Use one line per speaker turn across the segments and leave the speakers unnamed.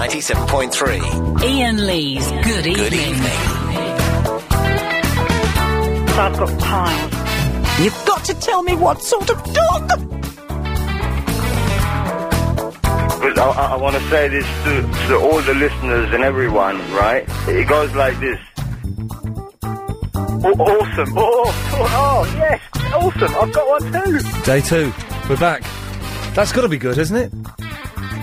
97.3.
Ian Lee's Good Evening.
Good evening.
I've got pies.
You've got to tell me what sort of dog.
But I, I want to say this to, to all the listeners and everyone, right? It goes like this. Oh, awesome. Oh, oh, oh, yes. Awesome. I've got one too.
Day two. We're back. That's got to be good, isn't it?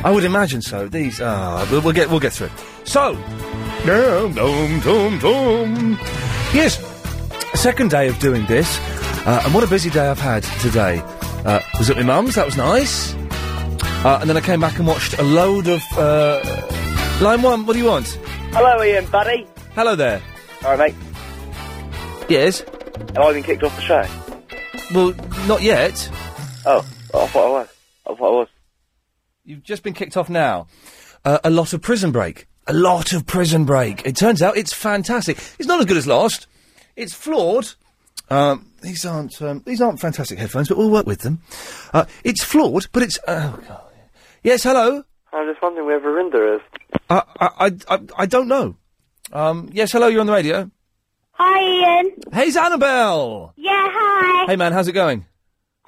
I would imagine so. These, ah, we'll, we'll get, we'll get through. it. So, dum, dum, dum, dum. yes, second day of doing this, uh, and what a busy day I've had today. Uh, was at my mum's. That was nice. Uh, and then I came back and watched a load of uh, line one. What do you want?
Hello, Ian, buddy.
Hello there.
All right, mate.
Yes.
Have I been kicked off the show?
Well, not yet.
Oh, I thought I was. Oh. I thought I was.
You've just been kicked off now. Uh, a lot of Prison Break. A lot of Prison Break. It turns out it's fantastic. It's not as good as Lost. It's flawed. Um, these aren't um, these aren't fantastic headphones, but we'll work with them. Uh, it's flawed, but it's oh god. Yes, hello.
I'm just wondering where Verinda is.
Uh, I, I I I don't know. Um, yes, hello. You're on the radio.
Hi, Ian.
Hey, it's Annabelle.
Yeah, hi.
Hey, man, how's it going?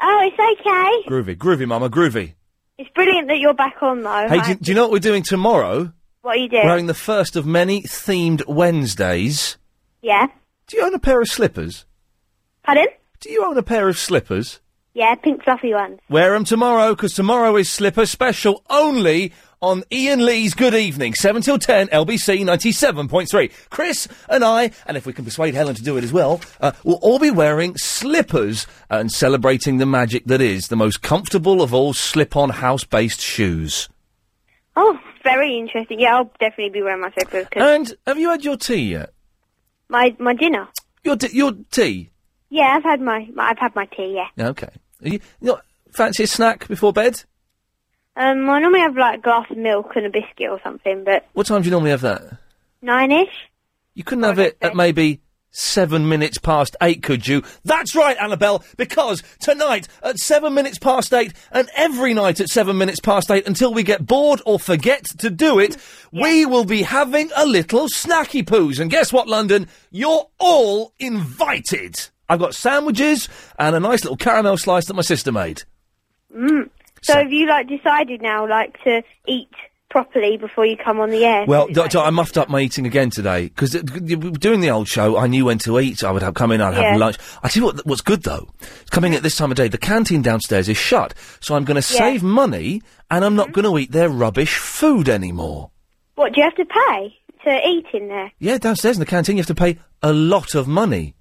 Oh, it's okay.
Groovy, groovy, Mama, groovy.
It's brilliant that you're back on, though.
Hey,
Hi.
do, do you know what we're doing tomorrow?
what are you doing?
We're having the first of many themed Wednesdays.
yeah.
Do you own a pair of slippers?
Pardon?
Do you own a pair of slippers?
Yeah, pink fluffy ones.
Wear 'em tomorrow, 'cause tomorrow is Slipper Special only on Ian Lee's Good Evening, 7 till 10, LBC 97.3. Chris and I, and if we can persuade Helen to do it as well, uh, will all be wearing slippers and celebrating the magic that is the most comfortable of all slip on house based shoes.
Oh, very interesting. Yeah, I'll definitely be wearing my slippers because
And have you had your tea yet?
my my dinner.
Your, t- your tea?
Yeah, I've had my, my I've had my tea. Yeah.
Okay. Are you, you not fancy a snack before bed?
Um, I normally have like a glass of milk and a biscuit or something, but
What time do you normally have that?
nine-ish.
You couldn't have it at maybe seven minutes past eight, could you? That's right, Annabelle, because tonight at seven minutes past eight, and every night at seven minutes past eight until we get bored or forget to do it, we will be having a little snacky poos. And guess what, London? You're all invited. I've got sandwiches and a nice little caramel slice that my sister made.
Mm. So, have you like decided now, like to eat properly before you come on the air?
Well, Doctor, I muffed up my eating again today because doing the old show, I knew when to eat. I would have come in, I'd have
Yeah.
lunch. I tell you what, what's good though, coming at this time of day, the canteen downstairs is shut, so I'm going to
Yeah. Mm-hmm.
save money and I'm not going to eat their rubbish food anymore.
what do you have to pay to eat in there?
Yeah, downstairs in the canteen, you have to pay a lot of money.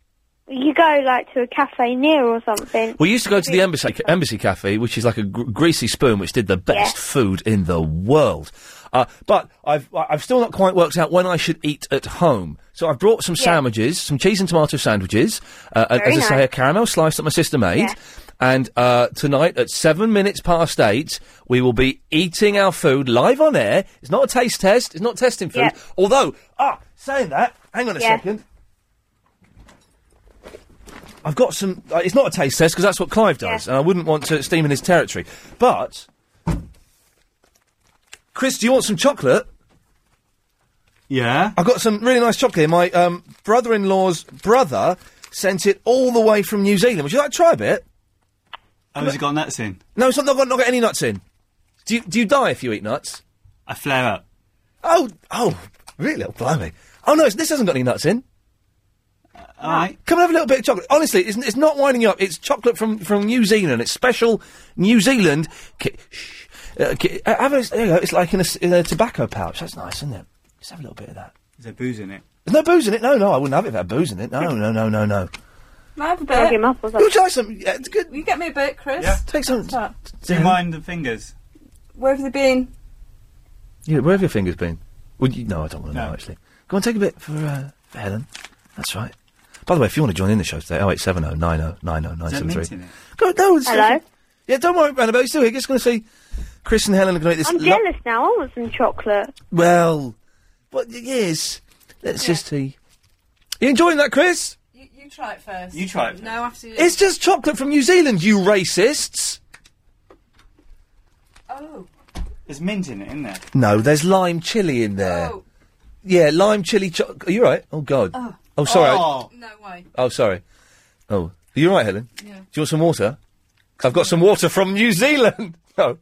You go like to a cafe near or something.
We used to go to the embassy embassy cafe, which is like a gr- greasy spoon, which did the best food in the world. Uh, but I've I- I've still not quite worked out when I should eat at home. So I've brought some sandwiches, some cheese and tomato sandwiches, uh, and,
Very
as I say,
nice.
a caramel slice that my sister made.
Yeah.
And uh, tonight at seven minutes past eight, we will be eating our food live on air. It's not a taste test. It's not testing food.
Yeah.
Although, ah, saying that, hang on a
Yeah.
second. I've got some. Uh, it's not a taste test because that's what Clive does, and I wouldn't want to steam in his territory. But, Chris, do you want some chocolate? Yeah. I've got some really nice chocolate. here. My um, brother-in-law's brother sent it all the way from New Zealand. Would you like to try a bit?
Oh, has it got nuts in?
No, it's not, not, got, not got any nuts in. Do you, do you die if you eat nuts? I flare up. Oh, oh, really? Oh, blimey. Oh, no, it's, this hasn't got any nuts in. All right. Come and have a little bit of chocolate. Honestly, it's, it's not winding you up. It's chocolate from, from New Zealand. It's special New Zealand. Ki- shh. Uh, ki- uh, have a, there you go. It's like in a, s- in a tobacco pouch. That's nice, isn't it? Just have a little bit of that.
Is there booze in it?
There's no booze in it. No, no, I wouldn't have it if it had booze in it. No, no, no, no, no.
I have a
Plug
bit.
him up or
something. Would you like some? Yeah, it's good.
You get me a bit, Chris.
Yeah. Take some-
What's that?
Do you mind the fingers?
Where have they been?
Yeah, where have your fingers been? Would you, no, I don't want to know, actually. Go on, take a bit for, uh, for Helen. That's right. By the way, if you want to join in the show today, oh, 0870 90 90
mint in
973.
it?
Go, no, it's-
Hello?
Yeah, don't worry, Annabelle, you're still here. Just going to see Chris and Helen are going to eat this.
I'm
lo-
jealous now. I want some chocolate.
well, but it is. Let's just see. You enjoying that, Chris?
You, you try it first.
You try it
No, after you.
It's just chocolate from New Zealand, you racists.
Oh.
There's mint in it, isn't there?
No, there's lime chili in there. Yeah, lime chili. Cho- Are you all right? Oh God.
Oh.
sorry.
Oh.
No way.
Oh, sorry. Oh, are you all right, Helen?
Yeah.
Do you want some water? I've got some water from New Zealand. no.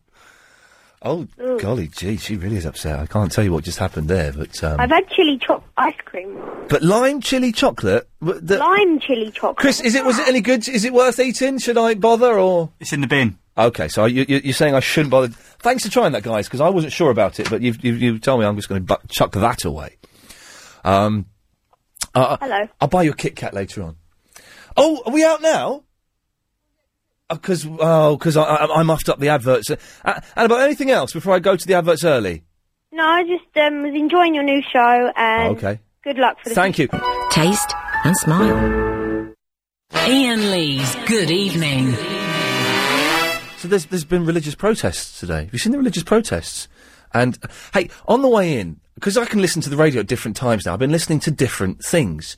Oh
Ooh.
golly, gee, she really is upset. I can't tell you what just happened there, but um,
I've had chili chop ice cream.
but lime chili chocolate. w- The,
Lime chili chocolate.
Chris, is it was it any good? Is it worth eating? Should I bother or?
It's in the bin.
Okay, so you, you, you're saying I shouldn't bother. Thanks for trying that, guys, because I wasn't sure about it, but you've, you've, you've told me I'm just going to bu- chuck that away. Um, uh,
Hello.
I'll buy you a Kit Kat later on. Oh, are we out now? Because oh, because I, I, I muffed up the adverts. Uh, and about anything else before I go to the adverts early.
No, I just um, was enjoying your new show and
okay.
good luck for the
Thank you.
Taste and smile. Ian Lee's Good Evening.
So there's there's been religious protests today. Have you seen the religious protests? And uh, hey, on the way in, because I can listen to the radio at different times now. I've been listening to different things.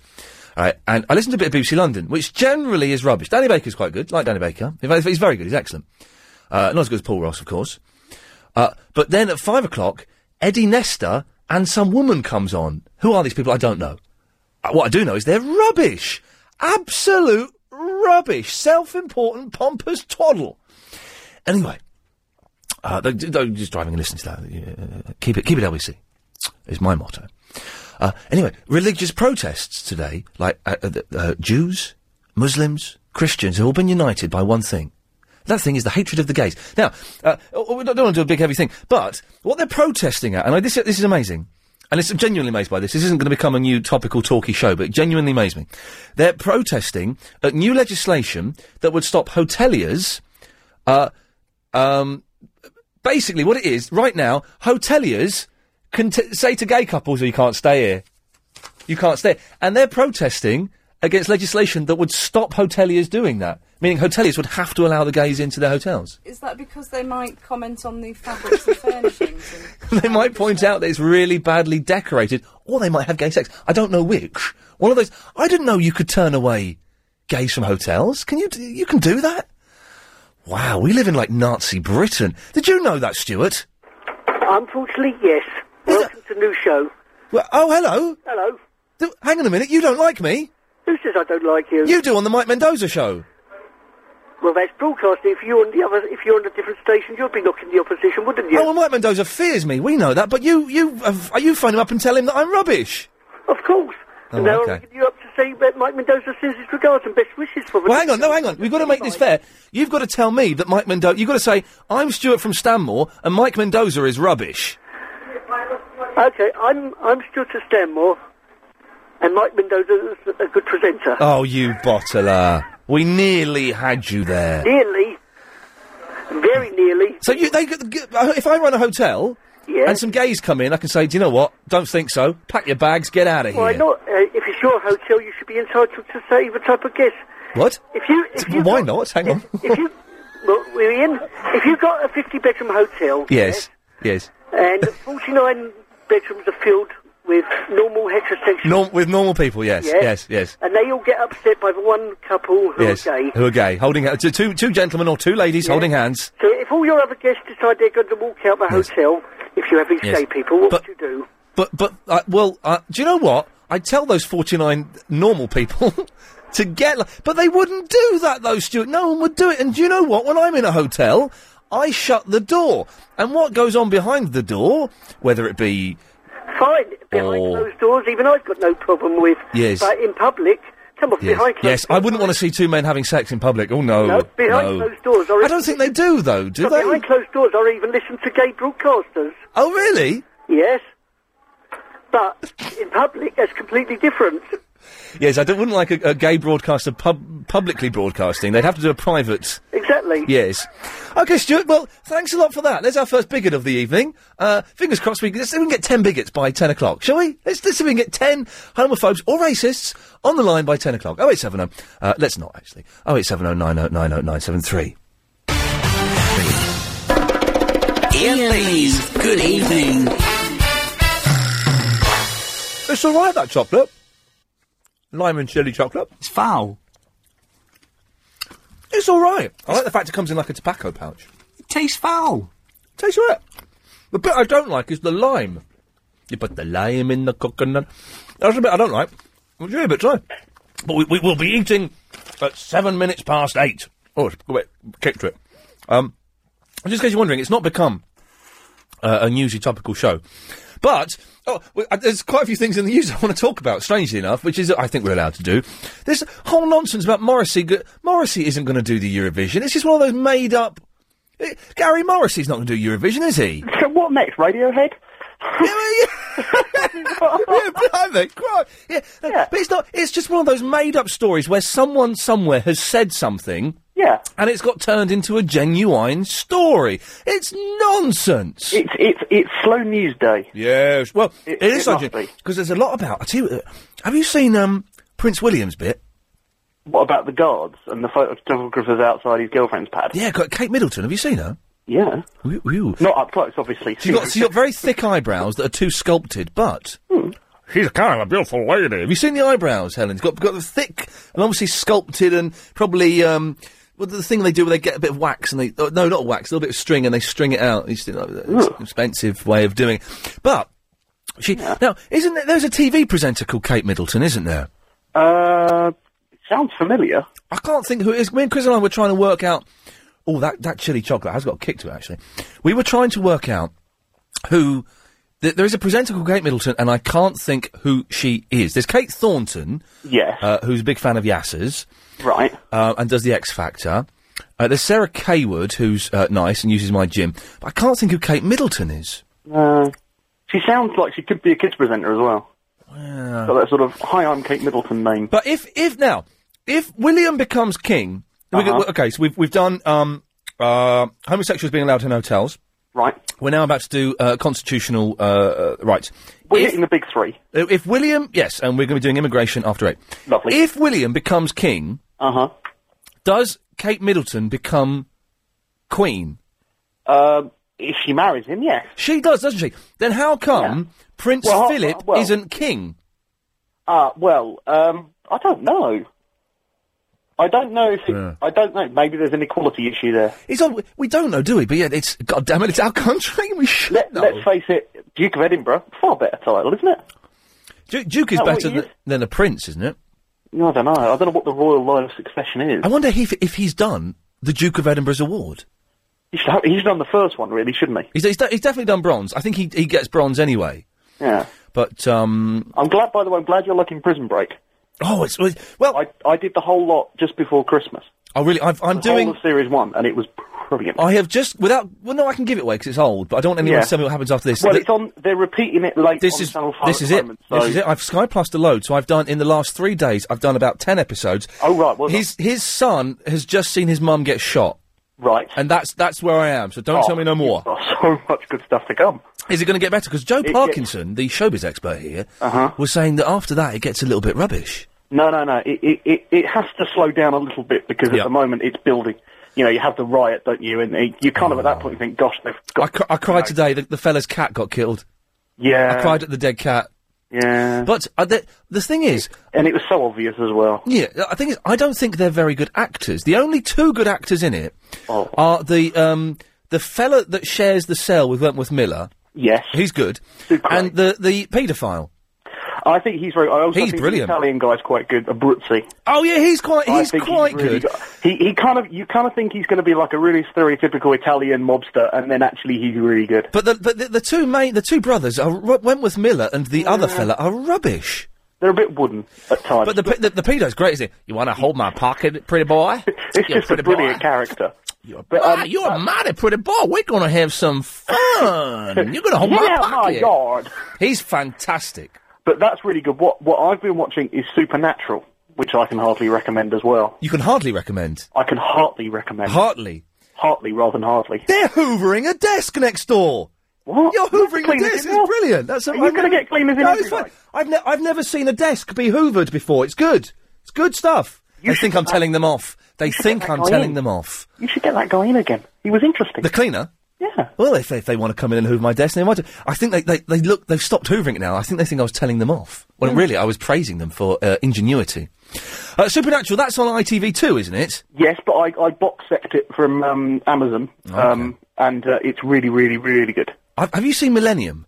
All right, and I listened to a bit of BBC London, which generally is rubbish. Danny Baker's quite good. Like Danny Baker, In fact, he's very good. He's excellent. Uh, not as good as Paul Ross, of course. Uh, but then at five o'clock, Eddie Nesta and some woman comes on. Who are these people? I don't know. Uh, What I do know is they're rubbish. Absolute rubbish. Self-important, pompous twaddle. Anyway, uh, they just driving and listening to that. Uh, keep it, keep it LBC. Is my motto. Uh, anyway, religious protests today, like uh, uh, uh, Jews, Muslims, Christians, have all been united by one thing. That thing is the hatred of the gays. Now, uh, oh, we don't want to do a big heavy thing, but what they're protesting at, and I, this, this is amazing, and it's I'm genuinely amazed by this. This isn't going to become a new topical talky show, but it genuinely amazed me. They're protesting at new legislation that would stop hoteliers uh, um, basically, what it is right now, hoteliers can t- say to gay couples, "Oh, you can't stay here. You can't stay." And they're protesting against legislation that would stop hoteliers doing that. Meaning, hoteliers would have to allow the gays into their hotels.
Is that because they might comment on the fabrics and furnishings? And...
they might point out that it's really badly decorated, or they might have gay sex. I don't know which. One of those. I didn't know you could turn away gays from hotels. Can you? d- You can do that? Wow, we live in like Nazi Britain. Did you know that, Stuart?
Unfortunately, yes. Welcome to new show.
Well, oh, hello.
Hello.
Th- hang on a minute, you don't like me?
Who says I don't like you?
You do on the Mike Mendoza show.
Well, that's broadcasting. If you're on the other, if you're on a different station, you'd be knocking the opposition, wouldn't you?
Oh, well, Mike Mendoza fears me. We know that, but you, you, have, you phone him up and tell him that I'm rubbish.
Of course.
Oh,
and now
okay.
you up to say that Mike Mendoza sends his regards and best wishes for the
Well, hang on, no, hang on. We've got to make this fair. You've got to tell me that Mike Mendoza. You've got to say I'm Stuart from Stanmore, and Mike Mendoza is rubbish.
Okay, I'm I'm Stuart Stanmore, and Mike Mendoza is a good presenter.
Oh, you bottler! We nearly had you there.
Nearly, very nearly.
So you, they, g- g- if I run a hotel and some gays come in, I can say, do you know what? Don't think so. Pack your bags, get out of
Why
here.
not? Uh, if it's your hotel, you should be entitled to say the type of guest.
What?
If you, if you,
Why not? Hang on.
if you, well, we're in. If you've got a 50-bedroom hotel,
yes, yes.
and 49 bedrooms are filled with normal heterosexuals,
Norm- with normal people, yes,
Yes.
yes, yes.
and they all get upset by the one couple who
yes,
are gay.
who are gay, holding ha- two, two two gentlemen or two ladies holding hands.
So if all your other guests decide they're going to walk out the hotel, if you have these
Yes.
gay people, what
But-
would you do?
But but uh, well, uh, do you know what? I'd tell those forty nine normal people to get, li- but they wouldn't do that though, Stuart. No one would do it. And do you know what? When I'm in a hotel, I shut the door, and what goes on behind the door, whether it be
Fine, behind
Oh.
closed doors, even I've got no problem with.
Yes.
But in public, come on,
yes,
behind closed
yes, I wouldn't want to see two men having sex in public. Oh no,
No, behind
no.
closed doors. Or
I don't think they do though, do
but
they?
Behind closed doors, I even listen to gay broadcasters.
Oh really?
Yes. But in public, that's completely different.
Yes, I don't, wouldn't like a, a gay broadcaster pub- publicly broadcasting. They'd have to do a private.
Exactly.
Yes. Okay, Stuart. Well, thanks a lot for that. There's our first bigot of the evening. Uh, fingers crossed we, let's see if we can get ten bigots by ten o'clock, shall we? Let's, let's see if we can get ten homophobes or racists on the line by ten o'clock. Oh eight seven oh. Uh, let's not actually. Oh eight seven oh nine oh nine oh nine seven three.
Ian Lee's Good Evening.
It's all right that chocolate. Lime and chili chocolate. It's foul. It's all right. I like the fact it comes in like a tobacco pouch. It tastes foul. tastes all right. The bit I don't like is the lime. You put the lime in the coconut. That's the bit I don't like. Which is a bit sorry. But we, we will be eating at seven minutes past eight. Oh, it's- wait, kick to it. Um, just in case you're wondering, it's not become uh, a newsy topical show. But oh, w- uh, there's quite a few things in the news I want to talk about. Strangely enough, which is I think we're allowed to do. This whole nonsense about Morrissey. G- Morrissey isn't going to do the Eurovision. It's just one of those made up. Eh, Gary Morrissey's not going to do Eurovision, is he?
So what next? Radiohead?
yeah, blimey, quite. Yeah, no, but it's not. It's just one of those made-up stories where someone somewhere has said something.
Yeah.
And it's got turned into a genuine story. It's nonsense.
It's it's it's slow news day.
Yes. Well,
It-
it is
it must
because there's a lot about. I tell you, what, uh, have you seen um, Prince William's bit?
What about the guards and the photographers outside his girlfriend's pad?
Yeah, got Kate Middleton. Have you seen her?
Yeah. Not up close, obviously.
She's got, she's got very thick eyebrows that are too sculpted, but she's kind of a beautiful lady. Have you seen the eyebrows, Helen? She's got, got the thick and obviously sculpted and probably, um, well, the thing they do where they get a bit of wax and they, oh, no, not wax, a little bit of string and they string it out. It's, you know, it's an expensive way of doing it. But she, now, isn't there, there's a TV presenter called Kate Middleton, isn't there?
Uh, sounds familiar.
I can't think who it is. Me and Chris and I were trying to work out. Oh, that, that chili chocolate has got a kick to it, actually. We were trying to work out who. Th- there is a presenter called Kate Middleton, and I can't think who she is. There's Kate Thornton.
Yes.
Uh, who's a big fan of Yass's.
Right.
Uh, and does the X Factor. Uh, there's Sarah Kaywood, who's uh, nice and uses my gym. But I can't think who Kate Middleton is.
Uh, she sounds like she could be a kids presenter as well.
Yeah.
Got that sort of hi, I'm Kate Middleton name.
But if if now if William becomes king, we
Uh-huh.
go- okay, so we've we've done um, uh, homosexuals being allowed in hotels.
Right.
We're now about to do uh, constitutional uh, uh, rights. Uh,
We're hitting the big three.
If if William, yes, and we're going to be doing immigration after eight.
Lovely.
If William becomes king,
uh huh,
does Kate Middleton become queen?
Um, if she marries him, yes.
She does, doesn't she? Then how come Prince
Well, uh,
Philip
well-
isn't king?
Uh, well, um, I don't know. I don't know if it, I don't know. Maybe there's an equality issue there.
It's on, we don't know, do we? But yeah, it's God damn it, it's our country. We should
Let,
know.
Let's face it, Duke of Edinburgh, far better title, isn't it?
Duke, Duke
Is
is
that what
better
it
than,
is?
than a prince, isn't it?
No, I don't know. I don't know what the royal line of succession is.
I wonder if if he's done the Duke of Edinburgh's award.
He should have- He's done the first one, really, shouldn't he?
He's, he's, de- he's definitely done bronze. I think he he gets bronze anyway.
Yeah.
But um,
I'm glad, by the way, I'm glad you're liking Prison Break.
Oh, it's well.
I, I did the whole lot just before Christmas.
I really I've, I'm
The
doing.
whole of series one, and it was brilliant.
I have just without. Well, no, I can give it away because it's old. But I don't want anyone
Yeah.
to tell me what happens after this.
well,
Th-
it's on. They're repeating it late
this
on
is
Channel Five
this
at
is
the
it.
moment, so
This is it. I've Sky Plus a load, so I've done in the last three days. I've done about ten episodes.
Oh right, well
his his son has just seen his mum get shot.
Right,
and that's that's where I am. So don't
Oh,
tell me no more.
so much good stuff to come.
Is it going to get better? Because Joe
gets-
Parkinson, the showbiz expert here,
Uh-huh.
was saying that after that it gets a little bit rubbish.
No, no, no. It, it, it, it has to slow down a little bit because at the moment it's building. You know, you have the riot, don't you? And it, you kind of at
Oh.
that point think, gosh, they've got.
I, cr- I cried today. The, the fella's cat got killed.
Yeah.
I cried at the dead cat.
Yeah.
But uh, the, the thing is,
and it was so obvious as well.
Yeah, I think it's, I don't think they're very good actors. The only two good actors in it
Oh.
are the um, the fella that shares the cell with Wentworth Miller.
Yes,
he's good, and the the paedophile.
I think he's very. I also
He's
think
brilliant.
The Italian guy's quite good. Abruzzi.
Oh yeah, he's quite.
I
He's
think
quite
really
good.
got- he he kind of you kind of think he's going to be like a really stereotypical Italian mobster, and then actually he's really good.
But the but the, the two main the two brothers are Ru- Wentworth Miller and the other fella are rubbish.
They're a bit wooden at times.
But the pe- the, the pedo's great, isn't it? You want to hold my pocket, pretty boy?
It's
You
just a
pretty boy?
brilliant character.
But,
um,
you're
uh,
a mighty pretty boy. We're going to have some fun. You're going to hold my
Yeah, my
pocket.
God.
He's fantastic.
But that's really good. What what I've been watching is Supernatural, which I can hardly recommend as well.
You can hardly recommend.
I can heartily recommend.
Hartley.
Heartily rather than hardly.
They're hoovering a desk next door.
What?
You're hoovering a
cleaners
desk.
in
It's
there?
brilliant. That's
Are you gonna get cleaners in
No,
every
it's fine. I've, ne- I've never seen a desk be hoovered before. It's good. It's good stuff. they think I'm telling them off. They think
that
I'm
guy
telling
in.
them off.
You should get that guy in again. He was interesting.
The cleaner?
Yeah.
Well, if, if they want to come in and hoover my desk, they might. do. I think they, they, they look, they've stopped hoovering it now. I think they think I was telling them off. When
Yeah.
really, I was praising them for uh, ingenuity. Uh, Supernatural, that's on ITV2, isn't it?
Yes, but I, I box set it from um, Amazon, um, and uh, it's really, really, really good.
I, have you seen Millennium?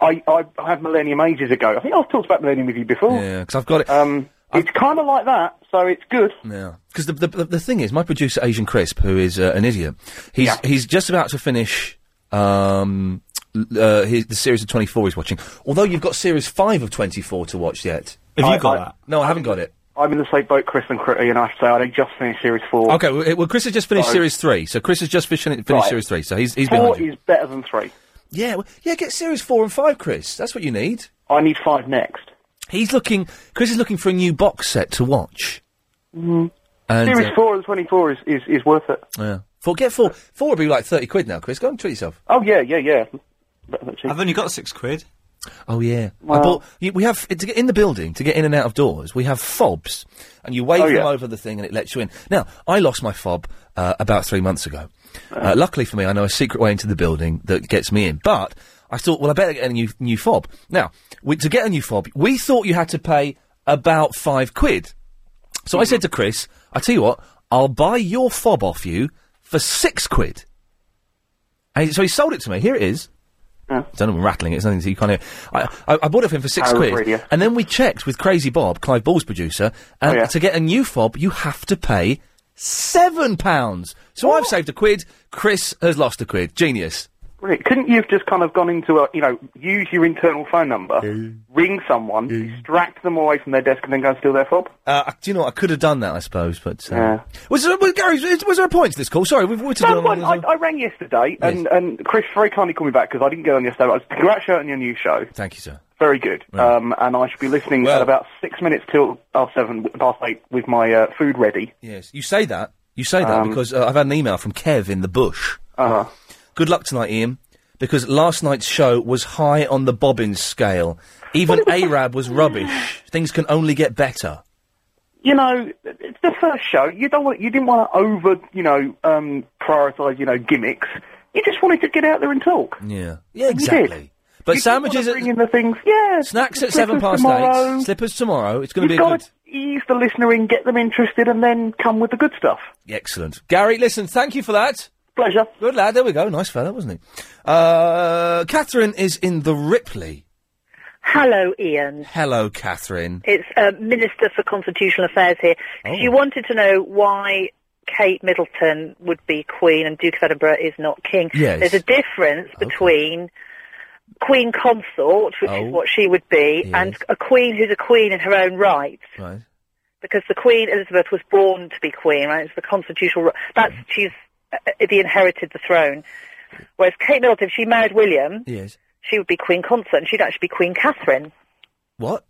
I, I I had Millennium ages ago. I think I've talked about Millennium with you before.
Yeah, because I've got it.
Um, it's kind of like that, so it's good.
Yeah. Because the, the the the thing is, my producer Asian Crisp, who is uh, an idiot, he's he's just about to finish um, l- uh, his, the series of twenty four he's watching. Although you've got series five of twenty four to watch yet.
Have you I- got I- that?
No, I haven't got it.
I'm in the same boat, Chris and Critty, and I have to say I just finished series four.
Okay, well, it- well, Chris has just finished
Right.
series three, so Chris has just finished, finished
Right.
series three, so he's he's
four
behind you.
is better than three.
Yeah, well, yeah. Get series four and five, Chris. That's what you need.
I need five next.
He's looking. Chris is looking for a new box set to watch.
Mm.
And,
series
uh,
four and twenty four is, is is worth it.
Yeah. Four, get four. Four would be like thirty quid now, Chris. Go and treat yourself.
Oh yeah, yeah, yeah.
I've only got six quid.
Oh yeah, I bought. You, we have to get in the building to get in and out of doors. We have fobs, and you wave
Oh,
them
yeah.
over the thing, and it lets you in. Now, I lost my fob uh, about three months ago.
Uh-huh.
Uh, luckily for me, I know a secret way into the building that gets me in. But I thought, well, I better get a new new fob. Now, we, to get a new fob, we thought you had to pay about five quid. So I
Mm-hmm.
said to Chris, I tell you what, I'll buy your fob off you for six quid. And he- so he sold it to me. Here it is. Don't know, I'm rattling it. It's nothing so you can't hear. I, I, I bought it for him for six
Arab
quid.
radio.
And then we checked with Crazy Bob, Clive Ball's producer, and
Oh, yeah.
to get a new fob, you have to pay seven pounds. So I've saved a quid. Chris has lost a quid. Genius.
Brilliant. Couldn't you have just kind of gone into a, you know, use your internal phone number, ring someone, distract them away from their desk, and then go and steal their fob?
Uh, do you know what? I could have done that, I suppose, but. Uh, was, there, was, Gary, is- was there a point to this call? Sorry, we've waited
No, I, I, I rang yesterday, and, and Chris very kindly called me back because I didn't get on yesterday. But I was congratulating you on your new show.
Thank you, sir.
Very good. Um, and I should be listening at about six minutes till half seven, past eight, with my uh, food ready.
Yes, you say that. You say
Um,
that because uh, I've had an email from Kev in the bush.
Uh huh.
Good luck tonight, Ian. Because last night's show was high on the bobbin scale. Even Arab was rubbish. Things can only get better.
You know, it's the first show. You don't want, you didn't want to over, you know, um, prioritise, you know, gimmicks. You just wanted to get out there and talk.
Yeah.
Yeah,
exactly. But uh, sandwiches at,
the things, yeah.
snacks at
slippers
seven past
tomorrow.
eight. Slippers tomorrow. It's going to
You've
be a
got
good.
to ease the listener in, get them interested, and then come with the good stuff.
Excellent. Gary, listen, thank you for that.
Pleasure.
Good lad. There we go. Nice fella, wasn't he? Uh, Catherine is in the Ripley.
Hello, Ian.
Hello, Catherine.
It's uh, Minister for Constitutional Affairs here. She wanted to know why Kate Middleton would be Queen and Duke of Edinburgh is not King.
Yes.
There's a difference between Queen Consort, which
Oh.
is what she would be, and a Queen who's a Queen in her own right.
Right.
Because the Queen Elizabeth was born to be Queen, right? It's the constitutional. ri- That's she's uh, uh, the inherited the throne. Whereas Kate Middleton, if she married William,
Yes.
she would be Queen Consort, and she'd actually be Queen Catherine.
What?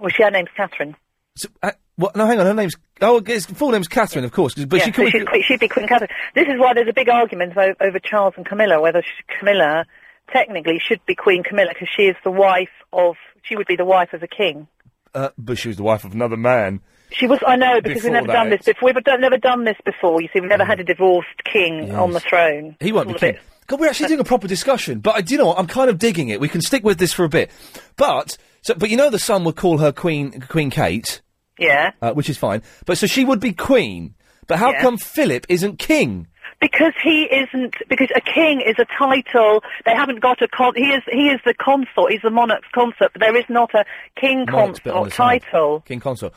Well, she her name's Catherine.
So, uh, what? No, hang on. Her name's. Oh, his full name's Catherine, of course. 'cause- But
Yeah,
she
so
could.
she'd, que- she'd be Queen Catherine. This is why there's a big argument o- over Charles and Camilla, whether sh Camilla technically should be Queen Camilla because she is the wife of, she would be the wife of a king.
Uh, but she was the wife of another man.
She was, I know, because we've
Before
never
that,
done this
it's-
before. We've done, never done this before. You see, we've never had a divorced king on the throne.
He won't be king. God, we're actually doing a proper discussion. But I, do you know what? I'm kind of digging it. We can stick with this for a bit. But so, but you know, the son would call her Queen Queen Kate,
Yeah.
uh, which is fine. But so she would be Queen. But how
Yeah.
come Philip isn't King?
Because he isn't, because a king is a title. They haven't got a con. He is, he is the consort. He's the monarch's consort. But there is not a king
Monarch's bit
consort
on the side.
title.
King consort.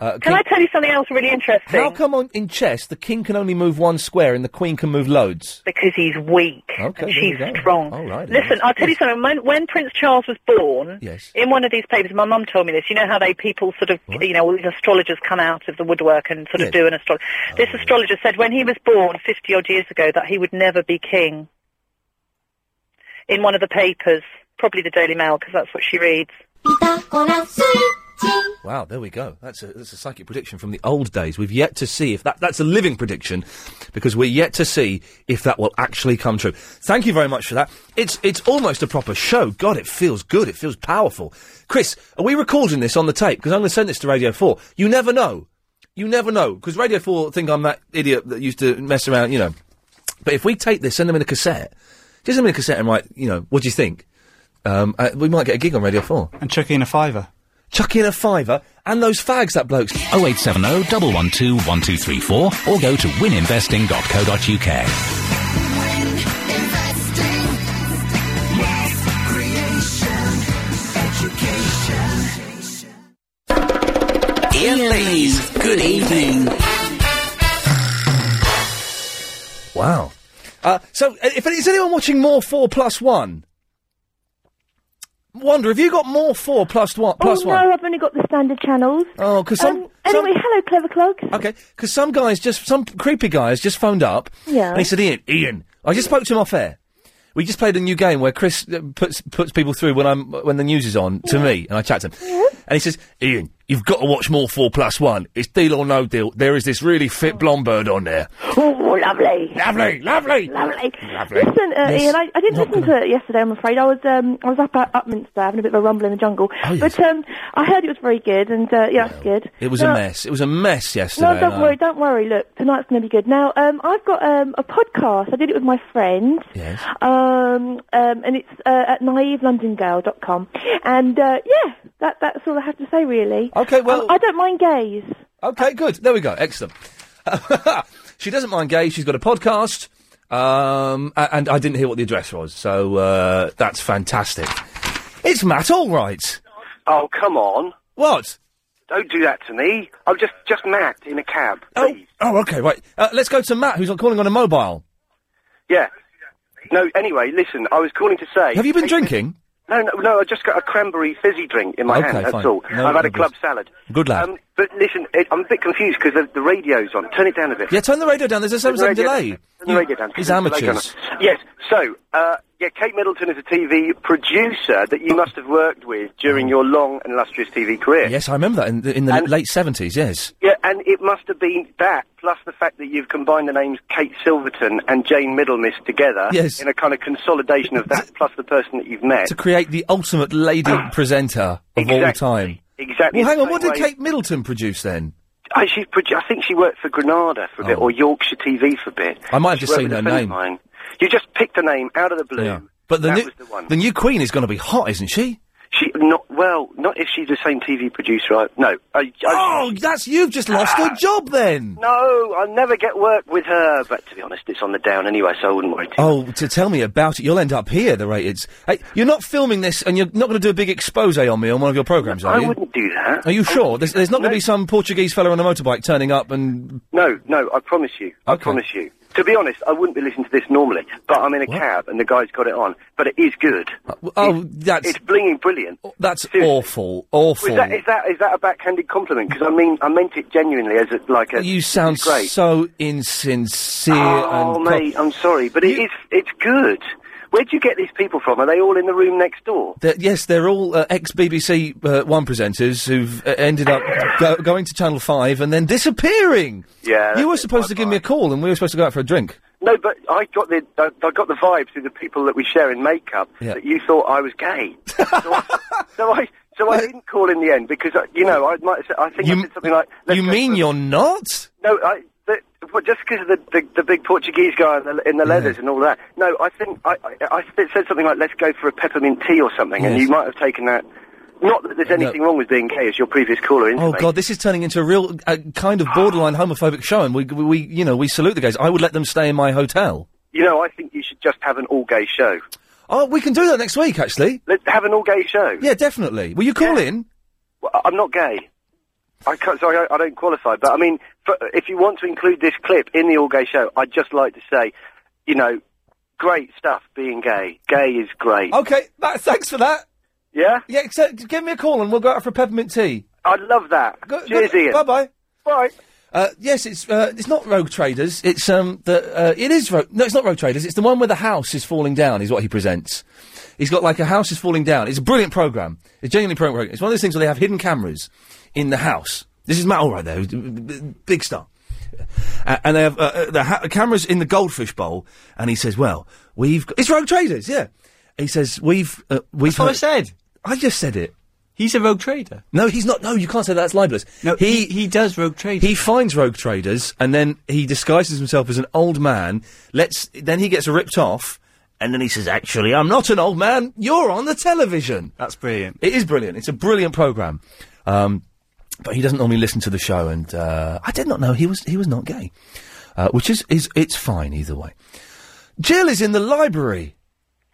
Uh,
Can
king-
I tell you something else really interesting?
How come on, in chess the king can only move one square and the queen can move loads?
Because he's weak
Okay,
and
there
she's
you go.
strong.
All right. then.
Listen, I'll tell you something. When, when Prince Charles was born,
Yes.
in one of these papers, my mum told me this. You know how they people sort of, you know, all these astrologers come out of the woodwork and sort
Yes.
of do an astrology. This astrologer said when he was born 50 odd years ago that he would never be king. In one of the papers, probably the Daily Mail, because that's what she reads.
Wow, there we go. That's a that's a psychic prediction from the old days. We've yet to see if that that's a living prediction because we're yet to see if that will actually come true. Thank you very much for that. It's it's almost a proper show. God, it feels good. It feels powerful. Chris, are we recording this on the tape? Because I'm going to send this to Radio Four. You never know. You never know because Radio Four think I'm that idiot that used to mess around. You know, but if we take this, send them in a cassette. Just send them in a cassette and write. You know, what do you think? Um, uh, we might get a gig on Radio Four.
And chuck in a fiver.
Chuck in a fiver and those fags that bloke's.
0870 112 1234 or go to wininvesting.co.uk.
evening.
Wow. Uh, so, uh, if is anyone watching more four plus one? Wonder, have you got more four plus one? Plus
oh
one.
no, I've only got the standard channels.
Oh, 'cause some-
Um, anyway, hello, clever clogs.
Okay, because some guys just some creepy guys just phoned up.
Yeah.
And he said, Ian, Ian, I just spoke to him off air. We just played a new game where Chris uh, puts puts people through when I'm when the news is on to me, and I chat to him. And he says, Ian, you've got to watch more Four Plus One. It's Deal or No Deal. There is this really fit blonde bird on there.
Oh, lovely.
Lovely, lovely,
lovely.
Lovely.
Listen, uh,
Yes.
Ian, I, I didn't listen to it yesterday. I'm afraid I was um, I was up at Upminster having a bit of a rumble in the jungle. But um, I heard it was very good, and uh, yeah, that's good.
Oh, It was
Now-
a mess. It was a mess yesterday.
No, don't
and I-
worry, don't worry. Look, tonight's going to be good. Now, um, I've got um, a podcast. I did it with my friend.
Yes.
Um, um, and it's uh, at naivelondongirl.com. And uh, yeah, that, that's all I have to say, really.
Okay, well-
Um, I don't mind gays.
Okay, good. There we go. Excellent. she doesn't mind gay. She's got a podcast. Um, a- and I didn't hear what the address was, so uh, that's fantastic. It's Matt, all right.
Oh, come on.
What?
Don't do that to me. I'm just just Matt in a cab.
Oh, oh, okay, right. Uh, let's go to Matt, who's calling on a mobile.
Yeah. No, anyway, listen, I was calling to say...
Have you been drinking?
No, no, no, I just got a cranberry fizzy drink in my
Okay,
hand, that's
fine.
all.
No,
I've had a
no
club
good.
salad.
Good lad.
Um, but listen, it, I'm a bit confused because the, the radio's on. Turn it down a bit.
Yeah, turn the radio down. There's a
Turn the
seven-second
radio-
delay.
Turn the
You-
radio down.
These
Turn the radio
amateurs.
down. Yes, so, uh, yeah, Kate Middleton is a TV producer that you must have worked with
Mm.
during your long and illustrious TV career.
Yes, I remember that in the, in the
And-
late 70s, yes.
Yeah, and it must have been that, plus the fact that you've combined the names Kate Silverton and Jane Middlemiss together
Yes.
in a kind of consolidation of that, plus the person that you've met.
To create the ultimate lady presenter of all
Exactly.
time.
Exactly.
Well, hang on,
the
what
same
did
way-
Kate Middleton produce then?
I, she produ- I think she worked for Granada for a bit,
Oh.
or Yorkshire TV for a bit.
I might have
She
just
worked
seen
with a
her
friend of
name.
mine. You just picked the name out of the blue.
Yeah. But the
that
new,
was the one.
the new queen is going to be hot, isn't she?
She not well, not if she's the same TV producer. I, no, I, I,
Oh, that's you've just lost a job then.
no, I'll never get work with her. But to be honest, it's on the down anyway, so I wouldn't worry.
Oh, to tell me about it, you'll end up here. The rate it's. Hey, you're not filming this, and you're not going to do a big expose on me on one of your programs, are
I
you?
wouldn't do that.
Are you sure? There's, there's not going to be some Portuguese fella on a motorbike turning up and.
No, no, I promise you. I promise you. To be honest, I wouldn't be listening to this normally, but I'm in a cab and the guy's got it on. But it is good.
oh, that's Oh,
it's blinging brilliant.
that's awful, awful.
Is that is that is that a backhanded compliment? Because I mean, I meant it genuinely as a, like a.
you sound
it's great.
so insincere.
Oh,
and
mate, I'm sorry, but it is it's good. Where do you get these people from? Are they all in the room next door?
They're- yes, they're all uh, ex BBC uh, One presenters who've uh, ended up go- going to Channel 5 and then disappearing.
Yeah.
You were supposed to give me a call and we were supposed to go out for a drink.
No, but I got the I, I got the vibe through the people that we share in makeup
Yeah.
that you thought I was gay. so, I, so I so I didn't call in the end because uh, you know I might have said- I think I said something like
you mean you're not?
no I. The, well, just because of the, the the big Portuguese guy in the, in the leathers and all that. No, I think I, I I said something like "Let's go for a peppermint tea" or something, and
Yes.
you might have taken that. Not that there's anything wrong with being gay, as your previous caller
Oh
intimated.
God, this is turning into a real uh, kind of borderline homophobic show, and we, we, we, you know, we salute the guys. I would let them stay in my hotel.
You know, I think you should just have an all-gay show.
Oh, we can do that next week, actually.
Let's have an all-gay show.
Yeah, definitely. Will you call in?
Well, I- I'm not gay. I can't, sorry, I, I don't qualify. But I mean, for, if you want to include this clip in the All Gay Show, I'd just like to say, you know, great stuff being gay. Gay is great.
Okay, that, thanks for that.
Yeah?
Yeah, so give me a call and we'll go out for a peppermint tea.
I love that. Cheers, Ian.
Bye bye.
Bye.
Uh, yes, it's uh, it's not Rogue Traders. It's um the uh, it is ro- no, it's not Rogue Traders. It's the one where the house is falling down. Is what he presents. He's got like a house is falling down. It's a brilliant program. It's genuinely brilliant program. It's one of those things where they have hidden cameras in the house. This is Matt Allred there, who's a b- b- big star. A- and they have uh, uh, the ha- cameras in the goldfish bowl, and he says, "Well, we've got- it's Rogue Traders, yeah." He says, "We've uh, we've."
That's what I
said. I just said it. He's a rogue trader. No, he's not. No, you can't say that. that's libelous. No, he he does rogue trade. He finds rogue traders and then he disguises himself as an old man. Let's then he gets ripped off. And then he says, "Actually, I'm not an old man. You're on the television." That's brilliant. It is brilliant. It's a brilliant program. Um, but he doesn't normally listen to the show, and uh, I did not know he was he was not gay, uh, which is is it's fine either way. Jill is in the library.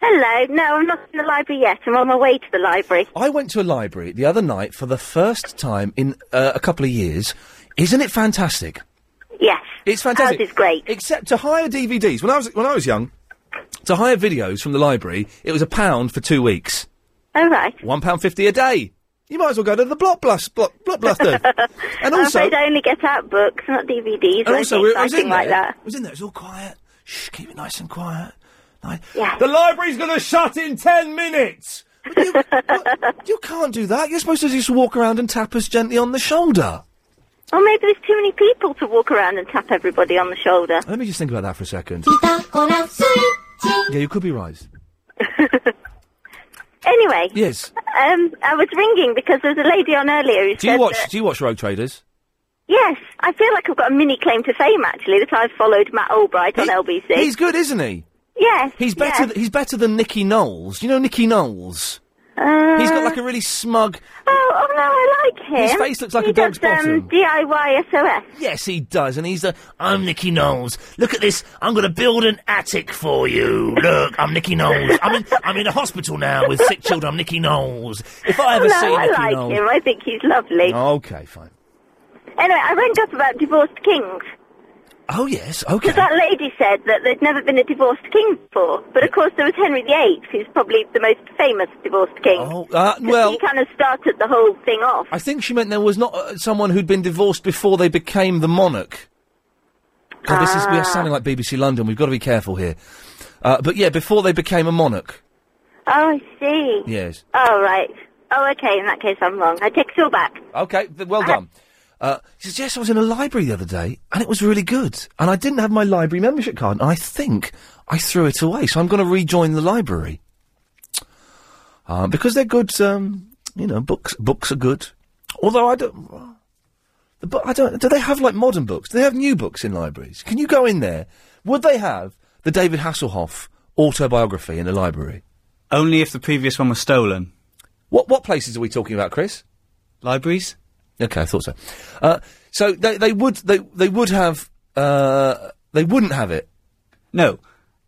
Hello. No, I'm not in the library yet. I'm on my way to the library.
I went to a library the other night for the first time in uh, a couple of years Isn't it fantastic?
Yes.
It's fantastic.
Ours is great.
Except to hire DVDs. When I was when I was young, to hire videos from the library, it was a pound for two weeks.
All right.
One pound fifty a day. You might as well go to the Blockbuster. Block, blockbuster. and
I'm
also,
afraid I only get out books, not DVDs.
And
or
also
anything
we- I was in
exciting like
there.
that.
I was in there. It was all quiet. Shh, keep it nice and quiet. Ni-
Yeah.
The library's going to shut in ten minutes. But you, but you can't do that. You're supposed to just walk around and tap us gently on the shoulder.
Or maybe there's too many people to walk around and tap everybody on the shoulder.
Let me just think about that for a second. yeah, you could be right.
Anyway,
Yes.
um, I was ringing because there's a lady on earlier who
Do
said
you watch?
that-
Do you watch Rogue Traders?
yes, I feel like I've got a mini claim to fame actually that I've followed Matt Albright on LBC.
He's good, isn't he?
Yes,
He's better.
yes.
Th- he's better than Nicky Knowles. You know Nicky Knowles.
Uh,
he's got like a really smug.
Oh, oh no, I like him.
His face looks like
He
a dog's
does, um,
bottom.
DIY SOS.
Yes, he E does, and he's the. I'm Nicky Knowles. Look at this. I'm going to build an attic for you. Look, I'm Nicky Knowles. I'm in. I'm in a hospital now with sick children. I'm Nicky Knowles. If I ever
no,
see
I
Nicky
like
Knowles.
him. I think he's lovely.
Okay, fine.
Anyway, I rang up about divorced kings.
Oh yes.
Because
Okay.
that lady said that there'd never been a divorced king before. But of course, there was Henry VIII, who's probably the most famous divorced king.
Oh, uh,
'Cause
well.
He kind of started the whole thing off.
I think she meant there was not uh, someone who'd been divorced before they became the monarch. God, this is we
Ah.
are sounding like BBC London. We've got to be careful here. Uh, but yeah, before they became a monarch.
Oh, I see.
Yes.
Oh, right. Oh, okay. In that case, I'm wrong. I take it all back.
Okay. th- Well done. Uh, she says, yes, I was in a library the other day, and it was really good. And I didn't have my library membership card, and I think I threw it away. So I'm going to rejoin the library um, because they're good. Um, you know, books books are good. Although I don't, well, the bu- I don't. Do they have like modern books? Do they have new books in libraries? Can you go in there? Would they have the David Hasselhoff autobiography in a library?
Only if the previous one was stolen.
What what places are we talking about, Chris?
Libraries.
Okay, I thought so. Uh, so they, they would they they would have uh, they wouldn't have it.
No,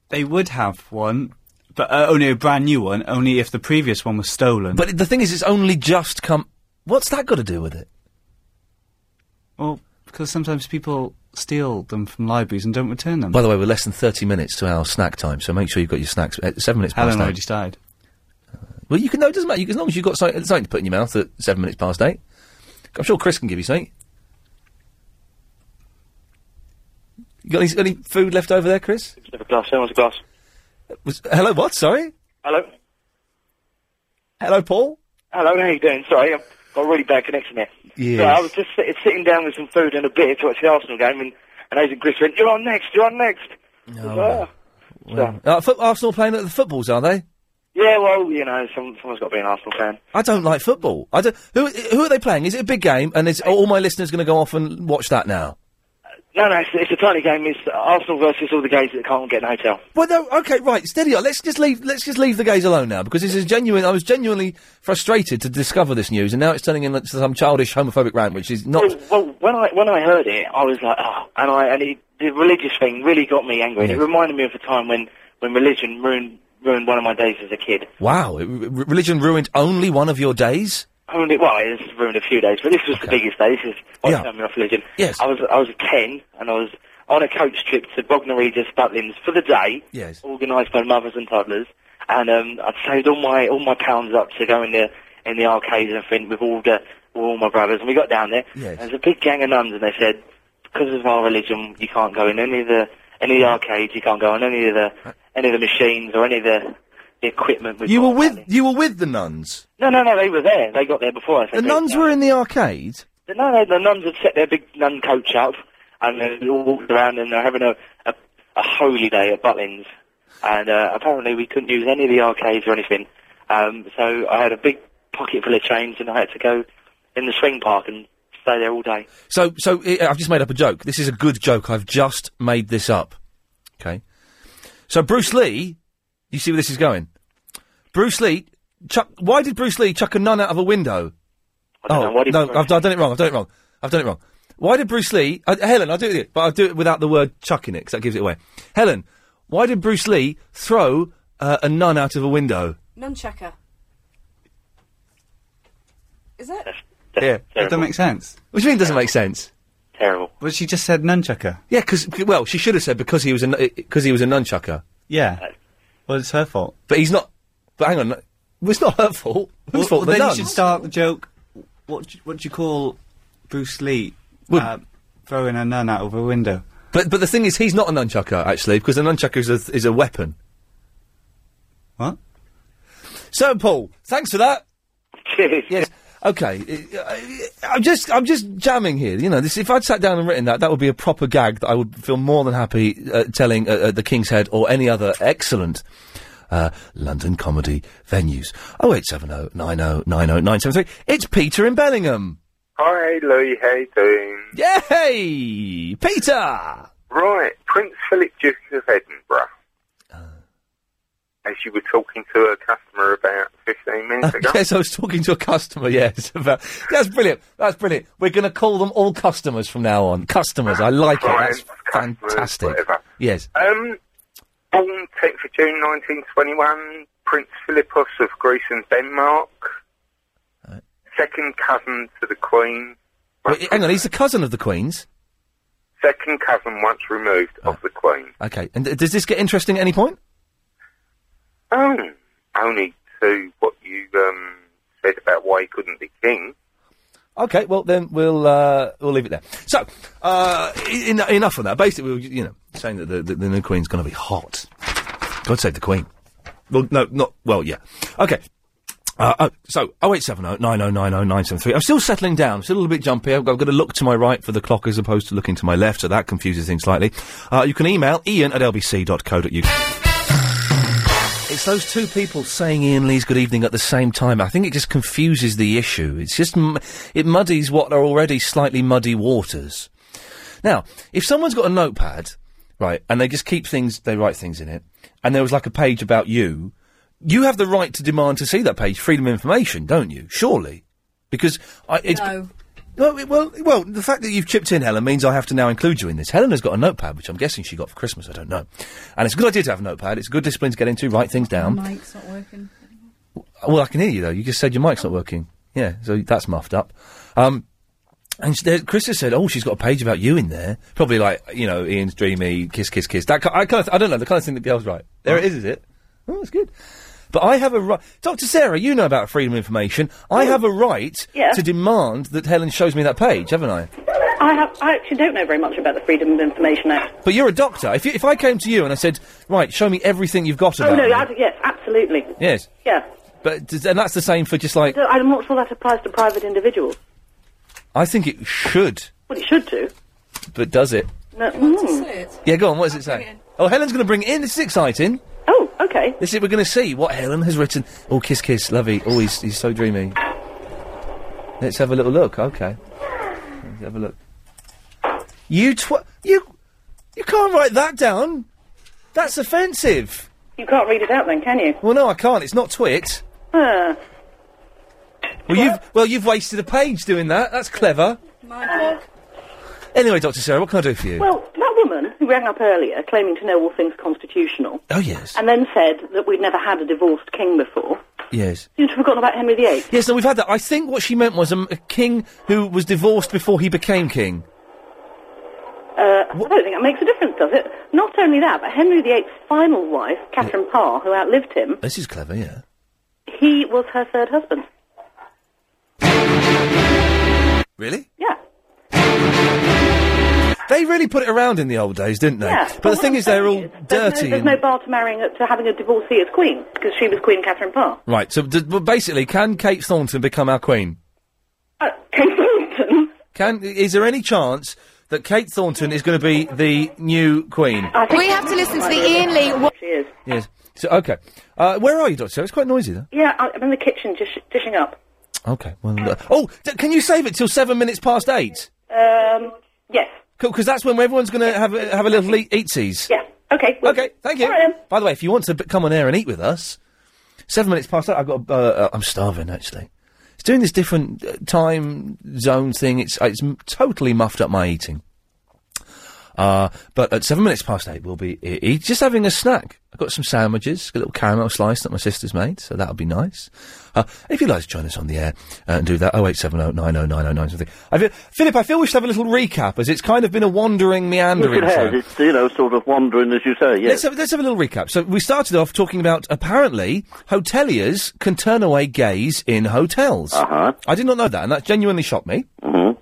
they would have one, but uh, only a brand new one. Only if the previous one was stolen.
But the thing is, it's only just come. What's that got to do with it?
well, because sometimes people steal them from libraries and don't return them.
By the way, we're less than thirty minutes to our snack time, so make sure you've got your snacks. Uh, seven minutes
Helen
past eight.
already
Uh,
started.
Well, you can. No, it doesn't matter. You, as long as you've got something, something to put in your mouth at seven minutes past eight. I'm sure Chris can give you something. You got any, got any food left over there, Chris?
Have a glass. Who wants a glass?
Was, hello, what? Sorry.
Hello.
Hello, Paul.
Hello. How you doing? Sorry, I've got a really bad connection there.
Yes.
So I was just sit- sitting down with some food and a beer to watch the Arsenal game, and, and Agent Chris went, "You're on next. You're on next." I was like, "Oh."
Well, uh, fo- Arsenal playing at the footballs, are they?
Yeah, well, you know, some, someone's got to be an Arsenal fan.
I don't like football. I don't, who who are they playing? Is it a big game? And is are all my listeners going to go off and watch that now?
No, no, it's, it's a tiny game. It's Arsenal versus all the gays that can't get an hotel.
Well, no. Okay, right. Steady on. Let's just leave. Let's just leave the gays alone now because this is genuine. I was genuinely frustrated to discover this news, and now it's turning into some childish homophobic rant, which is not.
Well, when I when I heard it, I was like, oh, and I and it, the religious thing really got me angry. And it
Yeah.
reminded me of a time when when religion ruined ruined one of my days as a kid.
Wow, it- re- religion ruined only one of your days.
Only well, it's ruined a few days, but this was the biggest day. This is what
Yeah.
turned me off religion.
Yes.
I was I was ten, and I was on a coach trip to Bognor Regis Butlins for the day.
Yes.
organised by mothers and toddlers, and um, I'd saved all my all my pounds up to go in the in the arcades and everything with all the with all my brothers, and we got down there.
Yes.
There's a big gang of nuns, and they said because of our religion, you can't go in any of the any of the arcades, you can't go on any of the any of the machines or any of the the equipment. We've
Uh, You
got.
were with you were with the nuns.
No, no, no. They were there. They got there before us.
The nuns were in the arcade.
The, no, no, the nuns had set their big nun coach up, and they all walked around, and they're having a, a, a holy day at Butlins. And uh, apparently we couldn't use any of the arcades or anything. Um, so I had a big pocket full of change, and I had to go in the swing park and stay there all day.
So, so uh, I've just made up a joke. This is a good joke. I've just made this up. Okay. So Bruce Lee, you see where this is going. Bruce Lee, chuck, why did Bruce Lee chuck a nun out of a window?
don't know.
oh
Why did-
no, I've, I've done it wrong. I've done it wrong. I've done it wrong. Why did Bruce Lee? Uh, Helen, I'll do it, with you, but I'll do it without the word chucking it because that gives it away. Helen, why did Bruce Lee throw uh, a nun out of a window?
Nunchucker. Is it?
Yeah,
That doesn't make sense.
What do you mean? It doesn't make sense.
terrible.
But she just said nunchucker.
Yeah, because well, she should have said because he was a because he was a nunchucker.
Yeah. Well, it's her fault.
But he's not. But hang on, well, it's not her fault. Whose
Well,
fault?
well,
the
then you
nuns.
should start the joke. What do, what do you call Bruce Lee uh, throwing a nun out of a window?
But but the thing is, he's not a nunchucker actually, because a nunchucker is a, is a weapon.
What?
So Paul, thanks for that.
Cheers.
Yes. Okay. I- I- I'm just I'm just jamming here. You know, this if I'd sat down and written that, that would be a proper gag that I would feel more than happy uh, telling uh, uh, the King's Head or any other excellent. Uh, London comedy venues. 0870 90 90 973. It's Peter in Bellingham.
Hi, Louie. How you doing?
Yay! Peter!
Right, Prince Philip, Duke of Edinburgh. As you were talking to a customer about 15 minutes ago.
Uh, Yes, I was talking to a customer. Yes, about that's brilliant. That's brilliant. We're going to call them all customers from now on. Customers, I like it. That's fantastic. Yes,
Um, born 10th of June 1921, Prince Philippos of Greece and Denmark. Second cousin to the Queen.
Wait, hang on. He's the cousin of the Queen's.
Second cousin once removed
Ah.
of the Queen.
Okay, and th- does this get interesting at any point?
Oh, only to what you um, said about why he couldn't be king.
Okay, well then we'll uh, we'll leave it there. So uh, en- enough on that. Basically, we were, you know, saying that the, the, the new queen's going to be hot. God save the queen. Well, no, not well. Yeah. Okay. Uh, oh, so 0870 oh, 9090973. I'm still settling down. I'm still a little bit jumpy. I've got, I've got to look to my right for the clock as opposed to looking to my left, so that confuses things slightly. Uh, you can email ian at lbc.co.uk. It's those two people saying Ian Lee's good evening at the same time. I think it just confuses the issue. It's just, m- it muddies what are already slightly muddy waters. Now, if someone's got a notepad, right, and they just keep things, they write things in it, and there was like a page about you, you have the right to demand to see that page, freedom of information, don't you? Surely. Because I, it's.
No.
Well, it- well, well, the fact that you've chipped in, Helen, means I have to now include you in this. Helen has got a notepad, which I'm guessing she got for Christmas. I don't know. And it's a good idea to have a notepad. It's a good discipline to get into, write things
Oh,
down.
Mike's not working.
Well, I can hear you though. You just said your mic's not working. Yeah, so that's muffed up. Um, and she, there, Chris has said, "Oh, she's got a page about you in there." Probably like you know, Ian's dreamy, kiss, kiss, kiss. That ki- I kind of, I don't know the kind of thing that girls write. There it is, is it? Oh, that's good. But I have a right, Doctor Sarah. You know about freedom of information. I have a right
Mm. Yeah.
to demand that Helen shows me that page, haven't I?
I, have, I actually don't know very much about the Freedom of Information Act.
But you're a doctor. If you, if I came to you and I said, "Right, show me everything you've got about,"
Oh, no,
me,"
I, yes, absolutely.
yes,
Yeah.
but does- and that's the same for just like
So I'm not sure that applies to private individuals.
I think it should,
Well, it should do.
but does it?
No, hmm.
Yeah, go on. What does it
bring it
say?
in.
Oh, Helen's going to bring it in. This is exciting.
Oh, okay.
This is we're going to see what Helen has written. Oh, kiss, kiss, lovey. Oh, he's, he's so dreamy. Let's have a little look. Okay, let's have a look. You tw- you you can't write that down. That's offensive.
You can't read it out then, can you?
Well, no, I can't. It's not twit.
Uh,
Well, you've well you've wasted a page doing that. That's clever. Anyway, Doctor Sarah, what can I do for you?
well, that woman who rang up earlier claiming to know all things constitutional
oh yes,
and then said that we'd never had a divorced king before
yes.
seems to have forgotten about Henry VIII.
Yes, no, we've had that. I think what she meant was um, a king who was divorced before he became king.
Uh, I don't think that makes a difference, does it? Not only that, but Henry VIII's final wife, Catherine Parr, who outlived him,
This is clever, yeah.
he was her third husband.
Really?
Yeah.
They really put it around in the old days, didn't they?
Yeah,
but
but
the thing is, they're all
There's
dirty.
No, there's
and-
no bar to marrying a, to having a divorcee as queen because she was Queen Catherine Parr.
Right, so d- well, basically, can Kate Thornton become our queen?
Uh, Kate Thornton.
Can Is there any chance that Kate Thornton is going to be the new queen?
We have to listen to the Ian Lee. Wa-
She is.
Yes. So, okay. Uh, where are you, Doctor? Sarah? It's quite noisy, though.
Yeah, I, I'm in the kitchen dish, dishing up.
Okay. Well, uh, oh, d- can you save it till seven minutes past eight?
Um, yes.
Cool, because that's when everyone's going to have a, have a little eat- eatsies.
Yeah. Okay.
okay. Thank you. By the way, if you want to b- come on air and eat with us, seven minutes past that, I've got. a- Uh, uh, I'm starving actually. It's doing this different uh, time zone thing. It's uh, it's m- totally muffed up my eating. Uh, but at seven minutes past eight, we'll be he- he's just having a snack. I've got some sandwiches, a little caramel slice that my sister's made, so that'll be nice. Uh, if you'd like to join us on the air uh, and do that, 0870 90909 something. I feel, Philip, I feel we should have a little recap, as it's kind of been a wandering, meandering
Yes, it has.
show.
It's, you know, sort of wandering, as you say, yes.
Let's have, let's have a little recap. So we started off talking about apparently hoteliers can turn away gays in hotels. Uh-huh. I did not know that, and that genuinely shocked me. Mm-hmm.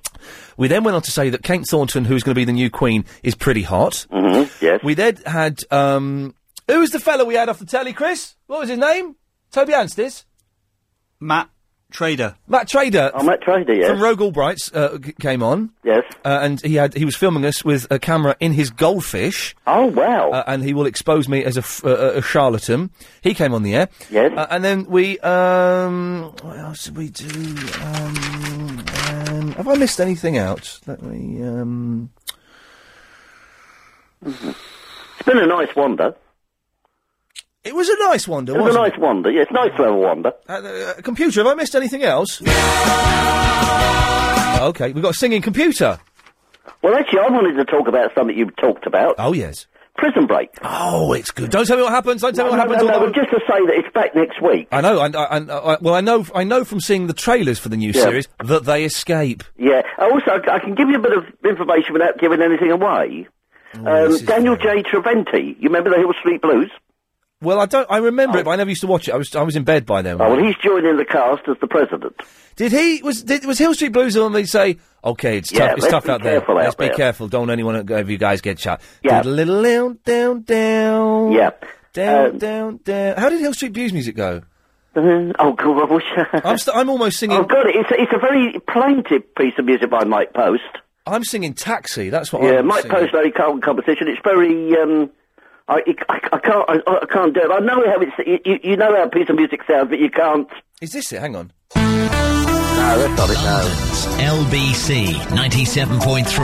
We then went on to say that Kate Thornton, who's going to be the new queen, is pretty hot. Mm-hmm. Yes. We then had um, who was the fellow we had off the telly, Chris? What was his name? Toby Anstis.
Matt Trader.
Matt Trader.
Oh, Matt Trader, yes.
From Rogue Albright's uh, c- came on.
Yes.
Uh, and he had he was filming us with a camera in his goldfish.
Oh wow!
Uh, and he will expose me as a, f- uh, a charlatan. He came on the air. Yes. Uh, and then we um what else did we do? Um, um, have I missed anything out? Let me um.
It's been a nice wander.
It was a nice wander,
It was a
wasn't
nice wander, yes. Nice little wander.
Uh, computer, have I missed anything else? Okay, we've got a singing computer.
Well, actually, I wanted to talk about something you talked about.
Oh, yes.
Prison break.
Oh, it's good. Don't tell me what happens. Don't tell me what
no,
happens.
No,
although-
no, just to say that it's back next week.
I know, and, and, I well, I know, I know from seeing the trailers for the new
Yeah.
series that they escape.
Yeah. I Also, I, I can give you a bit of information without giving anything away.
Oh, this
um, Daniel J. Treventi. You remember the Hill Street Blues?
Well, I don't. I remember it, but I never used to watch it. I was, I was in bed by then.
Oh, well, he's joining the cast as the president.
Did he was did, was Hill Street Blues the one they say? Okay, it's
Yeah,
tough. It's
let's
tough
be
out there.
careful out
let's be
there."
careful. Don't anyone of you guys get shot.
Yeah.
Diddle-little, down, down, down.
Yeah.
Down,
Um,
down, down. How did Hill Street Blues music go?
oh, God, I wish.
I'm, st- I'm almost singing.
Oh, God, it's a, it's a very plaintive piece of music by Mike Post.
I'm singing Taxi. That's what.
yeah,
I'm
Mike
singing.
Post very cold competition. It's very. Um, I, I, I can't. I, I can't do it. I know how it's. You, you- you know how a piece of music sounds, but you can't.
Is this it? Hang on.
No, that's not it. No.
LBC 97.3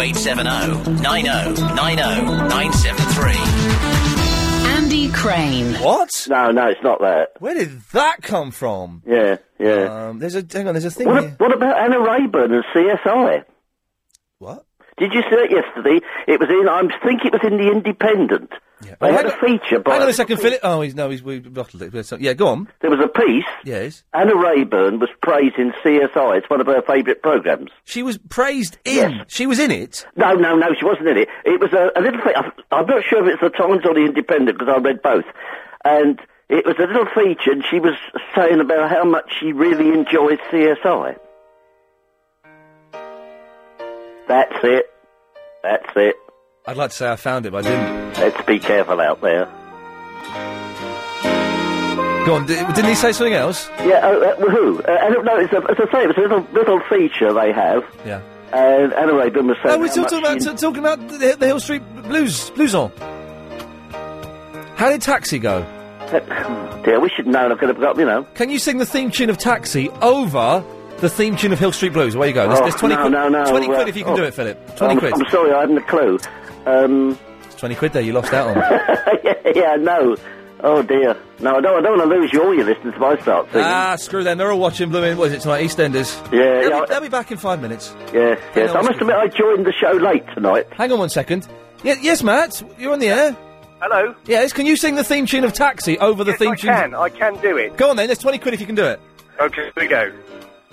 0870 90 90 973.
Andy Crane.
What?
No, no, it's not that.
Where did that come from?
Yeah, yeah.
Um, there's a hang on. There's a thing.
what,
here.
what about Anna Rayburn and CSI?
What?
Did you see it yesterday? It was in. I think it was in the Independent. They had a feature. By
Hang on a second, Philip. Oh, he's no, he's we bottled it. There's some- Yeah, go on.
There was a piece.
Yes.
Anna Rayburn was praising CSI. It's one of her favourite programmes.
She was praised in. She was in it.
No, no, no, she wasn't in it. It was a, a little thing. I- I'm not sure if it's the Times or the Independent because I read both. And it was a little feature, and she was saying about how much she really enjoys CSI. That's it. That's it.
I'd like to say I found it, but I didn't.
Let's be careful out there.
Go on. Di- didn't he say something else?
Yeah, uh, uh, who? Uh, I don't know. It's a, as I say, it's a little little feature they have.
Yeah.
And Anna Rayburn was saying.
No, we're
how
still
much
talking about
she-
t- talking about the, the Hill Street Blues Blues on. How did Taxi go?
Dear, we should know. I could have got you know.
Can you sing the theme tune of Taxi over the theme tune of Hill Street Blues? Away you go. There's,
Oh,
there's twenty
no,
quid.
no, no,
twenty quid
well,
if you can
oh.
do it, Philip. Twenty
I'm,
quid.
I'm sorry, I hadn't a clue. Um,
It's twenty quid there. You lost out on. Ah,
yeah, yeah, no. Oh dear. No, I don't, I don't want to lose you all your listeners if I start singing.
ah, screw them. They're all watching blooming. What is it tonight? EastEnders.
yeah,
They'll,
yeah,
be, they'll be back in five minutes.
yeah, yes. I must admit, I joined the show late tonight.
Hang on one second. Ye- yes, Matt, you're on the air.
Hello.
Yes, can you sing the theme tune of Taxi over the theme tune?
Can I can do it?
Go on then. There's twenty quid if you can do it.
Okay, here we go.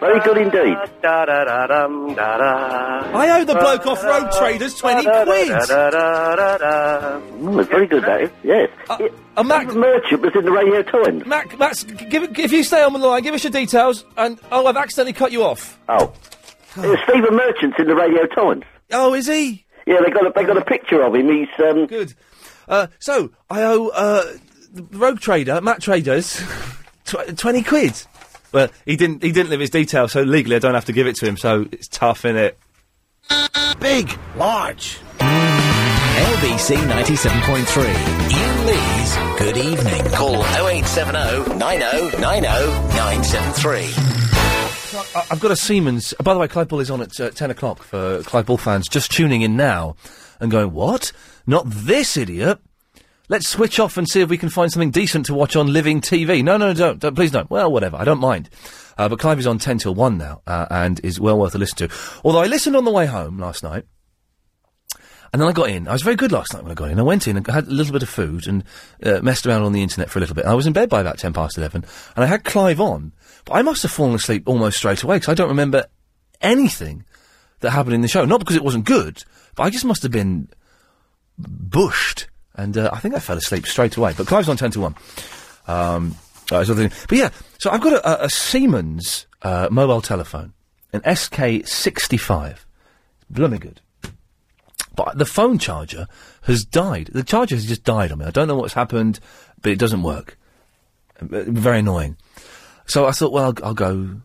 Very good indeed.
Da-da-da-dum, da-da.
I owe the bloke off Road Traders twenty quid.
Da-da-da-da-da.
Mm, it's very good, that is. Yes.
Uh,
It- David Merchant was in the Radio Times.
Matt, Matt's, g- give, it- if you stay on the line, give us your details. And oh, I've accidentally cut you off.
Oh. It was Stephen Merchant's in the Radio Times.
Oh, is he?
Yeah, they got a, they got a picture of him. He's um,
Good. Uh, so I owe uh, the rogue trader Matt Traders tw- twenty quid. Well, he didn't. He didn't leave his details, so legally I don't have to give it to him. So it's tough, is it?
Big, large. LBC 97.3. Ian Lee's Good oh Evening. Call 0870 90 90 973.
I- I've got a Siemens. By the way, Clyde Ball is on at uh, 10 o'clock for Clyde Ball fans just tuning in now and going, What? Not this idiot. Let's switch off and see if we can find something decent to watch on living TV. No, no, don't. don't please don't. Well, whatever. I don't mind. Uh, but Clive is on 10 till 1 now uh, and is well worth a listen to. Although I listened on the way home last night. And then I got in. I was very good last night when I got in. I went in and had a little bit of food and uh, messed around on the internet for a little bit. I was in bed by about 10 past 11 and I had Clive on. But I must have fallen asleep almost straight away because I don't remember anything that happened in the show. Not because it wasn't good, but I just must have been bushed. And uh, I think I fell asleep straight away. But Clive's on 10 to 1. Um, uh, sort of thing. but yeah, so I've got a, a, a Siemens uh, mobile telephone, an SK65. Blooming good. But the phone charger has died. The charger has just died on me. I don't know what's happened, but it doesn't work. Uh, Very annoying. So I thought, well, I'll, I'll go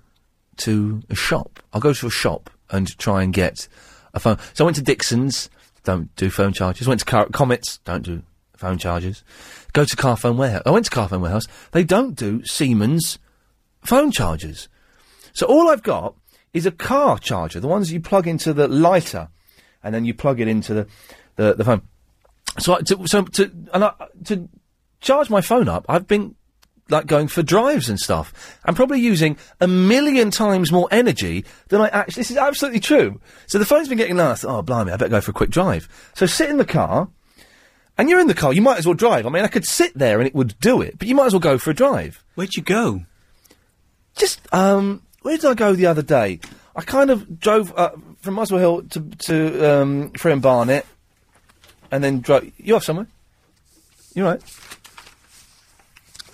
to a shop. I'll go to a shop and try and get a phone. So I went to Dixon's. Don't do phone chargers. Went to Car- Comets. Don't do phone chargers. Go to Carphone Warehouse. I went to Carphone Warehouse. They don't do Siemens phone chargers. So all I've got is a car charger, the ones you plug into the lighter, and then you plug it into the the, the phone. So I, to, so to and I, to charge my phone up, I've been like going for drives and stuff. I'm probably using a million times more energy than I actually. This is absolutely true. So the phone's been getting low. I thought, oh blimey, I better go for a quick drive. So sit in the car. And you're in the car, you might as well drive. I mean, I could sit there and it would do it, but you might as well go for a drive. Where'd you go? Just, um, where did I go the other day? I kind of drove uh, from Muswell Hill to, to um, Freeman Barnet and then drove. You off somewhere? You all right?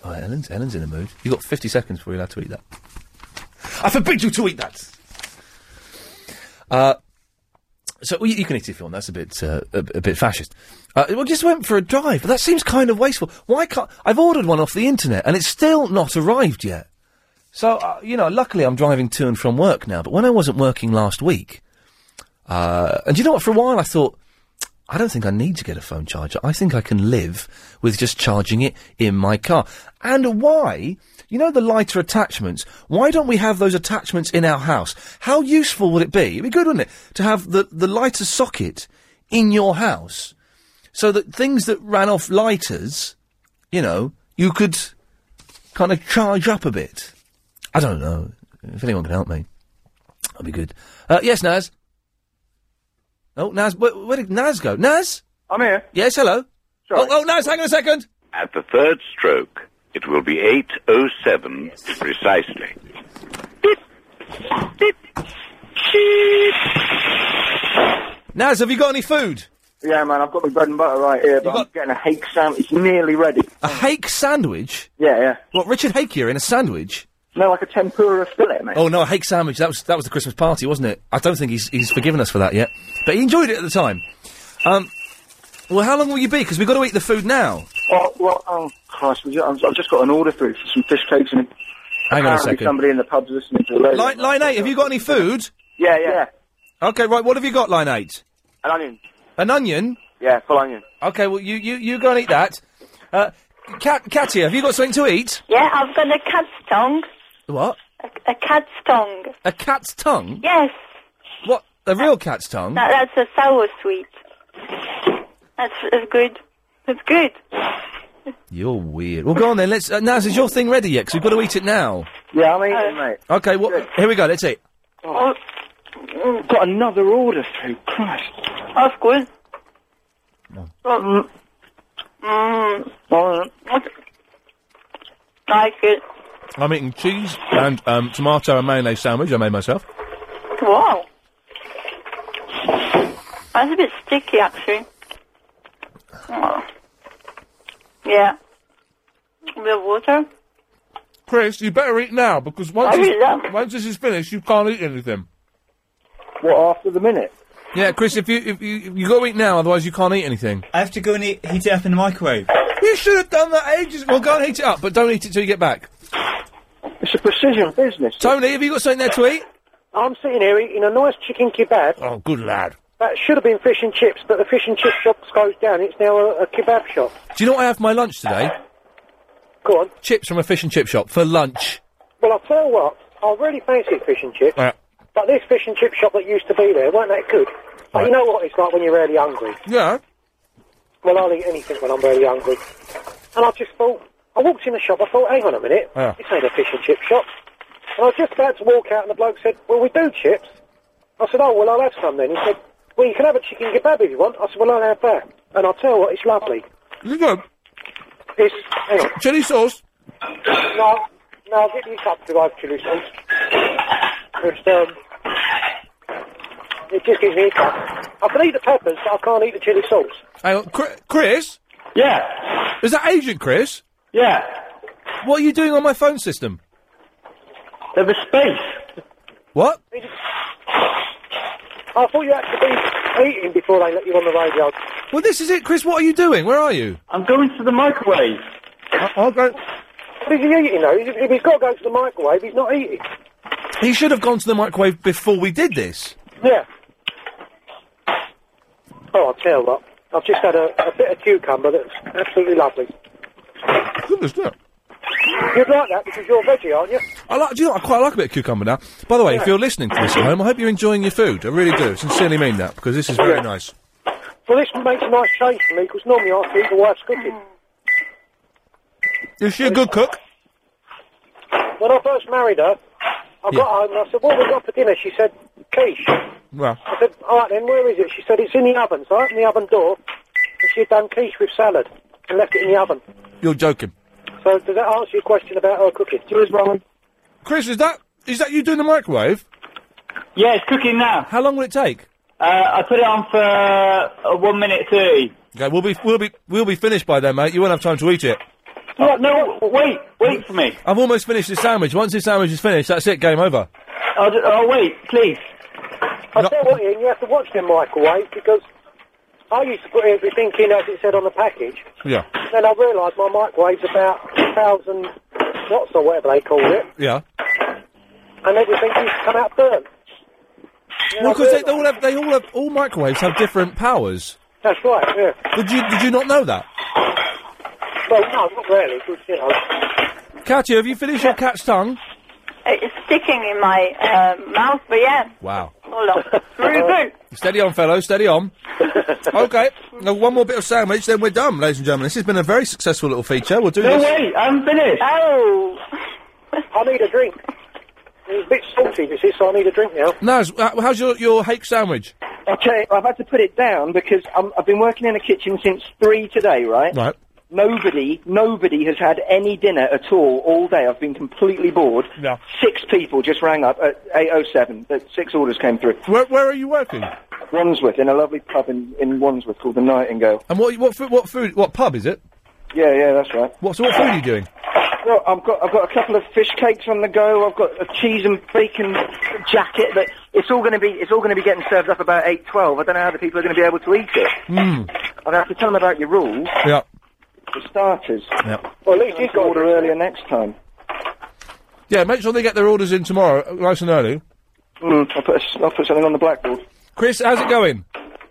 Oh, Ellen's, Ellen's in a mood. You've got 50 seconds before you're allowed to eat that. I forbid you to eat that! Uh, so well, you, you can eat it if you want. That's a bit uh, a, a bit fascist. Uh, well, just went for a drive, but that seems kind of wasteful. Why can't I've ordered one off the internet and it's still not arrived yet? So uh, you know, luckily I'm driving to and from work now. But when I wasn't working last week, uh, and you know what? For a while I thought I don't think I need to get a phone charger. I think I can live with just charging it in my car. And why? You know the lighter attachments. Why don't we have those attachments in our house? How useful would it be? It'd be good, wouldn't it, to have the, the lighter socket in your house so that things that ran off lighters, you know, you could kind of charge up a bit. I don't know. If anyone can help me, that'd be good. Uh, yes, Naz. Oh, Naz, where, where did Naz go? Naz? I'm here. Yes, hello. Oh, oh, Naz, hang on a second.
At the third stroke, it will be 8.07 precisely.
Naz, have you got any food?
Yeah, man, I've got my bread and butter right here, but I'm getting a hake sandwich. It's nearly ready.
A hake sandwich?
Yeah, yeah.
What, Richard Hakier in a sandwich?
No, like a tempura fillet, mate.
Oh no, a hake sandwich. That was that was the Christmas party, wasn't it? I don't think he's he's forgiven us for that yet, but he enjoyed it at the time. Um, well, how long will you be? Because we've got to eat the food now.
Oh, well, oh, Christ, we ju- I've I've just got an order through for some fish cakes and a-
Hang on a
apparently
second.
somebody in the pub's listening to the radio.
Line, line eight, have you got any food?
Yeah, yeah.
Okay, right. What have you got, line eight?
An onion.
An onion.
Yeah, full onion.
Okay, well you you you go and eat that. Uh, Kat, Katia, have you got something to eat?
Yeah, I've got a cat's tongue.
What?
A, a cat's tongue.
A cat's tongue?
Yes,
What? A real cat's tongue?
that, Uh, that's a sour sweet. That's, that's good. That's good.
You're weird. Well, go on then. Let's. Uh, Naz, is your thing ready yet? Because we've got to eat it now.
Yeah, I'm eating, mate.
Okay. Well, here we go. Let's eat.
Uh, Oh. I've got another order through. Christ. That's good.
Mm. Mm. Like it.
I'm eating cheese and um, tomato and mayonnaise sandwich I made myself.
Wow. That's a bit sticky, actually. Oh. Yeah. A bit of water.
Chris, you better eat now because once
I'll eat
this, once this is finished, you can't eat anything.
What after the minute?
Yeah, Chris, if you if you if you got to eat now, otherwise you can't eat anything.
I have to go and eat, heat it up in the microwave.
You should have done that ages. Well, go and heat it up, but don't eat it till you get back.
It's a precision business.
Tony, have you got something there to eat?
I'm sitting here eating a nice chicken kebab.
Oh, good lad.
That should have been fish and chips, but the fish and chip shop's closed down. It's now a, a kebab shop.
Do you know what I have for my lunch today?
Go on.
Chips from a fish and chip shop for lunch.
Well, I'll tell you what, I really fancy fish and chips,
Right.
but this fish and chip shop that used to be there weren't that good. But you know what it's like when you're really hungry.
Yeah.
Well, I'll eat anything when I'm really hungry. And I just thought, I walked in the shop, I thought, hang on a minute,
Yeah.
this ain't a fish and chip shop. And I was just about to walk out, and the bloke said, well, we do chips. I said, oh, well, I'll have some then. He said, well, you can have a chicken kebab if you want. I said, well, I'll have that. And I'll tell you what, it's lovely.
You go.
It's, hang on.
Chili sauce?
No, no, get me up to live chili sauce. It's, um, it just gives me hiccups. I can eat the peppers, but I can't eat the chili sauce.
Hang on, Chri- Chris?
Yeah.
Is that Agent Chris?
Yeah.
What are you doing on my phone system?
There was space.
What?
I thought you had to be eating before they let you on the radio.
Well, this is it, Chris. What are you doing? Where are you?
I'm going to the microwave.
I'll go.
But is he eating though? If if he's got to go to the microwave, he's not eating.
He should have gone to the microwave before we did this.
Yeah. Oh, I'll tell you what. I've just had a, a bit of cucumber that's absolutely lovely.
Goodness, look.
You'd like that because you're a veggie, aren't you?
I like, do you know, I quite like a bit of cucumber now. By the way, if
Yeah.
you're listening to this at home, I hope you're enjoying your food. I really do. Sincerely mean that, because this is very nice.
Well, this makes a nice change for me because normally I have to eat the wife's cooking.
Is she a good cook?
When I first married her, I
Yeah.
got home and I said, "What have we got for dinner?" She said, "Quiche."
Well,
I said, all right then, where is it? She said, it's in the oven. So I opened the oven door, and she'd done quiche with salad and left it in the oven.
you're joking.
So does that answer your question about her cooking? She was wrong.
Chris, is that is that you doing the microwave?
Yeah, it's cooking now.
How long will it take?
Uh, I put it on for uh, one minute thirty.
Okay, we'll be we'll be we'll be finished by then, mate. You won't have time to eat it.
No, no, wait, wait for me.
I've almost finished the sandwich. Once this sandwich is finished, that's it. Game over.
I'll, ju- oh, wait, please.
I tell you what, Ian, you have to watch the microwave because I used to put everything in as it said on the package.
Yeah.
Then I realised my microwave's about a thousand watts or whatever they call it,
Yeah.
and everything used to come out burnt.
Well, because they, they all have they all have all microwaves have different powers.
That's right. Yeah.
Did you did you not know that?
Well, no, not really, because you know.
Katia, have you finished your cat's tongue?
Uh, It's sticking in my uh, mouth, but yeah.
Wow.
Hold on. Very good.
Steady on, fellow. Steady on. okay. Now, one more bit of sandwich, then we're done, ladies and gentlemen. This has been a very successful little feature. We'll do
No
this.
way,
I'm finished.
Oh. I need a drink. It's a bit salty, this is, so I need a drink now.
Naz, uh, how's your, your hake sandwich?
Okay, I've had to put it down because i I've been working in a kitchen since three today, right?
Right.
Nobody, nobody has had any dinner at all all day. I've been completely bored.
Yeah.
Six people just rang up at 8.07. That Six orders came through.
Where, where are you working?
Wandsworth, in a lovely pub in, in Wandsworth called the Nightingale.
And what what food, what food what pub is it?
Yeah, yeah, that's right.
What so what food are you doing?
Well, I've got I've got a couple of fish cakes on the go. I've got a cheese and bacon jacket, but it's all going to be it's all going to be getting served up about eight twelve. I don't know how the people are going to be able to eat it.
Mm.
I'm going to have to tell them about your rules
Yeah.
for starters.
Yeah.
Well, at least you've got
order earlier next time.
Yeah, make sure they get their orders in tomorrow, uh, nice and early.
Mm, I'll put a s- I'll put something on the blackboard.
Chris, how's it going?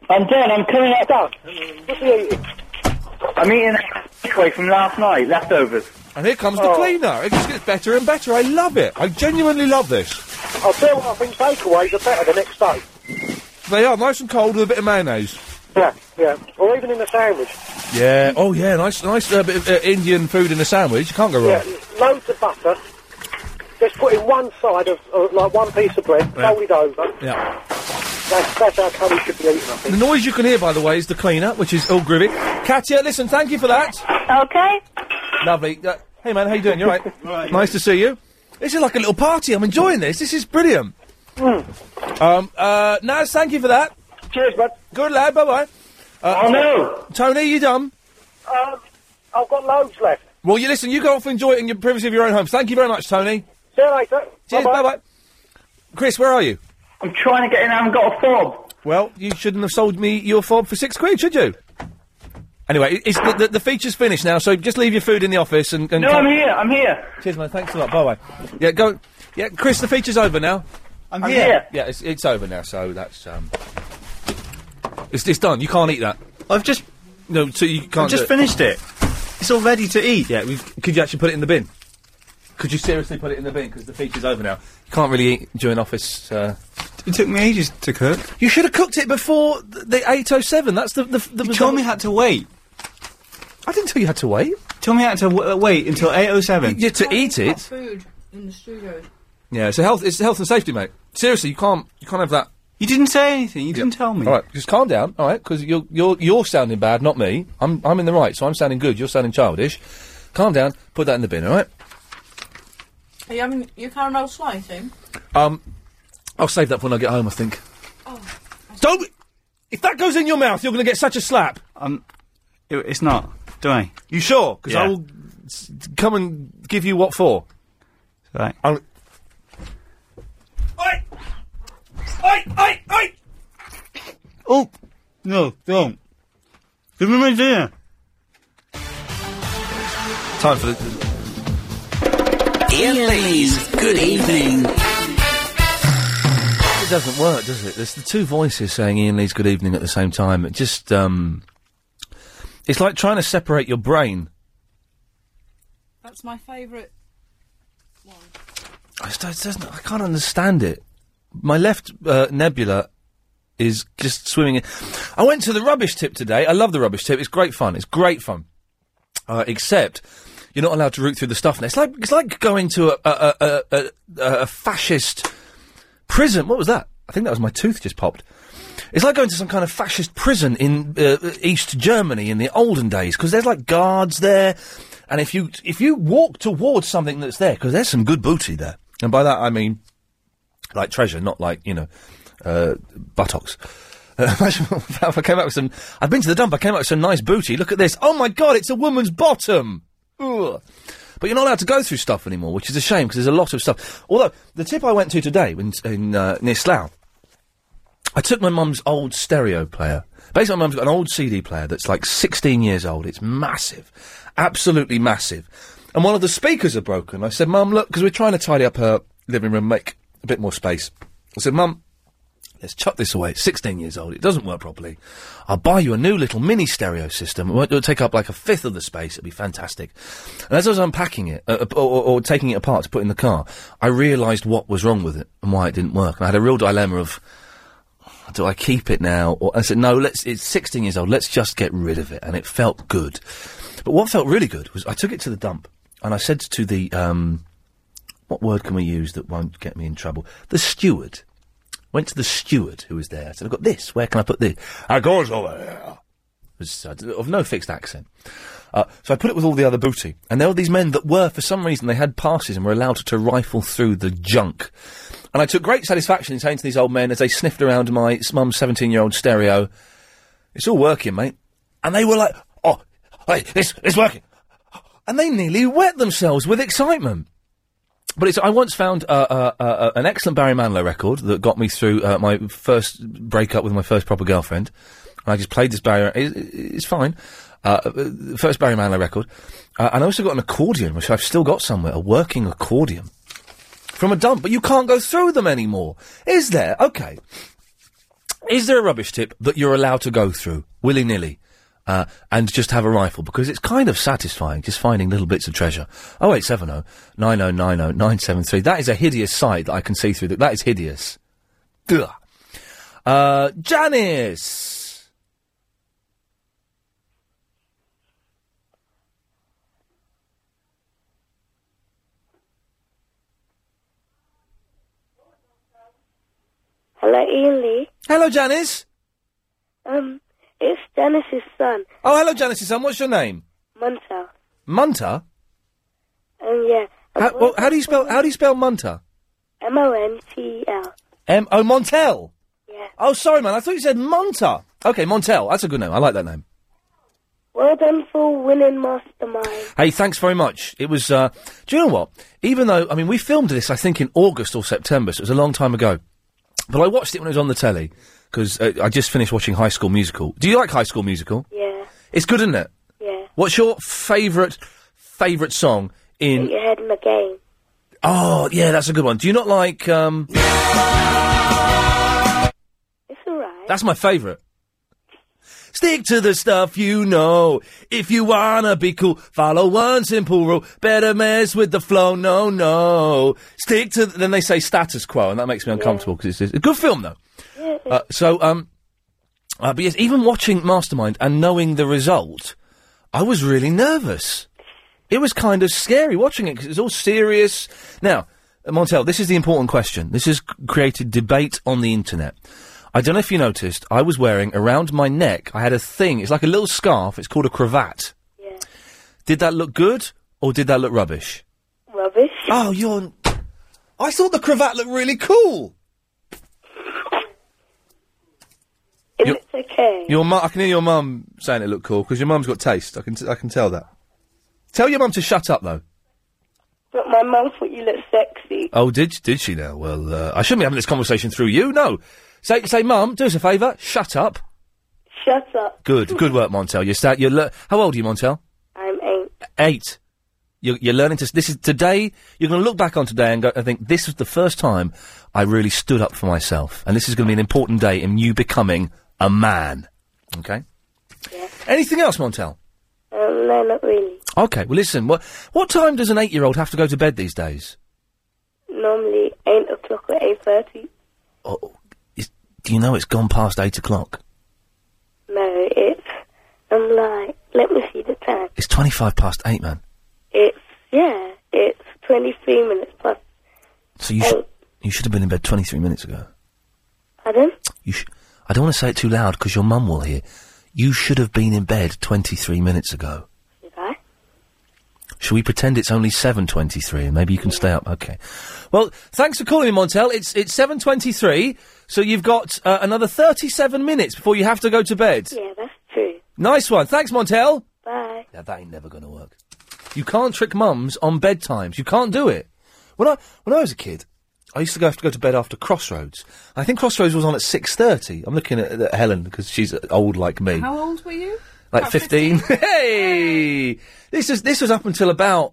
I'm done. I'm coming out.
Doug, what's he eating?
I'm eating takeaway from last night, leftovers. Oh.
And here comes the cleaner. It just gets better and better. I love it. I genuinely love this.
I'll tell you what, I think takeaways are better the next day.
They are nice and cold with a bit of mayonnaise.
Yeah, yeah. Or even in a sandwich.
Yeah. Oh yeah, nice nice uh, bit of uh, Indian food in a sandwich. You can't go wrong.
Yeah, loads of butter. Just put in one side of, uh, like, one piece of bread,
Yeah.
fold it over.
Yeah.
That's, that's how curry should be eaten, I think.
The noise you can hear, by the way, is the cleaner, which is all groovy. Katia, listen, thank you for that. Okay. Lovely. Uh, hey, man, how you doing? You all right?
Right.
Nice to see you. This is like a little party. I'm enjoying this. This is brilliant.
Hmm.
Um, uh, Naz, thank you for that.
Cheers, bud.
Good lad. Bye bye. Uh,
Oh, no.
Tony, you dumb.
Um, I've got loads left.
Well, you listen. You go off and enjoy it in your privacy of your own homes. Thank you very much, Tony.
See you later.
Cheers. Bye bye. Chris, where are you?
I'm trying to get in. I haven't got a fob.
Well, you shouldn't have sold me your fob for six quid, should you? Anyway, it- it's the, the, the feature's finished now, so just leave your food in the office and. and
No, I'm here. I'm here.
Cheers, man. Thanks a lot. Bye bye. Yeah, go. Yeah, Chris, the feature's over now.
I'm here. here.
Yeah, it's, it's over now, so that's. um... It's, it's done. You can't eat that. I've just. No, so you can't.
just
do it.
finished it. It's all ready to eat.
Yeah, we could you actually put it in the bin? Could you seriously put it in the bin? Because the feature's over now. You can't really eat during office. Uh...
It took me ages to cook.
You should have cooked it before th- the 807. That's the. the, the you
told me I had to wait.
I didn't tell you I had to wait.
Told me I had to w- wait until 807.
Yeah, to eat
Got
it.
Food in the studio.
Yeah, it's a health. It's a health and safety, mate. Seriously, you can't. You can't have that.
You didn't say anything. You didn't tell me.
All right, just calm down. All right, because you're you're you're sounding bad, not me. I'm I'm in the right, so I'm sounding good. You're sounding childish. Calm down. Put that in the bin. All right.
Are you having your caramel slice in?
Um, I'll save that for when I get home. I think.
Oh.
Don't. If that goes in your mouth, you're going to get such a slap.
Um, it, it's not. Do I?
You sure? Because I
Yeah.
will s- come and give you what for.
Right.
I'll... Oi! Oi! Oi!
Oh no! Don't give me my dinner.
Time for the.
Ian Lee's Good Evening.
It doesn't work, does it? There's the two voices saying Ian Lee's good evening at the same time. It just, um. It's like trying to separate your brain.
That's my favourite.
I, just, it doesn't, I can't understand it. My left uh, nebula is just swimming in. I went to the rubbish tip today. I love the rubbish tip. It's great fun. It's great fun. Uh, except you're not allowed to root through the stuff now. It's like, it's like going to a, a, a, a, a, a fascist prison. What was that? I think that was my tooth just popped. It's like going to some kind of fascist prison in uh, East Germany in the olden days because there's like guards there, and if you if you walk towards something that's there because there's some good booty there, and by that I mean like treasure, not like you know uh, buttocks. Uh, imagine if I came out with some. I've been to the dump. I came out with some nice booty. Look at this. Oh my god, it's a woman's bottom. Ugh. But you're not allowed to go through stuff anymore, which is a shame because there's a lot of stuff. Although the tip I went to today in, in uh, near Slough, I took my mum's old stereo player. Basically, my mum's got an old CD player that's like 16 years old. It's massive, absolutely massive. And one of the speakers are broken. I said, "Mum, look," because we're trying to tidy up her living room, make a bit more space. I said, "Mum, let's chuck this away. It's 16 years old. It doesn't work properly. I'll buy you a new little mini stereo system. It won't- It'll take up like a fifth of the space. It'll be fantastic. And as I was unpacking it, uh, uh, or, or, or taking it apart to put in the car, I realised what was wrong with it and why it didn't work. And I had a real dilemma of, do I keep it now? Or I said, no, let's, it's 16 years old. Let's just get rid of it. And it felt good. But what felt really good was I took it to the dump and I said to the, um, what word can we use that won't get me in trouble? The steward. Went to the steward who was there. I said, I've got this. Where can I put this? I goes over there. It Was, uh, of no fixed accent. Uh, so I put it with all the other booty. And there were these men that were, for some reason, they had passes and were allowed to rifle through the junk. And I took great satisfaction in saying to these old men as they sniffed around my s- mum's 17 year old stereo, it's all working, mate. And they were like, oh, hey, it's, it's working. And they nearly wet themselves with excitement. But it's, I once found uh, uh, uh, uh, an excellent Barry Manilow record that got me through uh, my first breakup with my first proper girlfriend. And I just played this Barry. It's, it's fine. Uh, uh, the first Barry Manilow record. Uh, and I also got an accordion, which I've still got somewhere, a working accordion from a dump. But you can't go through them anymore. Is there? Okay. Is there a rubbish tip that you're allowed to go through willy nilly uh, and just have a rifle? Because it's kind of satisfying just finding little bits of treasure. Oh, 0870 9090 973. That is a hideous sight that I can see through. That, that is hideous. Ugh. Uh, Janice!
Hello, Ian Lee.
Hello, Janice!
Um, it's Dennis's son,
Oh, hello, Janice's son. What's your name?
Munter.
Munter?
Um, yeah,
How, well, how do you spell, how do you spell Munter?
M O N T E L.
M. Oh, Montel. Yeah. Oh, sorry, man. I thought you said Monta. Okay, Montel. That's a good name. I like that name.
Well done for winning Mastermind.
Hey, thanks very much. It was. Uh, do you know what? Even though I mean, we filmed this I think in August or September, so it was a long time ago. But I watched it when it was on the telly because uh, I just finished watching High School Musical. Do you like High School Musical?
Yeah,
It's good, isn't it?
yeah.
What's your favourite favourite song in?
You had McGain.
Oh, yeah, that's a good one. Do you not like? um
It's alright.
That's my favourite. Stick to the stuff you know. If you wanna be cool, follow one simple rule. Better mess with the flow, no, no. Stick to. Then they say status quo, and that makes me uncomfortable because it's, it's a good film though. Uh, so, um, uh, but yes, even watching Mastermind and knowing the result, I was really nervous. It was kind of scary watching it because it was all serious. Now, uh, Montel, this is the important question. This has c- created debate on the internet. I don't know if you noticed, I was wearing around my neck, I had a thing. It's like a little scarf. It's called a cravat. Yeah. Did that look good or did that look rubbish?
Rubbish.
Oh, you're. I thought the cravat looked really cool. Your-
It's okay.
Your mum, I can hear your mum saying it looked cool because your mum's got taste. I can, t- I can tell that. Tell your mum to shut up though.
But my mum thought you looked sexy.
Oh, did did she now? Well, uh, I shouldn't be having this conversation through you. No, say say, mum, do us a favour. Shut up.
Shut up.
Good, good work, Montel. You're start. You're le- how old are you, Montel?
I'm eight.
Eight. You're, you're learning to. s- This is today. You're going to look back on today and go and think this was the first time I really stood up for myself, and this is going to be an important day in you becoming a man. Okay. Anything else, Montel?
Um, no, not really.
Okay, well, listen. What what time does an eight year old have to go to bed these days?
Normally eight o'clock or eight thirty.
Oh, is, do you know it's gone past eight o'clock?
No, it's. I'm like, let me see the time.
It's twenty five past eight, man.
It's yeah. It's twenty three minutes past.
So
Oh.
you should you should have been in bed twenty three minutes ago.
Pardon?
You sh- I don't want to say it too loud because your mum will hear. You should have been in bed twenty three minutes ago.
Did I?
Should we pretend it's only seven twenty-three? and Maybe you can stay up. Okay. Well, thanks for calling me, Montel. It's it's seven twenty-three, so you've got uh, another thirty-seven minutes before you have to go to bed.
Yeah, that's true.
Nice one. Thanks, Montel.
Bye.
Now, that ain't never going to work. You can't trick mums on bedtimes. You can't do it. When I when I was a kid, I used to go have to go to bed after Crossroads. I think Crossroads was on at six thirty. I'm looking at, at Helen because she's uh, old like me,
How old were you?
like
About
Oh, fifteen. hey, this is this was up until about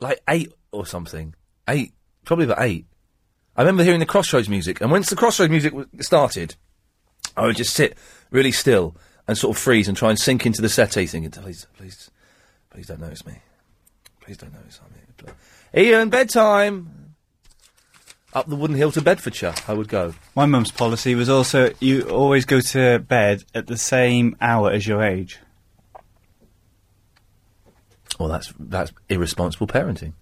like eight or something. Eight, probably about eight. I remember hearing the Crossroads music, and once the Crossroads music w- started, I would just sit really still and sort of freeze and try and sink into the settee, thinking, "Please, please, please don't notice me. Please don't notice I'm here. Please. Ian, bedtime." Up the wooden hill to Bedfordshire, I would go.
My mum's policy was also you always go to bed at the same hour as your age.
Well, that's that's irresponsible parenting.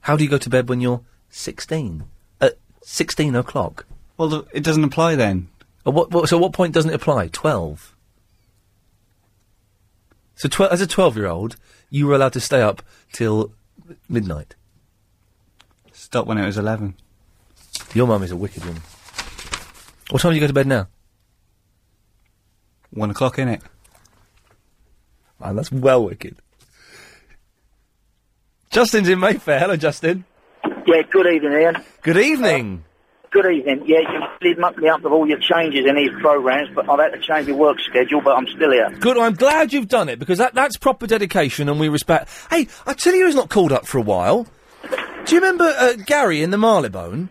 How do you go to bed when you're sixteen? At sixteen o'clock.
Well, th- it doesn't apply then.
At what, what, so, what point doesn't it apply? Twelve. So, tw- as a twelve-year-old, you were allowed to stay up till midnight.
Stop when it was eleven.
Your mum is a wicked woman. What time do you go to bed now?
One o'clock, innit?
Man, Ah, that's well wicked. Justin's in Mayfair. Hello, Justin.
Yeah, good evening, Ian.
Good evening.
Good evening. Yeah, you did muck me up with all your changes in these programs, but I've had to change your work schedule, but I'm still here.
Good. I'm glad you've done it because that, that's proper dedication, and we respect. Hey, I tell you, who's not called up for a while. Do you remember uh, Gary in the Marylebone?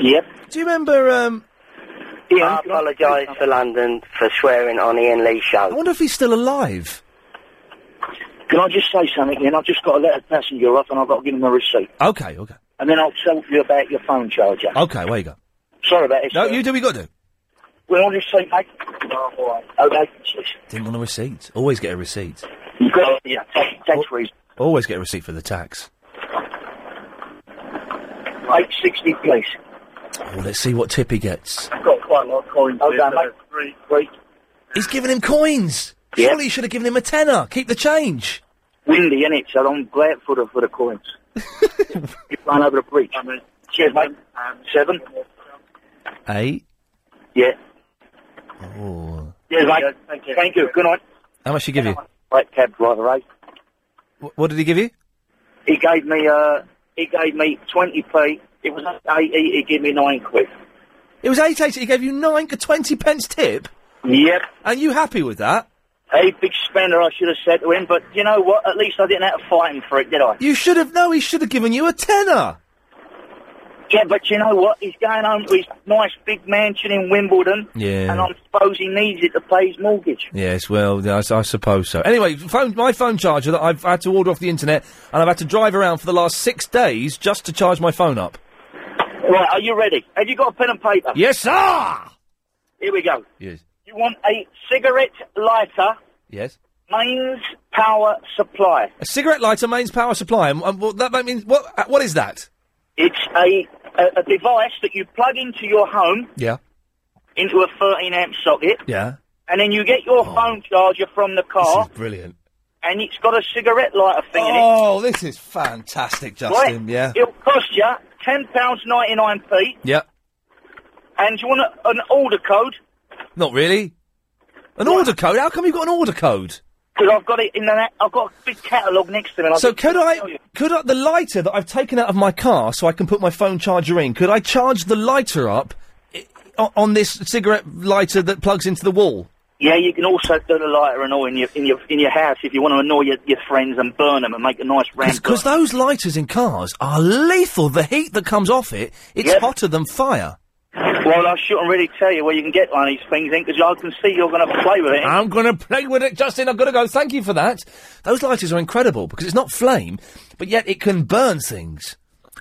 Yep.
Do you remember? Um,
I apologise for London for swearing on Ian Lee's
I
show.
wonder if he's still alive.
Can I just say something, Ian? I've just got to let a passenger off and I've got to give him a receipt.
Okay. Okay.
And then I'll tell you about your phone charger.
Okay. Where you go?
Sorry about this.
No,
sir.
you do. what You got to do.
Well, I'll just say, mate. Oh, all right. Okay. cheers.
Didn't want a receipt. Always get a receipt.
You've got yeah, tax, tax reason.
Always get a receipt for the tax.
860, please.
Oh, let's see what tip he gets.
I've got quite a lot of coins. Okay, mate. Three, three.
He's giving him coins.
Yeah.
Surely you should have given him a tenner. Keep the change.
windy, innit? So I'm grateful for the, for the coins. you run over the bridge. Cheers, mate.
Um,
Seven.
Eight.
Yeah.
Oh.
Cheers, mate. Thank you. Thank you. Good night.
How much he give you?
Right cab driver, eh?
Wh- What did he give you?
He gave me, uh, he gave me 20p. It was 8 he, he gave me 9 quid.
It was eight eighty. He gave you nine a twenty pence tip.
Yep.
And you happy with that?
Hey, big spender, I should have said to him, but you know what? At least I didn't have to fight him for it, did I?
You should have. No, he should have given you a tenner.
Yeah, but you know what? He's going home to his nice big mansion in Wimbledon.
Yeah.
And I suppose he needs it to pay his mortgage.
Yes, well, I, I suppose so. Anyway, phone, my phone charger that I've had to order off the internet, and I've had to drive around for the last six days just to charge my phone up.
Right, are you ready? Have you got a pen and paper?
Yes, sir!
Here we go.
Yes.
You want a cigarette lighter,
Yes.
mains power supply.
A cigarette lighter mains power supply. And, and what, that means what? uh, What is that?
It's a, a, a device that you plug into your home,
Yeah.
into a 13 amp socket,
Yeah.
and then you get
Oh.
your phone charger from the car,
Brilliant.
and it's got a cigarette lighter thing in it.
Oh, this is fantastic, Justin.
right?
Yeah.
It'll cost you £10.99p,
Yeah.
and you want a, an order code,
Not really. An order code? How come you've got an order code?
because I've got it in the, I've got a big catalogue next to me. and
So
just-
could I, could I, the lighter that I've taken out of my car so I can put my phone charger in, could I charge the lighter up i- o- on this cigarette lighter that plugs into the wall?
Yeah, you can also do the lighter and all in your in your in your house if you want to annoy your, your friends and burn them and make a nice round.
Because those lighters in cars are lethal. The heat that comes off it, it's
Yeah.
hotter than fire.
Well, I shouldn't really tell you where you can get one of these things in because I can see you're going to play with it.
I'm going to play with it, Justin. I've got to go. Thank you for that. Those lighters are incredible because it's not flame, but yet it can burn things.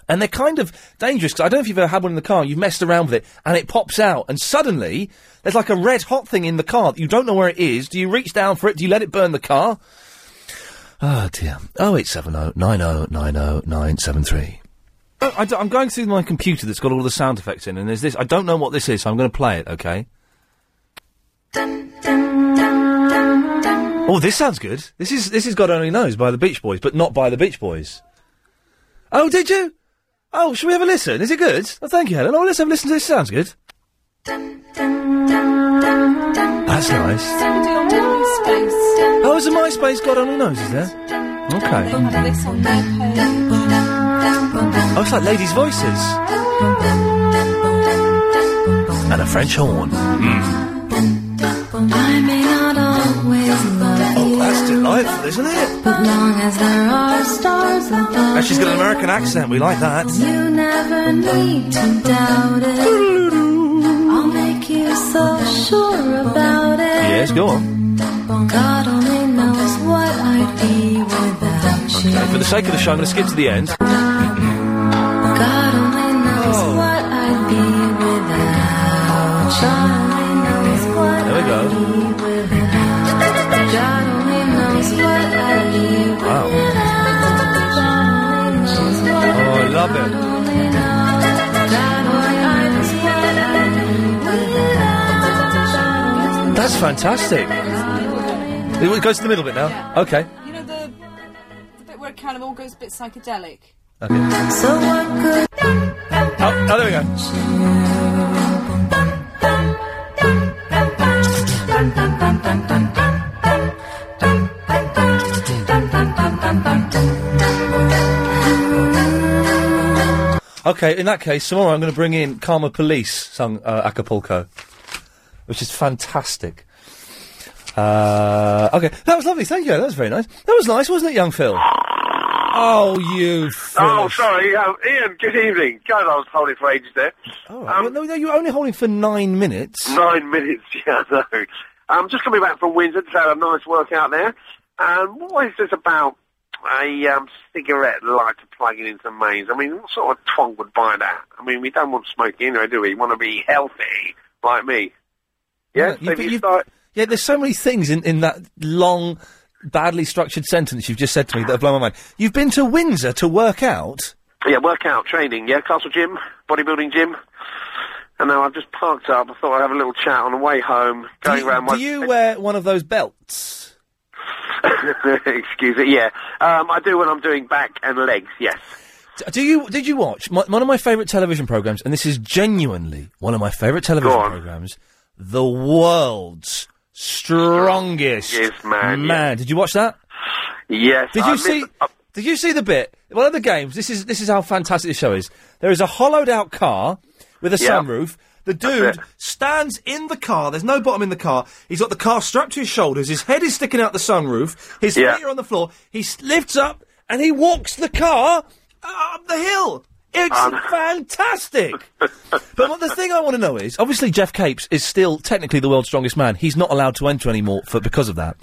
And they're kind of dangerous 'cause I don't know if you've ever had one in the car. You've messed around with it and it pops out, and suddenly there's like a red hot thing in the car that you don't know where it is. Do you reach down for it? Do you let it burn the car? Oh dear. Oh eight seven oh nine oh nine oh nine seven three. Uh, I d- I'm going through my computer that's got all the sound effects in, and there's this. I don't know what this is, so I'm going to play it. Okay. Oh, this sounds good. This is this is God only knows by the Beach Boys, but not by the Beach Boys. Oh, did you? Oh, should we have a listen? Is it good? Oh, thank you, Helen. Oh, let's have a listen to this. Sounds good. That's nice. Oh, is a MySpace God only knows? Is there? Okay. Oh, it's like ladies' voices and a French horn. Hmm.
I may not always love you.
Oh, That's delightful, isn't it?
But long as there are stars above.
And she's got an American accent. We like that.
You never need to doubt it. I'll make you so sure about it.
Yes, go on.
God only knows what I'd be without you.
Okay, for the sake of the show, I'm going to skip to the end.
God only knows
Oh.
what I'd be without. God only knows what
There we
I'd
go.
be without. God only knows what I'd be
Wow. Oh,
without.
I love it.
God only knows what I'd
That's fantastic. It goes to the middle bit now. Okay.
You know the, the bit where it kind of all goes a bit psychedelic.
Okay.
So what good?
Oh, oh, there we go. Okay, in that case, tomorrow I'm going to bring in Karma Police sung uh, Acapulco, which is fantastic. Uh, okay, that was lovely. Thank you. That was very nice. That was nice, wasn't it, young Phil? Oh, you.
Oh,
Phil.
sorry, um, Ian. Good evening. God, I was holding for ages there.
Oh, well, no, no, you were only holding for nine minutes.
Nine minutes. Yeah, I know. I'm just coming back from Windsor. Just had a nice workout there. And what is this about a um, cigarette lighter plugging into mains? I mean, what sort of twonk would buy that? I mean, we don't want smoking anyway, do we? We want to be healthy, like me.
Yeah, you, you yeah. There's so many things in, in that long, badly structured sentence you've just said to me that have blown my mind. You've been to Windsor to work out.
Yeah, workout, training, yeah, castle gym, bodybuilding gym. And now I've just parked up. I thought I'd have a little chat on the way home, going round my...
Do you wear one of those belts?
Excuse it, yeah. Um, I do when I'm doing back and legs, yes.
D- Do you? Did you watch my, one of my favourite television programs? And this is genuinely one of my favourite television
Go on.
programs. The world's strongest
Yes, man,
Man, did you watch that?
Yes.
Did
I
you
miss-
see? Did you see the bit? One of the games. This is this is how fantastic the show is. There is a hollowed out car with a
Yeah.
sunroof. The dude stands in the car. There's no bottom in the car. He's got the car strapped to his shoulders. His head is sticking out the sunroof. His
Yeah.
feet are on the floor. He s- lifts up and he walks the car uh, up the hill. It's
Um,
fantastic. but what the thing I want to know is, obviously Jeff Capes is still technically the world's strongest man. He's not allowed to enter anymore for because of that.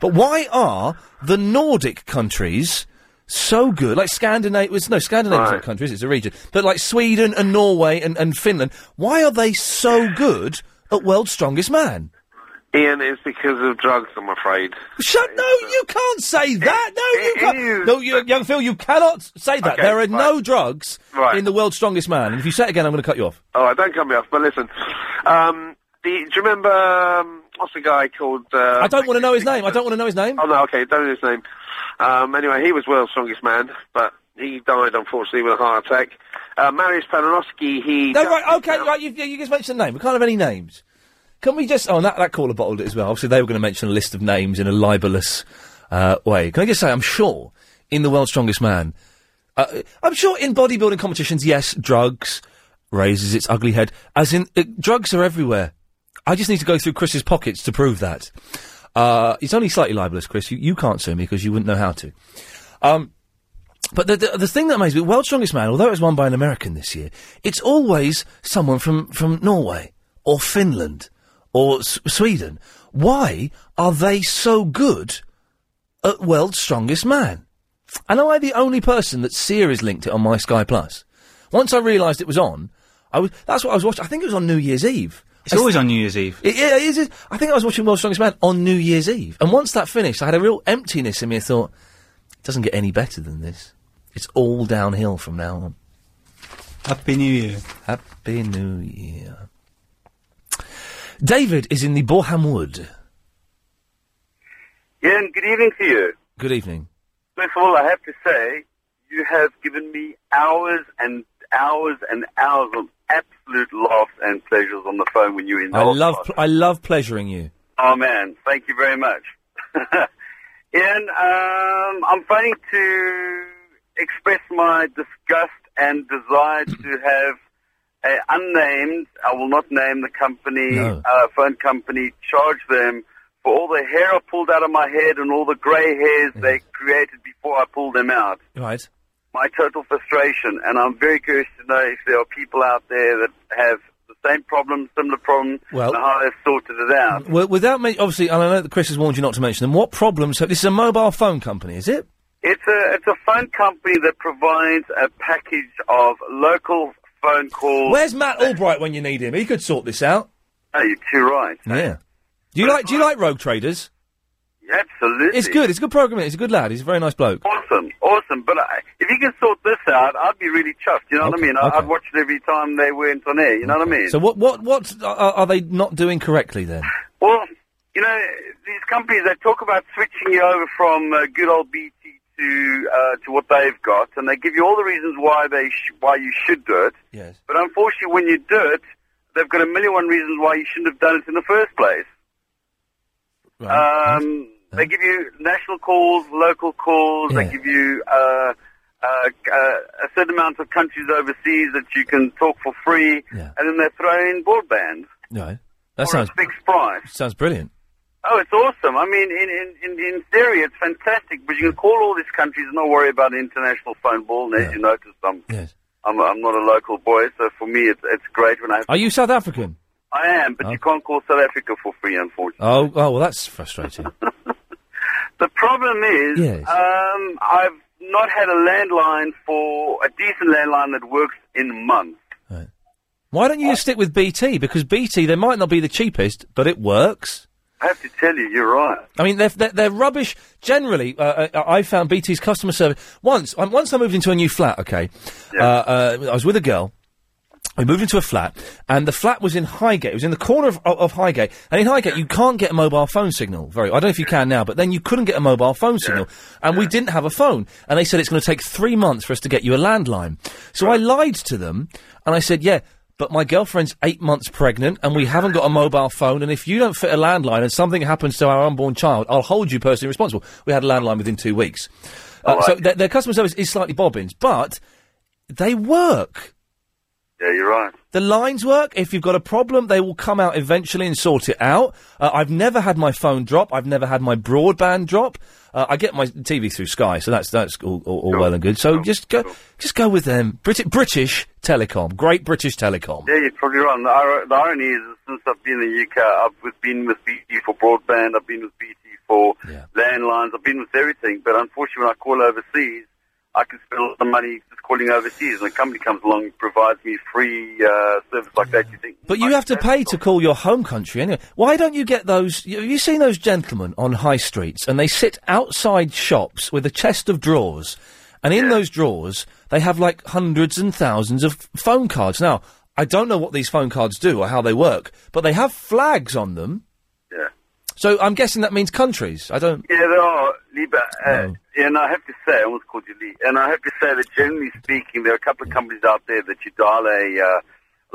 But why are the Nordic countries so good? Like Scandinavia, no, Scandinavia's not countries, it's a region. But like Sweden and Norway and, and Finland, why are they so good at world's strongest man?
Ian, it's because of drugs, I'm afraid.
Shut! No, you can't say that. No, you can't. No, you, young Phil, you cannot say that.
Okay,
there are no
right.
drugs
Right.
in the world's strongest man. And if you say it again, I'm going to cut you off.
All right, don't cut me off. But listen, um, the, do you remember um, what's the guy called? Uh,
I don't want to know his name. I don't want to know his name.
Oh no, okay, don't know his name. Um, anyway, he was world's strongest man, but he died unfortunately with a heart attack. Uh, Marius Panarovsky, he
No, right, okay, right. You, you just mentioned the name. We can't have any names. Can we just? Oh, and that that caller bottled it as well. Obviously, they were going to mention a list of names in a libelous uh, way. Can I just say, I'm sure in the world's strongest man, uh, I'm sure in bodybuilding competitions, yes, drugs raises its ugly head. As in, uh, drugs are everywhere. I just need to go through Chris's pockets to prove that. Uh, it's only slightly libelous, Chris. You, you can't sue me because you wouldn't know how to. Um, but the, the the thing that amazes me, World's Strongest Man, although it was won by an American this year, it's always someone from, from Norway or Finland or S- Sweden. Why are they so good at World's Strongest Man? And am I the only person that Sears linked it on my Sky Plus? Once I realised it was on, I was that's what I was watching. I think it was on New Year's Eve.
It's always on New Year's Eve.
It, yeah, it is. it- I think I was watching World's Strongest Man on New Year's Eve, and once that finished, I had a real emptiness in me. I thought, it doesn't get any better than this. It's all downhill from now on.
Happy New Year.
Happy New Year. David is in the Borham Wood.
Ian, good evening to you.
Good evening.
First of all, I have to say, you have given me hours and hours and hours of absolute laughs and pleasures on the phone when you were in the
I
hot
love
bath.
pl- I love pleasuring you.
Oh, man, thank you very much. Ian, um, I'm phoning to express my disgust and desire to have a unnamed, I will not name the company, uh, phone company, charge them for all the hair I pulled out of my head and all the grey hairs they created before I pulled them out
Right.
my total frustration, and I'm very curious to know if there are people out there that have the same problem, similar problem,
Well-
and how they've sorted it out.
Well, without me, obviously, and I know that Chris has warned you not to mention them. What problems? Have, this is a mobile phone company, is it?
It's a it's a phone company that provides a package of local phone calls.
Where's Matt Albright when you need him? He could sort this out.
Oh, you're too right.
Yeah. Do you like Do you like Rogue Traders?
Absolutely.
It's good. It's a good program. He's a good lad. He's a very nice bloke.
Awesome, awesome. But I, if you can sort this out, I'd be really chuffed. You know what I mean? I, I'd watch it every time they went on air. You know what I mean?
So what what what are, are they not doing correctly then?
Well, you know, these companies they talk about switching you over from uh, good old BT to uh, to what they've got, and they give you all the reasons why they sh- why you should do it.
Yes.
But unfortunately, when you do it, they've got a million one reasons why you shouldn't have done it in the first place. Um, they give you national calls, local calls. They give you uh, uh, uh, a certain amount of countries overseas that you can talk for free, and then they throw in broadband
No, that sounds
fixed price.
sounds brilliant.
Oh, it's awesome. I mean, in, in, in, in theory, it's fantastic, but you can call all these countries and not worry about international phone ball. And as you noticed, I'm, I'm, I'm not a local boy, so for me, it's, it's great when I have,
Are you South African?
I am, but you can't call South Africa for free, unfortunately.
Oh, oh well, that's frustrating.
The problem is,
Yes.
um, I've not had a landline for a decent landline that works in months.
Why don't you just stick with BT? Because BT, they might not be the cheapest, but it works.
I have to tell you, you're right.
I mean, they're, they're, they're rubbish. Generally, uh, I, I found BT's customer service. Once, um, once I moved into a new flat, okay, uh, uh, I was with a girl. We moved into a flat, and the flat was in Highgate. It was in the corner of, of, of Highgate. And in Highgate, you can't get a mobile phone signal. Very, I don't know if you can now, but then you couldn't get a mobile phone signal. And we didn't have a phone. And they said it's going to take three months for us to get you a landline. So I lied to them, and I said, yeah, but my girlfriend's eight months pregnant, and we haven't got a mobile phone. And if you don't fit a landline and something happens to our unborn child, I'll hold you personally responsible. We had a landline within two weeks. Uh, So their, their customer service is slightly bobbins, but they work.
Yeah, you're right.
The lines work. If you've got a problem, they will come out eventually and sort it out. Uh, I've never had my phone drop. I've never had my broadband drop. Uh, I get my TV through Sky, so that's that's all, all, all well and good. So just go, just go with them. Brit- British Telecom, Great British Telecom.
Yeah, you're probably right. And The, ir- the irony is, that since I've been in the UK, I've with- been with BT for broadband, I've been with BT for landlines, I've been with everything. But unfortunately, when I call overseas, I can spend a lot of money just calling overseas, and a company comes along and provides me free uh, service like that. You think?
But you have to pay to call your home country anyway. Why don't you get those? you- Have you seen those gentlemen on high streets and they sit outside shops with a chest of drawers, and in those drawers they have like hundreds and thousands of f- phone cards. Now I don't know what these phone cards do or how they work, but they have flags on them.
Yeah.
So I'm guessing that means countries. I don't.
Yeah, there are, Lee, but,
Oh.
uh, and I have to say, I almost called you Lee, and I have to say that generally speaking, there are a couple of companies out there that you dial a uh,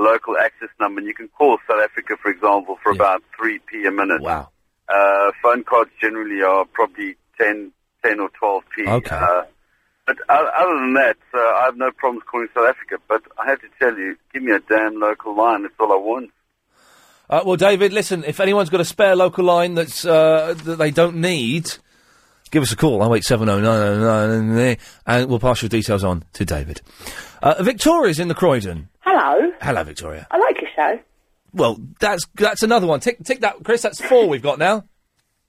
local access number, and you can call South Africa, for example, for about 3p a minute.
Wow.
Uh, phone cards generally are probably 10, 10 or 12p.
Okay.
Uh, but o- other than that, uh, I have no problems calling South Africa, but I have to tell you, give me a damn local line, that's all I want.
Uh, well, David, listen. If anyone's got a spare local line that's uh, that they don't need, give us a call. Oh eight seven oh nine oh nine, and we'll pass your details on to David. Uh, Victoria's in the Croydon.
Hello.
Hello, Victoria.
I like your show.
Well, that's that's another one. Tick tick that, Chris. That's four we've got now.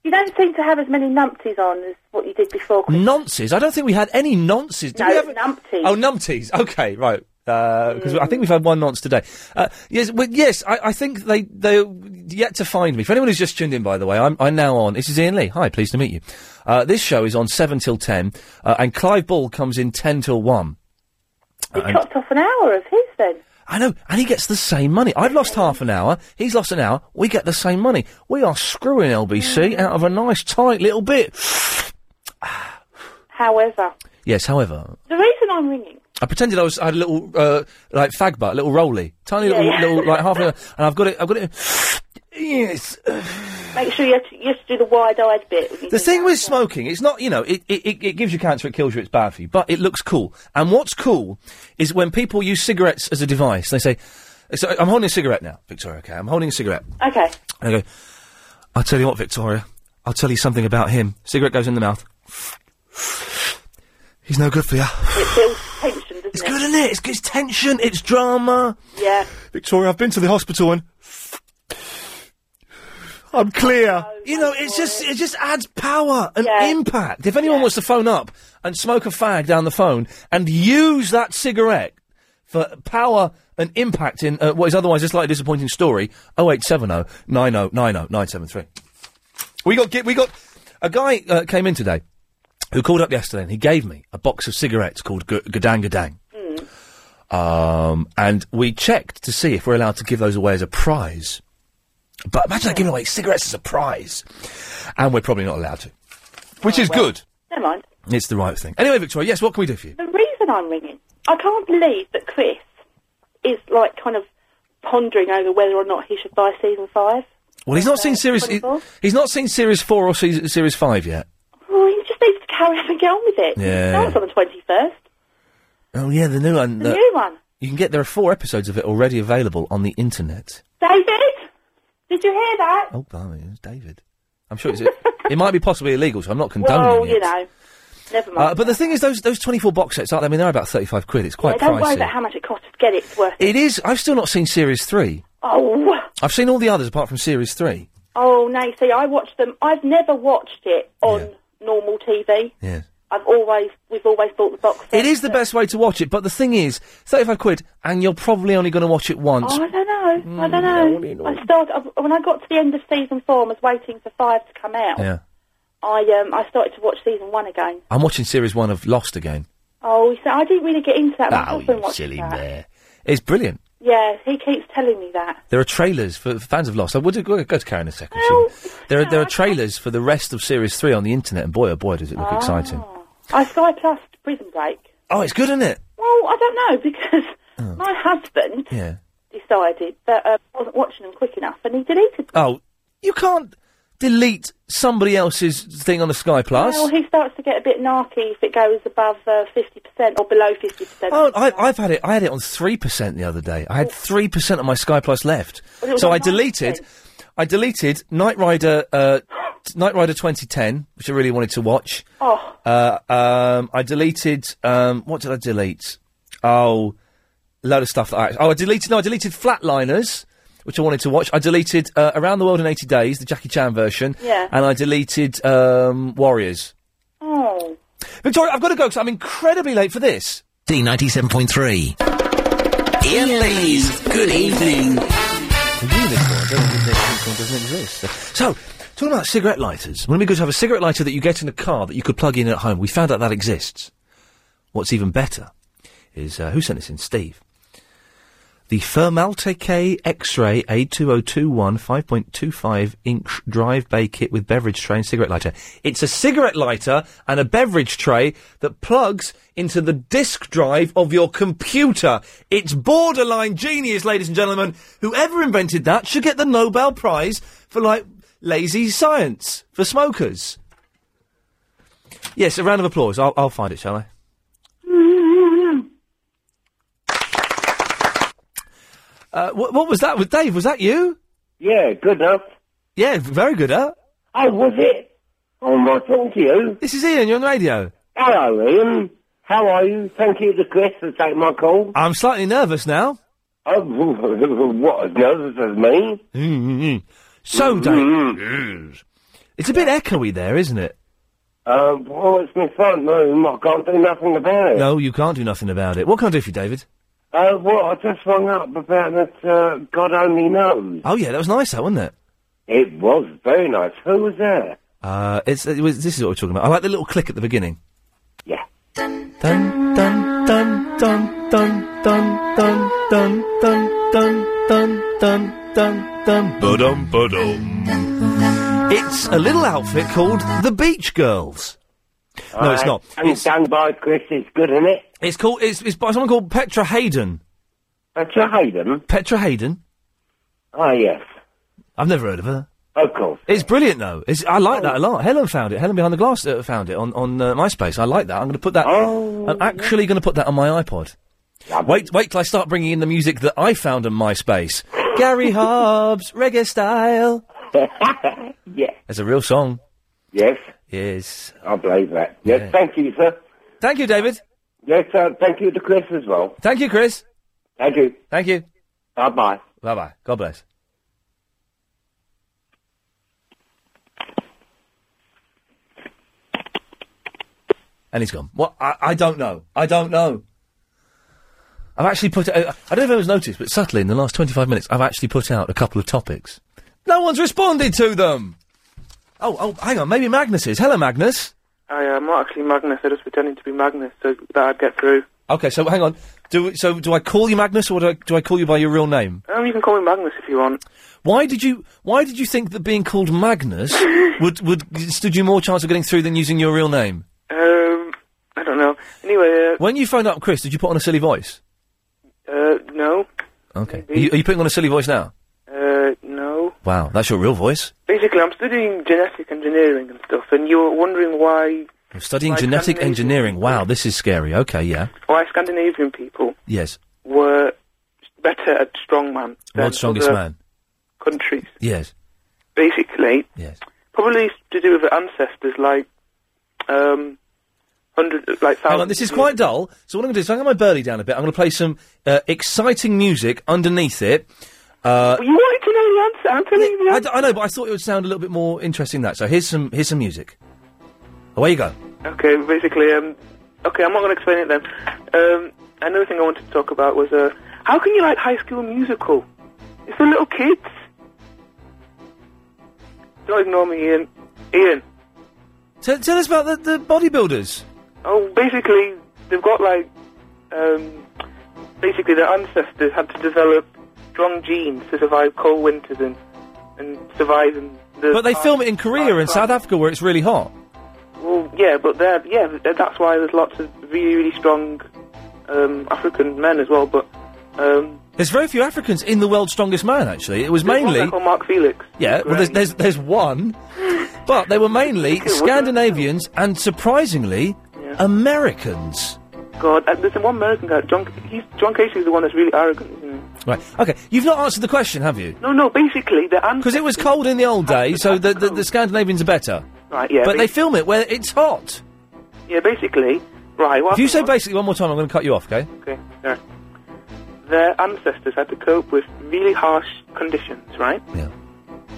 You don't seem to have as many numpties on as what you did before. Chris.
Nonces. I don't think we had any nonces. Did
no,
we have
numpties.
Oh, numpties. Okay, right. Because I think we've had one nonce today. Uh, yes, well, yes. I, I think they they yet to find me. For anyone who's just tuned in, by the way, I'm, I'm now on. This is Ian Lee. Hi, pleased to meet you. Uh, this show is on seven till ten, uh, and Clive Ball comes in ten till one. Uh, and-
Chopped off an hour of his then.
I know, and he gets the same money. I've lost half an hour. He's lost an hour. We get the same money. We are screwing LBC out of a nice tight little bit.
However,
Yes. However,
the reason I'm ringing,
I pretended I was I had a little uh, like fag butt, a little rolly, tiny
Yeah,
little
yeah.
little like half an hour, and I've got it. I've got it. Yes.
make sure you have to, you have to do the wide-eyed bit. when you
The
do
thing with smoking, it's not, you know, it, it, it- it gives you cancer, it kills you, it's bad for you, but it looks cool. And what's cool is when people use cigarettes as a device, they say, so I'm holding a cigarette now, Victoria, okay? I'm holding a cigarette.
that. Okay.
And I go, I'll tell you what, Victoria, I'll tell you something about him. Cigarette goes in the mouth. He's no good for you.
It builds tension, doesn't
It's
it?
good, isn't it? It's, it's tension, it's drama.
Yeah.
Victoria, I've been to the hospital and I'm clear. you know, it's just it just adds power and impact. If anyone wants to phone up and smoke a fag down the phone and use that cigarette for power and impact in uh, what is otherwise a slightly disappointing story, 0870 90 90 973. We got gi- we got a guy uh, came in today who called up yesterday and he gave me a box of cigarettes called G- Gadang Gadang. Um, and we checked to see if we're allowed to give those away as a prize. But imagine giving away cigarettes as a prize. And we're probably not allowed to.
Oh,
Which is good.
Never mind.
It's the right thing. Anyway, Victoria, yes, what can we do for you?
The reason I'm ringing, I can't believe that Chris is like kind of pondering over whether or not he should buy season five.
Well, he's not seen series. he- he's not seen series four or season, series five yet.
Well, Oh, he just needs to carry on and get on with it.
Yeah.
That was on the twenty first.
Oh yeah, the new one.
The
that-
new one.
You can get. There are four episodes of it already available on the internet.
David, did you hear that?
Oh, blimey, it's David. I'm sure it's. it might be possibly illegal, so I'm not condoning
well,
it.
you know, never mind.
Uh, but the thing is, those those twenty four box sets, aren't they? I mean, they're about thirty five quid. It's quite
yeah, don't
pricey.
worry about how much it costs to get it. It's worth.
It is. I've still not seen series three.
Oh,
I've seen all the others apart from series three.
oh no. See, I watched them. I've never watched it on normal TV.
Yeah.
I've always, we've always bought the box.
It is the best way to watch it, but the thing is, thirty-five quid, and you're probably only going to watch it once.
Oh, I don't know. I don't know. I started I, when I got to the end of season four and was waiting for five to come out.
Yeah,
I um I started to watch season one again.
I'm watching series one of Lost again.
Oh, so I didn't really get into that. My
Oh,
husband
you
watched
silly
that.
bear! It's brilliant.
Yeah, he keeps telling me that.
There are trailers for for fans of Lost. I would go, go to Karen in a second. shouldn't we? there are there are trailers for the rest of series three on the internet, and boy, oh boy, does it look
Ah.
exciting!
I Sky Plus Prison Break.
Oh, it's good, isn't it?
Well, I don't know because
Oh.
my husband
Yeah.
decided that uh, I wasn't watching them quick enough, and he deleted.
Oh, you can't. delete somebody else's thing on the Sky Plus.
Well, he starts to get a bit narky if it goes above uh, fifty percent or below fifty percent.
Oh, I, I've had it. I had it on three percent the other day. I had three percent of my Sky Plus left,
But it was
so
on
I deleted. I deleted Night Rider, uh, Night Rider 2010, which I really wanted to watch.
Oh.
Uh, um, I deleted. Um, what did I delete? Oh, a load of stuff that I. Oh, I deleted. No, I deleted Flatliners, which I wanted to watch. I deleted uh, Around the World in 80 Days, the Jackie Chan version.
Yeah.
And I deleted um, Warriors.
Oh.
Victoria, I've got to go because I'm incredibly late for this.
D97.3. Ian Lee's Good Evening.
Unicorn doesn't exist, doesn't exist. So, Oh, talking about cigarette lighters, when we go to have a cigarette lighter that you get in a car that you could plug in at home, we found out that exists. What's even better is uh, who sent this in? Steve. The Fermalteke X-Ray A2021 5.25 inch drive bay kit with beverage tray and cigarette lighter. It's a cigarette lighter and a beverage tray that plugs into the disk drive of your computer. It's borderline genius, ladies and gentlemen. Whoever invented that should get the Nobel Prize for like lazy science for smokers. Yes, a round of applause. I'll, I'll find it, shall I? Uh, what, what was that? Was Dave? Was that you?
Yeah, good up.
Yeah, v- very good up.
Oh, was it? Oh, am I talking to you?
This is Ian. You're on the radio.
Hello, Ian. How are you? Thank you to Chris for taking my call.
I'm slightly nervous now.
Oh, what a nervous as me. Mm-hmm.
Mm-hmm. So, Dave, it's a bit echoey there, isn't it?
Uh, well, it's my front room. I can't do nothing about it.
No, you can't do nothing about it. What can I do for you, David?
Uh, well, I just rung up about that uh, God Only Knows.
Oh yeah, that was nice, that wasn't it?
It was very nice. Who was there?
Uh, it's it was, this is what we're talking about. I like the little click at the beginning.
Yeah.
Dun dun dun dun dun dun dun dun dun dun dun dun dun dun. Ba-dum, ba-dum. It's a little outfit called the Beach Girls. No, it's
Uh,
not.
And it's done by Chris. It's good, isn't it?
It's called. It's, it's by someone called Petra Hayden.
Petra Hayden.
Petra Hayden.
Ah,
Oh yes.
I've never heard of her.
Of course. Oh.
It's brilliant though. It's, I like that a lot. Helen found it. Helen behind the glass uh, found it on on uh, MySpace. I like that. I'm going to put that.
Oh,
I'm actually going to put that on my iPod. Wait, wait till I start bringing in the music that I found on MySpace. Gary Hobbs, reggae style.
yeah.
It's a real song.
Yes.
Yes.
I believe that. Yes. Thank you, sir.
Thank you, David.
Yes, sir. Thank you to Chris as well.
Thank you, Chris.
Thank you.
Thank you.
Bye bye.
Bye bye. God bless. And he's gone. What? I, I don't know. I don't know. I've actually put. Uh, I don't know if anyone's noticed, but subtly in the last twenty-five minutes, I've actually put out a couple of topics. No one's responded to them. Oh, oh, hang on. Maybe Magnus is. Hello, Magnus.
I, uh, I'm not actually Magnus. I was pretending to be Magnus so that I'd get through.
Okay, so hang on. Do so? Do I call you Magnus, or do I, do I call you by your real name?
Um, you can call me Magnus if you want.
Why did you Why did you think that being called Magnus would would stood you more chance of getting through than using your real name?
Um, I don't know. Anyway,
When you phoned up, Chris, did you put on a silly voice?
uh, uh no.
Okay. Are you, are you putting on a silly voice now?
Uh, no.
Wow, that's your real voice.
Basically, I'm studying genetic engineering and stuff, and you were wondering why
I'm studying
Like
genetic
Scandinavian.
engineering. Wow, this is scary. Okay, yeah,
why Scandinavian people
yes.
were better at strongman than
World's strongest
other
man.
countries.
Yes.
Basically,
Yes.
probably to do with the ancestors, like um, hundred, like thousands.
Hang on, this is quite dull. So what I'm going to do is I'm going to my burley down a bit. I'm going to play some uh, exciting music underneath it. Uh,
you wanted to know the answer. I'm telling you the
I, d- I know, but I thought it would sound a little bit more interesting than that. So here's some here's some music. Away you go.
Okay, basically, um, okay, I'm not going to explain it then. Um, another thing I wanted to talk about was uh, how can you like High School Musical? It's for little kids. Don't ignore me, Ian. Ian.
Tell, tell us about the, the bodybuilders.
Oh, basically, they've got like, um, basically their ancestors had to develop strong genes to survive cold winters and and survive in the.
But they film it in Korea and South Africa where it's really hot.
Well, yeah, but they're yeah, th- that's why there's lots of really really strong um, African men as well. But um,
There's very few Africans in the world's strongest man, actually. It was mainly.
Or Mark Felix.
Yeah, well, there's, there's, there's one. But they were mainly Scandinavians and, surprisingly, Americans.
God, uh, there's one American guy. John, he's, John Casey's the one that's really arrogant, isn't he?
Right. Okay. You've not answered the question, have you?
No, no. Basically, the answer.
Because it was cold in the old days, so the, the, the Scandinavians are better.
Right. Yeah.
But
ba-
they film it where it's hot.
Yeah. Basically. Right. Well,
If you say basically one more time, I'm going to cut you off, okay?
Okay. Yeah. Their ancestors had to cope with really harsh conditions, right?
Yeah.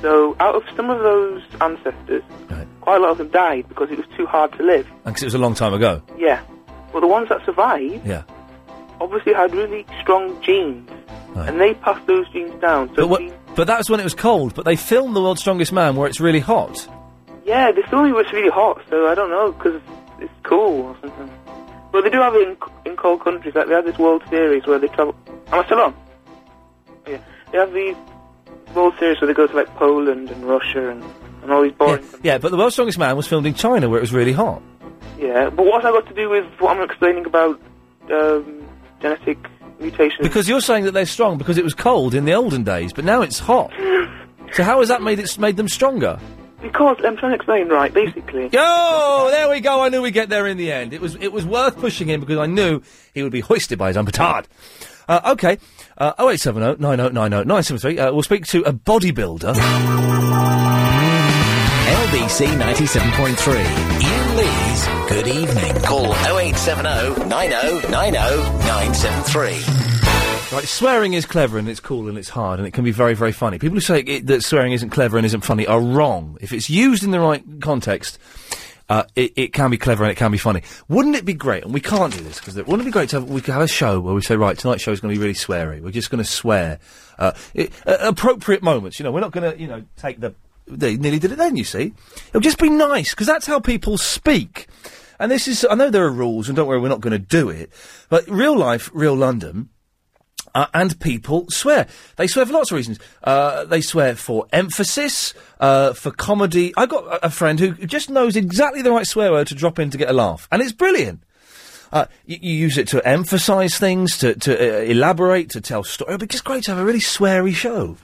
So, out of some of those ancestors, quite a lot of them died because it was too hard to live.
Because it was a long time ago.
Yeah. But the ones that survived
Yeah.
obviously had really strong genes, and they passed those genes down. So,
But what, But that was when it was cold. But they filmed the world's strongest man where it's really hot.
yeah, the filming was really hot. So I don't know because it's cool or something. But they do have it in, c- in cold countries. Like they have this World Series where they travel. Am I still on? Yeah, they have these World Series where they go to like Poland and Russia and, and all these boring.
Yeah. But the world's strongest man was filmed in China where it was really hot.
Yeah, but what's that got to do with what I'm explaining about um, genetic mutations?
Because you're saying that they're strong because it was cold in the olden days, but now it's hot. so how has that made it made them stronger?
Because I'm trying to explain right, basically.
Yo, there we go. I knew we'd get there in the end. It was it was worth pushing him because I knew he would be hoisted by his own petard. Uh, okay, uh, 0870 9090 973. Uh, we'll speak to a bodybuilder.
LBC 97.3. Ian Lee's Good Evening. Call 0870 9090 973.
Right, swearing is clever and it's cool and it's hard and it can be very, very funny. People who say it, that swearing isn't clever and isn't funny are wrong. If it's used in the right context, uh, it, it can be clever and it can be funny. Wouldn't it be great? And we can't do this because wouldn't it be great to have we could have a show where we say, right, tonight's show is going to be really sweary. We're just going to swear uh, i at appropriate moments. You know, we're not going to you know take the they nearly did it then. You see, it'll just be nice because that's how people speak. And this is I know there are rules and don't worry, we're not going to do it. But real life, real London uh, and people swear. They swear for lots of reasons. Uh, they swear for emphasis, uh, for comedy. I got a- a friend who just knows exactly the right swear word to drop in to get a laugh, and it's brilliant. Uh, you, you use it to emphasise things, to, to uh, elaborate, to tell stories. It'd be just great to have a really sweary show.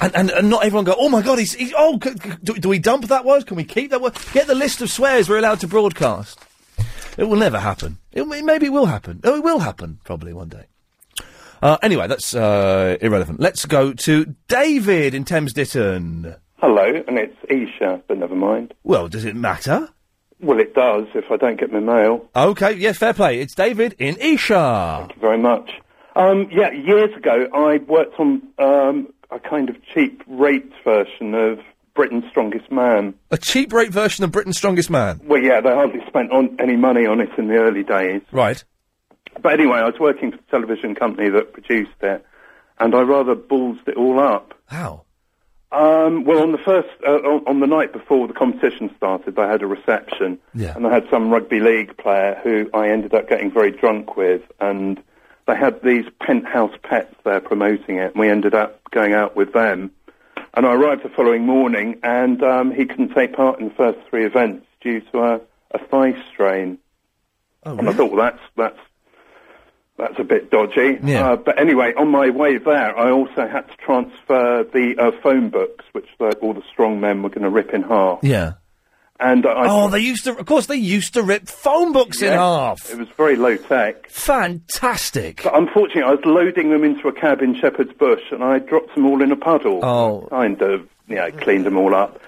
And, and, and not everyone go, oh my god, he's, he's oh, c- c- do, do we dump that word? Can we keep that word? Get the list of swears we're allowed to broadcast. It will never happen. It, may- maybe it will happen. Oh, it will happen, probably one day. Uh, anyway, that's uh, irrelevant. Let's go to David in Thames Ditton.
Hello, and it's Isha, but never mind.
Well, does it matter?
Well, it does if I don't get my mail.
Okay, yeah, fair play. It's David in Isha.
Thank you very much. Um, yeah, years ago I worked on um, a kind of cheap rate version of Britain's Strongest Man.
A cheap rate version of Britain's Strongest Man.
Well, yeah, they hardly spent on any money on it in the early days.
Right.
But anyway, I was working for the television company that produced it, and I rather ballsed it all up.
How?
Um, well, on the first, uh, on, on the night before the competition started, they had a reception,
Yeah.
and I had some rugby league player who I ended up getting very drunk with, and they had these penthouse pets there promoting it, and we ended up going out with them. And I arrived the following morning, and um, he couldn't take part in the first three events due to a, a thigh strain.
Oh,
and I thought, well, that's that's that's a bit dodgy.
Yeah.
Uh, but anyway, on my way there, I also had to transfer the uh, phone books, which the, all the strong men were going to rip in half.
Yeah.
And I,
oh, they used to. Of course, they used to rip phone books in
Yeah,
half.
It was very low tech.
Fantastic.
But unfortunately, I was loading them into a cab in Shepherd's Bush, and I dropped them all in a puddle.
Oh.
Kind of, you know, cleaned them all up,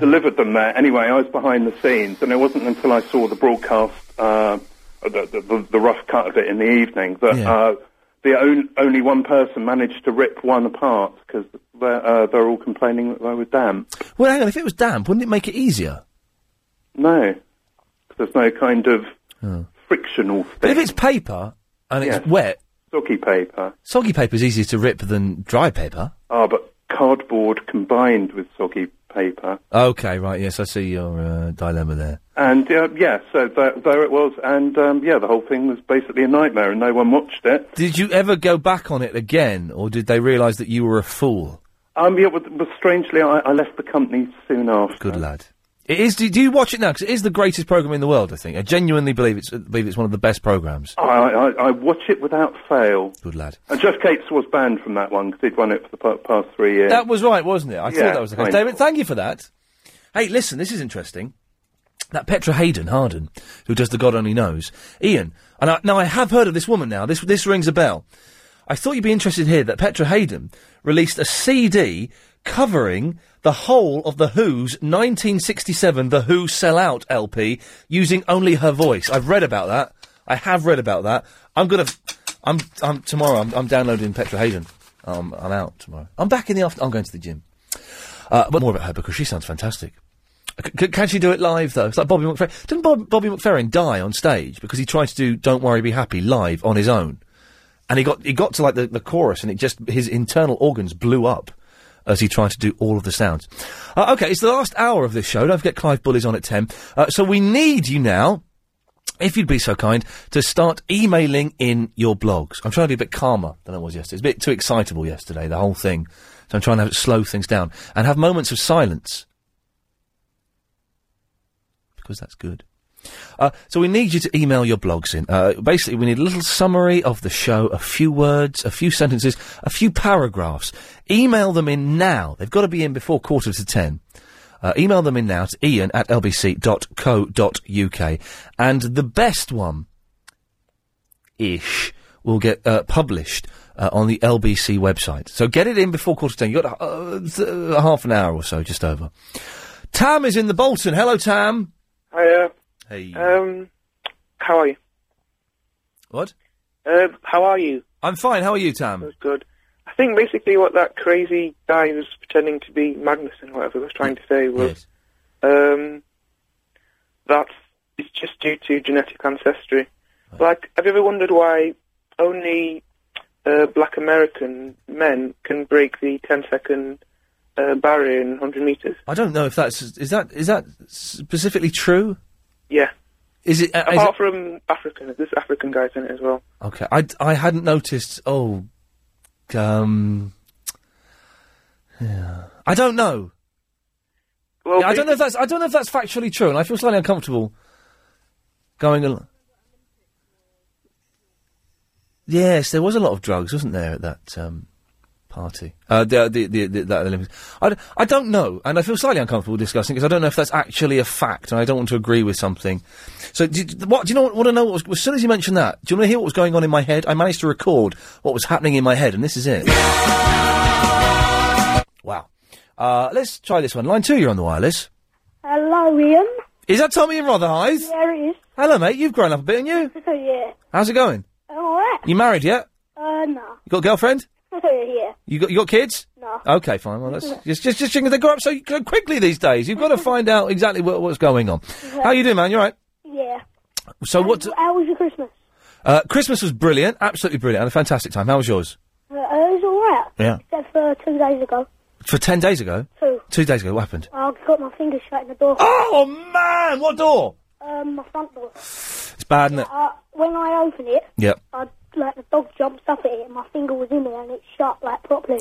delivered them there. Anyway, I was behind the scenes, and it wasn't until I saw the broadcast, uh, the, the- the, the rough cut of it in the evening, that uh, the on, only one person managed to rip one apart because they're, uh, they're all complaining that they were damp.
Well, hang on. If it was damp, wouldn't it make it easier?
No, 'Cause there's no kind of frictional thing.
Oh. But if it's paper and it's
Yes.
wet,
Soggy paper.
soggy paper's easier to rip than dry paper.
Ah, but cardboard combined with soggy paper.
Okay, right. Yes, I see your uh, dilemma there.
And uh, yeah, so there, there it was, and um, yeah, the whole thing was basically a nightmare, and no one watched it.
Did you ever go back on it again, or did they realise that you were a fool?
Um, yeah, but, but strangely, I, I left the company soon after.
Good lad. It is. Do, do you watch it now? Because it is the greatest program in the world. I think. I genuinely believe it's believe it's one of the best programs.
I, I, I watch it without fail.
Good lad.
And Jeff Cates was banned from that one because he'd run it for the pa- past three years.
That was right, wasn't it? I
Yeah,
thought that was the case.
kind
David, thank you for that. Hey, listen, this is interesting. That Petra Hayden Harden, who does the God Only Knows, Ian, and I, now I have heard of this woman. Now this this rings a bell. I thought you'd be interested here that Petra Hayden released a CD covering the whole of the Who's 1967 The Who Sell Out LP using only her voice. I've read about that. I have read about that. I'm gonna. I'm. I'm tomorrow. I'm, I'm downloading Petra Hayden. Um, I'm out tomorrow. I'm back in the afternoon. I'm going to the gym. Uh, but more about her because she sounds fantastic. C- c- can she do it live though? It's like Bobby McFerrin. Didn't Bob- Bobby McFerrin die on stage because he tried to do "Don't Worry, Be Happy" live on his own, and he got he got to like the, the chorus, and it just his internal organs blew up as he tried to do all of the sounds. Uh, okay, it's the last hour of this show. Don't forget, Clive Bull is on at ten. Uh, so we need you now if you'd be so kind to start emailing in your blogs. I'm trying to be a bit calmer than I was yesterday. It's a bit too excitable yesterday, the whole thing. So I'm trying to have- slow things down and have moments of silence. Because that's good. Uh, so we need you to email your blogs in. Uh, basically, we need a little summary of the show, a few words, a few sentences, a few paragraphs. Email them in now. They've got to be in before quarter to ten. Uh, email them in now to ian at lbc.co.uk. And the best one ish will get uh, published uh, on the LBC website. So get it in before quarter to ten. You've got uh, th- half an hour or so, just over. Tam is in the Bolton. Hello, Tam.
Hiya.
Hey.
Um, how are you?
What?
Uh, how are you?
I'm fine. How are you, Tam?
That's good. I think basically what that crazy guy who's pretending to be Magnuson, whatever, was trying to say was um, that it's just due to genetic ancestry. Like, have you ever wondered why only uh, black American men can break the 10 second uh, barrier in 100 metres?
I don't know if that's is that is that specifically true.
Yeah.
Is it? Uh, is
Apart from African, there's African guys in it as well.
it- okay, I I hadn't noticed. Oh, um, yeah. I don't know.
Well,
Yeah, I don't know if that's I don't know if that's factually true, and I feel slightly uncomfortable going along. Yes, there was a lot of drugs, wasn't there, at that um, party? Uh, the, the, the, the, that Olympics. I, d- I don't know, and I feel slightly uncomfortable discussing because I don't know if that's actually a fact, and I don't want to agree with something. So, do, you- what do you know? What, want to know? What was, as soon as you mentioned that, do you want to hear what was going on in my head? I managed to record what was happening in my head, and this is it. wow. Uh, let's try this one. Line two, you're on the wireless.
Hello, Ian.
Is that Tommy in Rotherhithe?
Yeah, it is.
Hello, mate. You've grown up a bit, haven't you?
Oh, yeah.
How's it going?
All right.
You married yet?
Uh, no.
You got a girlfriend?
yeah.
You got you got kids?
No.
Okay, fine. Well, that's just just just thinking they grow up so so quickly these days. You've got to find out exactly what, what's going on. How you doing, man? You all right?
Yeah.
So what?
How was your Christmas?
Uh, Christmas was brilliant, absolutely brilliant, and a fantastic time. How was yours?
Uh, it was all right.
Yeah.
Except for two days ago.
For ten days ago.
Two.
Two days ago, what happened?
I got my finger shut in the door.
Oh, man! What door?
Um, my front door.
It's bad, isn't it?
Uh, when I opened it,
Yep.
I, like, the dog jumped up at it and my finger was in there and it shut, like, properly.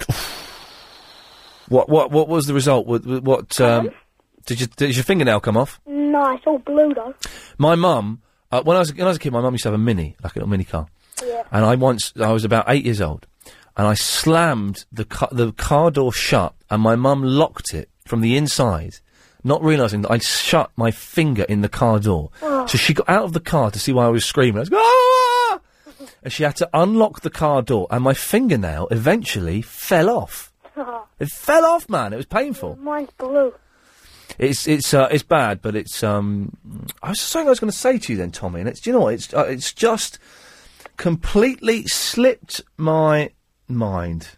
What what what was the result? What, what um, did you did your fingernail come off?
no, it's all blue, though.
My mum, uh, when I was when I was a kid, my mum used to have a mini, like a little mini car.
Yeah.
And I once, I was about eight years old, and I slammed the car, the car door shut, and my mum locked it from the inside, not realizing that I'd shut my finger in the car door.
Oh.
So she got out of the car to see why I was screaming. I was going, "Ah!" and she had to unlock the car door, and my fingernail eventually fell off. It fell off, man. It was painful.
Mine's blue.
It's it's uh, it's bad, but it's um. I was something I was going to say to you then, Tommy, and it's do you know what? It's uh, it's just completely slipped my mind.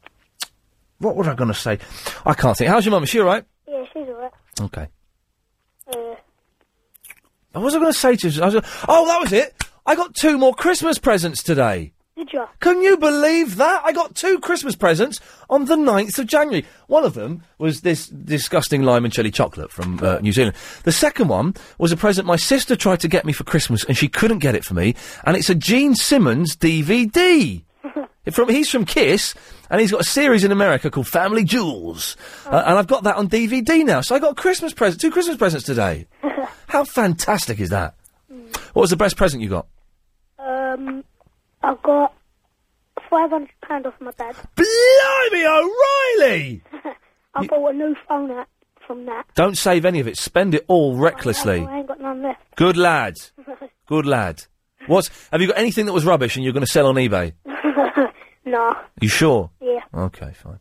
What was I going to say? I can't think. How's your mum? Is she all right?
Yeah, she's all right.
Okay.
Uh,
What was I going to say to you? I was, oh, that was it. I got two more Christmas presents today.
did you?
Can you believe that? I got two Christmas presents on the 9th of January. One of them was this disgusting lime and chili chocolate from uh, New Zealand. The second one was a present my sister tried to get me for Christmas and she couldn't get it for me, and it's a Gene Simmons DVD. From, he's from Kiss, and he's got a series in America called Family Jewels. Uh, and I've got that on DVD now. So I got a Christmas present, two Christmas presents today. How fantastic is that?
Mm.
What was the best present you got?
Um, I got five hundred pound off my dad.
Blimey, O'Reilly!
I bought a new phone app from that.
Don't save any of it. Spend it all recklessly.
I ain't got none left.
Good lad. Good lad. What's, have you got anything that was rubbish and you're going to sell on eBay?
no.
You sure?
Yeah.
Okay, fine.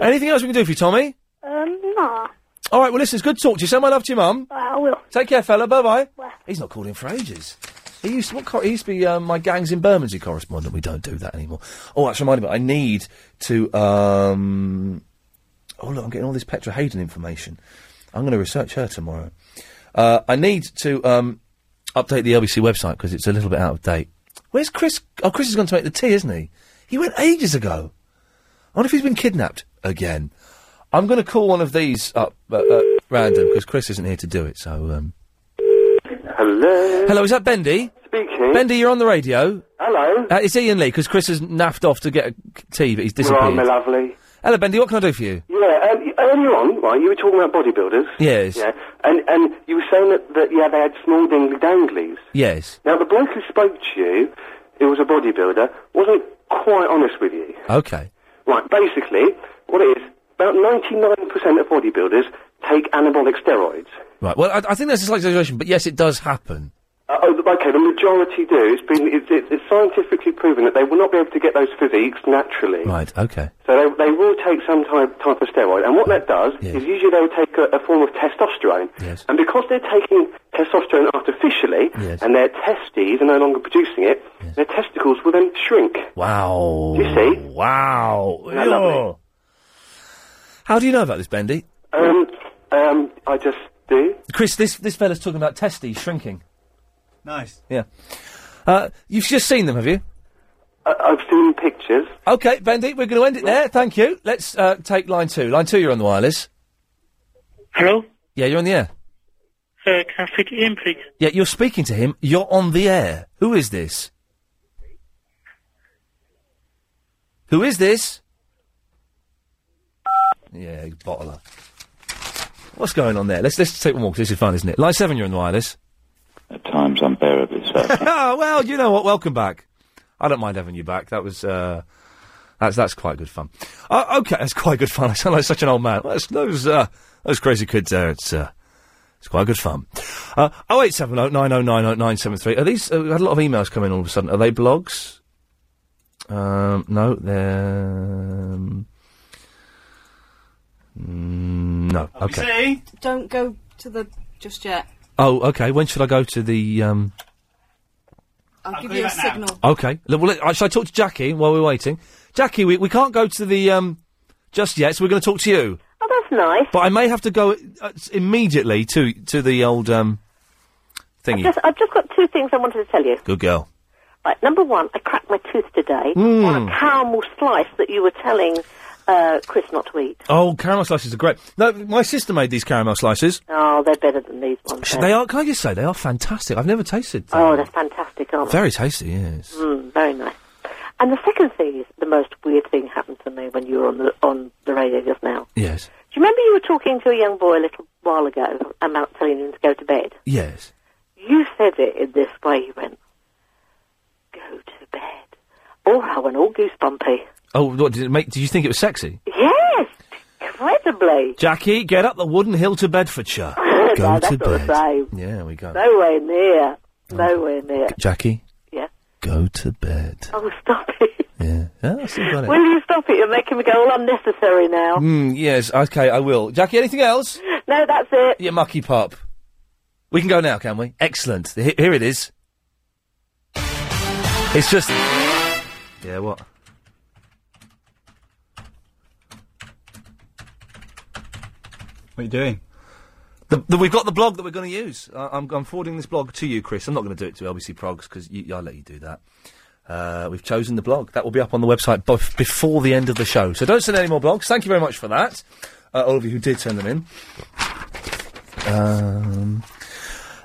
Anything else we can do for you, Tommy?
Um, no.
All right, well, listen, it's good to talk to you. Send my love to your mum.
I will.
Take care, fella. Bye-bye. He's not called in for ages. He used to, what, cor- he used to be uh, my gangs in Bermondsey correspondent. We don't do that anymore. Oh, that's reminded me. I need to... Um... Oh, look, I'm getting all this Petra Hayden information. I'm going to research her tomorrow. Uh, I need to um, update the LBC website because it's a little bit out of date. Where's Chris? Oh, Chris is going to make the tea, isn't he? He went ages ago. I wonder if he's been kidnapped again. I'm going to call one of these up at, at random because Chris isn't here to do it. So, um...
Hello.
hello, is that Bendy?
Speaking.
Bendy, you're on the radio.
Hello.
Uh, it's Ian Lee because Chris has naffed off to get a c- tea, but he's
Right,
disappeared.
my lovely.
Hello, Bendy. What can I do for you?
Yeah, um, earlier on, right, you were talking about bodybuilders.
Yes.
Yeah, and, and you were saying that, that, yeah, they had small dingly danglies.
Yes.
Now, the bloke who spoke to you, who was a bodybuilder, wasn't quite honest with you.
Okay.
Right, basically, what it is, about 99% of bodybuilders take anabolic steroids.
Right. Well, I, I think that's a slight exaggeration, but yes, it does happen.
Uh, oh, okay, the majority do. It's been it's, it's, it's scientifically proven that they will not be able to get those physiques naturally.
Right. Okay.
So they, they will take some type, type of steroid, and what that does is usually they will take a, a form of testosterone.
Yes.
And because they're taking testosterone artificially,
Yes.
and their testes are no longer producing it, their testicles will then shrink.
Wow.
You see?
Wow.
Isn't that lovely?
Ew. How do you know about this, Bendy?
Um, um, I just do.
Chris, this this fella's talking about testes shrinking.
Nice.
Yeah. Uh, you've just seen them, have you?
I- I've seen pictures.
Okay, Bendy, we're going to end it there. Thank you. Let's uh, take line two. Line two, you're on the wireless.
Hello?
Yeah, you're on the air.
Uh, can I fit it in, please?
Yeah, you're speaking to him. You're on the air. Who is this? Who is this? Yeah, bottler. What's going on there? Let's let's take one more. 'cause This is fun, isn't it? Line seven, you're on the wireless.
At times unbearably so.
oh, well, you know what? Welcome back. I don't mind having you back. That was uh, that's that's quite good fun. Uh, okay, that's quite good fun. I sound like such an old man. Well, that's- those uh, those crazy kids there. It's uh, it's quite good fun. Uh, oh eight seven oh nine oh nine oh nine seven three. Are these? Uh, we had a lot of emails come in all of a sudden. Are they blogs? Um, no, they're. Um, mm, no. Okay.
Don't go to the just yet.
Oh, okay. When should I go to the? Um,
I'll, give you a signal.
Okay. L- Well, uh, shall I talk to Jackie while we're waiting? Jackie, we, we can't go to the um just yet, so we're going to talk to you.
Oh, that's nice.
But I may have to go uh, s- immediately to to the old um thingy.
Just, I've just got two things I wanted to tell you.
Good girl.
Right, number one, I cracked my tooth today
Mm.
on a caramel slice that you were telling uh, Chris not to eat.
Oh, caramel slices are great. No, my sister made these caramel slices.
Oh, they're better than these ones.
Sh-
then.
They are. Can I just say they are fantastic? I've never tasted. Them.
Oh, they're fantastic, aren't
Very tasty. Yes.
they? Mm, very nice. And the second thing is the most weird thing happened to me when you were on the on the radio just now.
Yes.
Do you remember you were talking to a young boy a little while ago about telling him to go to bed?
Yes.
You said it in this way. You went, "Go to bed." Oh, I went all goosebumpy.
Oh, what did it make? Did you think it was sexy?
Yes, incredibly.
Jackie, get up the wooden hill to Bedfordshire. go
no,
to
that's not the
bed.
same.
Yeah, we go.
Nowhere near. Nowhere near.
Jackie,
Yeah.
go to bed.
Oh, stop it.
Yeah, I still got it.
Will you stop it? You're making me go all unnecessary now.
Mm, yes, okay, I will. Jackie, anything else?
No, that's it.
Yeah, mucky pop. We can go now, can we? Excellent. H- here it is. It's just. Yeah, what?
What are you doing?
The, the, we've got the blog that we're going to use. I, I'm, I'm forwarding this blog to you, Chris. I'm not going to do it to LBC Progs because I'll let you do that. Uh, we've chosen the blog. That will be up on the website bof- before the end of the show. So don't send any more blogs. Thank you very much for that, uh, all of you who did send them in. Um,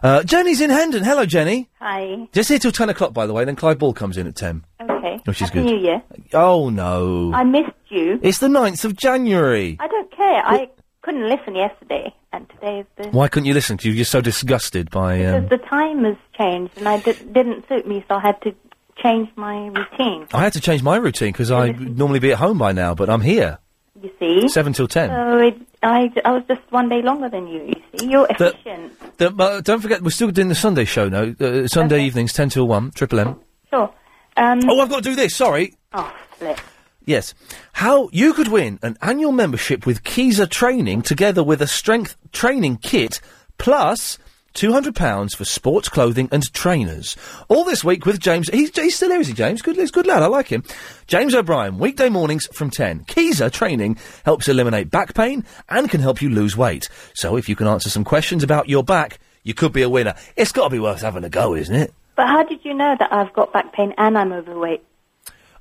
uh, Jenny's in Hendon. Hello, Jenny.
Hi.
Just here till 10 o'clock, by the way, then Clive Ball comes in at 10.
Okay. Anyway,
Oh, she's
Happy
good.
New Year.
Oh no.
I missed you.
It's the 9th of January.
I don't care. I couldn't listen yesterday, and today is the.
Why couldn't you listen? 'Cause You're just so disgusted by. Um...
Because the time has changed, and I di- didn't suit me, so I had to change my routine.
I had to change my routine because I would normally be at home by now, but I'm here.
You see.
Seven till ten.
So it, I, I was just one day longer than you. You see, you're
The-
efficient.
The, uh, don't forget, we're still doing the Sunday show now. Uh, Sunday evenings, ten till one, Triple M.
Sure. Um,
Oh, I've got to do this. Sorry.
oh, flip.
Yes. How you could win an annual membership with Kiza Training together with a strength training kit plus £200 for sports clothing and trainers. All this week with James. He's, he's still here, is he, James? Good, he's a good lad. I like him. James O'Brien, weekday mornings from 10. Kiza Training helps eliminate back pain and can help you lose weight. So if you can answer some questions about your back, you could be a winner. It's got to be worth having a go, isn't it?
But how did you know that I've got back pain and I'm overweight?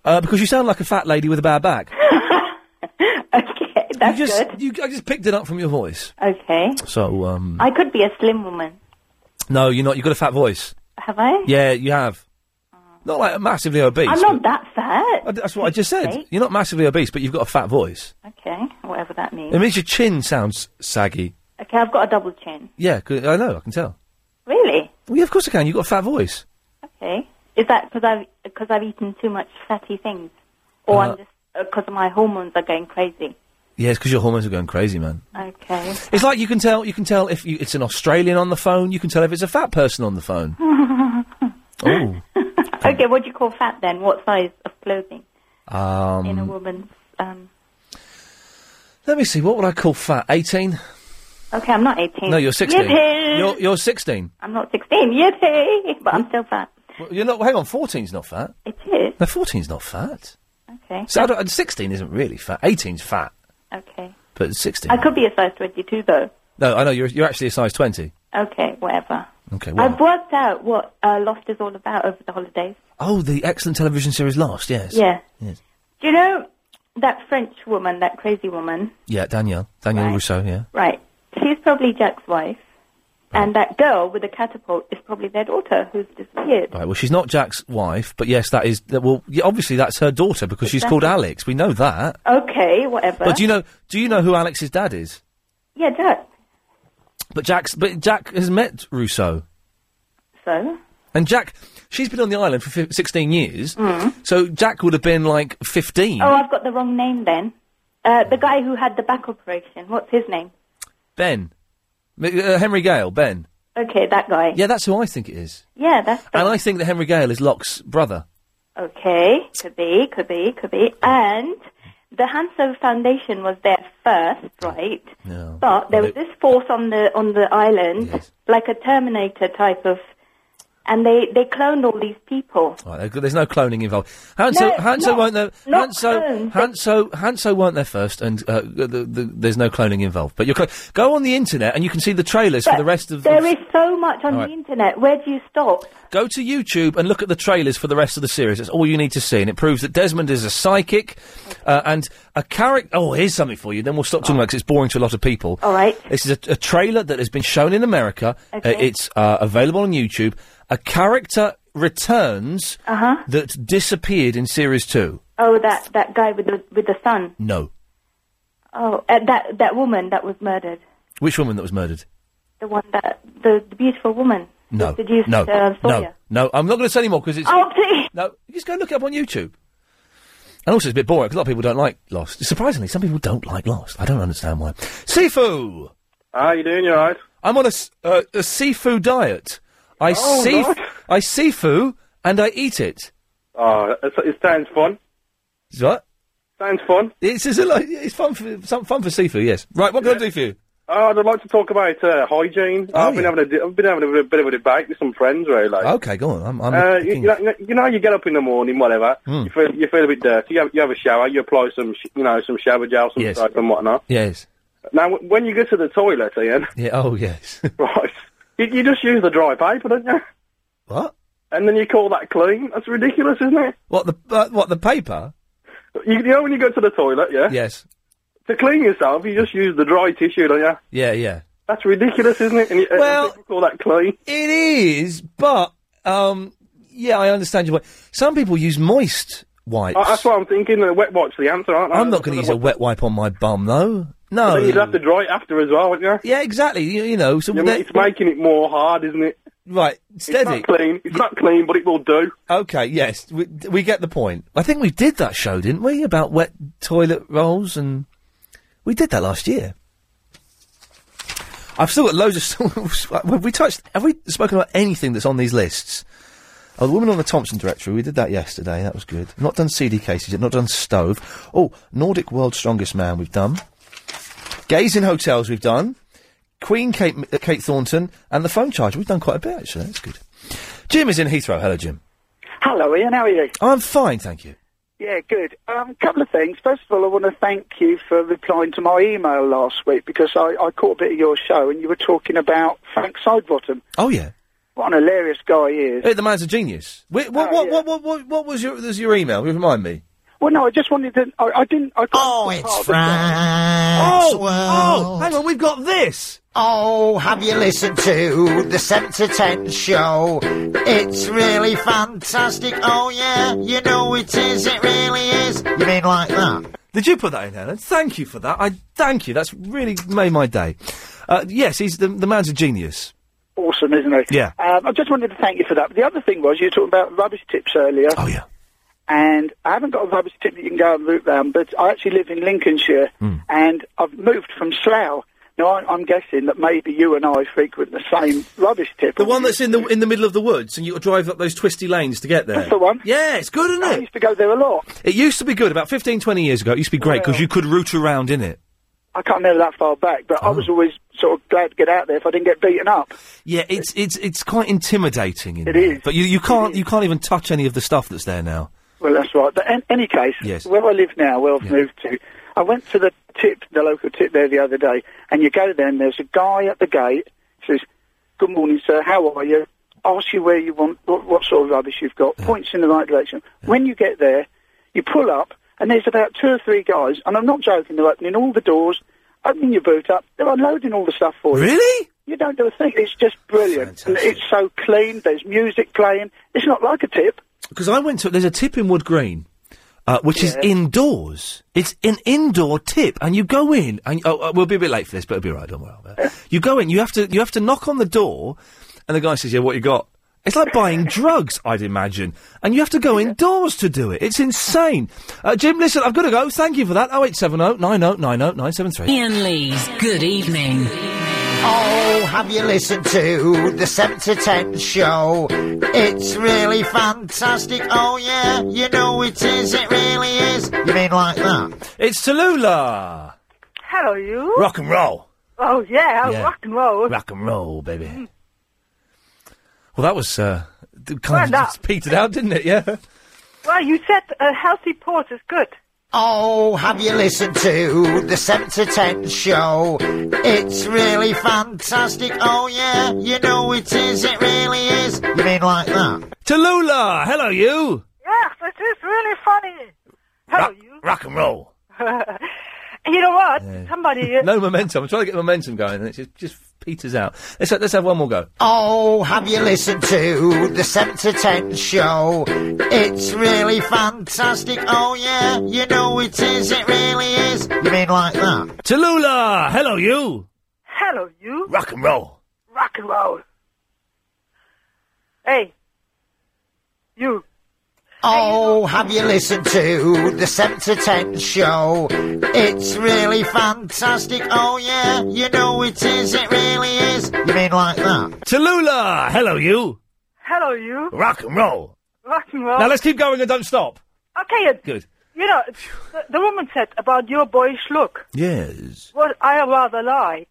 Uh, because you sound like a fat lady with a bad back.
Okay, that's
you just,
good.
You, I just picked it up from your voice.
Okay.
So, um,
I could be a slim woman.
no, you're not. You've got a fat voice.
Have I?
Yeah, you have. Not like massively obese.
I'm not that fat.
but- that's what I just said.
Right?
You're not massively obese, but you've got a fat voice.
Okay, whatever that means.
It means your chin sounds saggy.
Okay, I've got a double chin.
Yeah, 'cause- I know. I can tell.
Really?
Well, yeah, of course I can. You've got a fat voice.
Okay. Is that because I've because I've eaten too much fatty things, or
Uh,
I'm just because my hormones are going crazy?
Yeah, it's because your hormones are going crazy, man.
Okay.
It's like you can tell. You can tell if you, it's an Australian on the phone. You can tell if it's a fat person on the phone. Oh,
okay. What do you call fat then? What size of clothing
um,
in a woman's? Um,
let me see. What would I call fat? Eighteen?
okay, I'm not 18.
No, you're sixteen.
Yippee!
You're, you're sixteen.
I'm not 16. Yippee!
Hmm?
But I'm still fat.
Well, You're not. Hang on, 14's not fat.
It is.
No, 14's not fat.
Okay.
So I don't- and 16 isn't really fat. 18's fat,
Okay.
but 16.
I could be a size 22 though.
No, I know you're you're actually a size 20.
Okay, whatever.
Okay. Well.
I've worked out what uh, Lost is all about over the holidays.
Oh, the excellent television series Lost. Yes.
Yeah.
Yes.
Do you know that French woman, that crazy woman?
Yeah, Danielle. Danielle Rousseau. Yeah.
Right. She's probably Jack's wife. And that girl with the catapult is probably their daughter who's disappeared.
Right. Well, she's not Jack's wife, but yes, that is. that- Well, yeah, obviously that's her daughter because she's called
Exactly.
Alex. We know that.
Okay, whatever.
But do you know? Do you know who Alex's dad is?
Yeah, Jack.
But Jack's. But Jack has met Rousseau.
So?
And Jack, she's been on the island for fif- 16 years, so Jack would have been like 15.
Mm. Oh, I've got the wrong name then. Uh, the guy who had the back operation. What's his name?
Ben. M- Uh, Henry Gale, Ben.
Okay, that guy.
Yeah, that's who I think it is.
Yeah, that's.
And I think that Henry Gale is Locke's brother.
Okay, could be, could be, could be. And the Hanso Foundation was there first, right?
No.
But there was this force on the on the island, like a Terminator type of, and they they cloned all these people.
Right, there- there's no cloning involved. Hanso,
No,
Hanso
not-
weren't there.
not
Hanso,
clones.
Hanso, Hanso weren't there first, and uh, the, the, there's no cloning involved. But you clo- go on the internet and you can see the trailers for
But
the rest of.
There
the
is so much on
All
the
right.
internet. Where do you stop?
Go to YouTube and look at the trailers for the rest of the series. That's all you need to see, and it proves that Desmond is a psychic uh, and a character. Oh, here's something for you. Then we'll stop talking about because it's boring to a lot of people.
All right.
This is a, a trailer that has been shown in America.
Okay.
Uh, it's uh, available on YouTube. A character returns
Uh-huh.
that disappeared in series two.
Oh, that that guy with the with the son.
No,
Oh, uh, that that woman that was murdered.
which woman that was murdered?
The one that the, the beautiful woman.
No,
Seduced,
no,
uh,
no,
Sawyer.
no. I'm not going to say anymore because it's.
Oh, please.
No, you just go look it up on YouTube. And also, it's a bit boring 'cause a lot of people don't like Lost. Surprisingly, some people don't like Lost. I don't understand why. Sifu!
How you doing? You alright?
I'm on a, s- uh, a seafood diet. I
Oh,
see,
nice.
I seafood and I eat it.
Oh, it's, it sounds fun.
Is What?
Sounds fun.
It's, it's, a, lo- it's fun for some fun for seafood. Yes. Right. What can I do for you?
Oh, I'd like to talk about uh, hygiene. I've been having a, di- I've been having a, bit of a debate with some friends, really.
Oh, Okay, go on. I'm. I'm
uh, you,
thinking-
you, know, you know, you get up in the morning, whatever.
Mm.
You feel you feel a bit dirty. You have, you have a shower. You apply some, sh- you know, some shower gel, some
Yes.
soap and whatnot.
Yes.
Now, w- when you go to the toilet, Ian,
Yeah. Oh, yes.
right? You, you just use the dry paper, don't you?
What?
And then you call that clean? That's ridiculous, isn't it?
What the uh, what the paper?
You, you know when you go to the toilet, yeah.
Yes.
To clean yourself, you just use the dry tissue, don't you?
Yeah. Yeah.
That's ridiculous, isn't it? And, you- and
Well-
people call that clean.
It is, but um, yeah, I understand your point. Some people use moist wipes.
Uh, that's what I'm thinking. A wet wipe's the answer, aren't I?
I'm not going to use a wet wipe on my bum, though. No.
But then you'd have to dry it after as well, wouldn't you?
Yeah, exactly. You, you know, so
it's making it more hard, isn't it?
Right, steady.
It's not clean. It's not clean, but it will do.
Okay, yes, we, we get the point. I think we did that show, didn't we? About wet toilet rolls, and we did that last year. I've still got loads of. have we touched? Have we spoken about anything that's on these lists? Oh, the woman on the Thompson directory. We did that yesterday. That was good. Not done CD cases yet. Not done stove. Oh, Nordic World's Strongest Man. We've done. Gays in hotels. We've done. Queen Kate uh, Kate Thornton and the phone charger. We've done quite a bit actually. That's good. Jim is in Heathrow. Hello, Jim.
Hello, Ian. How are you?
I'm fine, thank you.
Yeah, good. A um, couple of things. First of all, I want to thank you for replying to my email last week because I, I caught a bit of your show and you were talking about Frank Sidebottom.
Oh yeah.
What an hilarious guy he is.
Hey, the man's a genius.
Oh,
Wait, what, what, what, what, what, what was your was your email? Remind me.
Well, no, I just wanted to. I, I didn't. I oh, it's
Oh, oh, hang on, we've got this.
Oh, have you listened to the 7 to 10 show? It's really fantastic. Oh, yeah, you know it is. It really is. You mean like that?
Did you put that in, Helen? Thank you for that. I thank you. That's really made my day. Uh, yes, he's the the man's a genius.
Awesome, isn't it?
Yeah.
Um, I just wanted to thank you for that. The other thing was you were talking about rubbish tips earlier.
Oh yeah.
And I haven't got a rubbish tip that you can go and route round, but I actually live in Lincolnshire,
Hmm.
and I've moved from Slough. Now I, I'm guessing that maybe you and I frequent the same rubbish tip.
The one that's in the in the middle of the woods, and you drive up those twisty lanes to get there.
That's the one.
Yeah, it's good, isn't it?
I used to go there a lot.
It used to be good about 15, 20 years ago. It used to be great because you could root around in it.
I can't remember that far back, but I was always sort of glad to get out there if I didn't get beaten up.
Yeah, it's it's it's quite intimidating. In
It
there.
is.
but you you can't you can't even touch any of the stuff that's there now.
Well, that's right. But in any case,
Yes.
where I live now, where I've moved to, I went to the tip, the local tip there the other day, and you go there and there's a guy at the gate says, "Good morning, sir. How are you?" Asks you where you want, what, what sort of rubbish you've got. Points in the right direction. When you get there, you pull up, and there's about two or three guys, and I'm not joking. They're opening all the doors, opening your boot up. They're unloading all the stuff for you.
Really?
You don't do a thing. It's just brilliant. And It's so clean. There's music playing. It's not like a tip.
Because I went to there's a tip in Wood Green, uh, which is indoors. It's an indoor tip, and you go in, and oh, uh, we'll be a bit late for this, but it'll be all right. Don't worry. About it. You go in, you have to you have to knock on the door, and the guy says, "Yeah, what you got?" It's like buying drugs, I'd imagine, and you have to go indoors to do it. It's insane. Uh, Jim, listen, I've got to go. Thank you for that. Oh eight seven oh nine oh nine oh nine seven three.
Ian Lee's Good Evening. Oh, have you listened to the 7 to 10 show? It's really fantastic. Oh, yeah, you know it is. It really is. You mean like that?
It's Tallulah.
Hello, you.
Rock and roll.
Oh yeah,
Yeah.
rock and roll. Mm.
Rock and roll, baby. Well, that was uh, d-
Well,
kind of
that-
just petered out, didn't it? Yeah.
Well, you said uh, a healthy port is good.
Oh, have you listened to the 7 to 10 show? It's really fantastic. Oh, yeah, you know it is. It really is. You mean like that?
Tallulah, hello you.
Yes, it is really funny. Hello, you.
Rock and roll.
you know what?
Yeah.
Somebody.
no momentum. I'm trying to get momentum going, and it just, just peters out. Let's ha- let's have one more go.
Oh, have you listened to the 7 to 10 show? It's really fantastic. Oh, yeah, you know it is. It really is. You mean like that?
Tallulah, hello you.
Hello, you.
Rock and roll.
Rock and roll. Hey. You.
Oh, have you listened to the 7 to 10 show? It's really fantastic. Oh, yeah, you know it is. It really is. You mean like that?
Tallulah, hello you.
Hello, you.
Rock and roll.
Rock and roll.
Now let's keep going and don't stop.
Okay, uh,
Good.
you know, the, the woman said about your boyish look,
Yes.
what I rather like.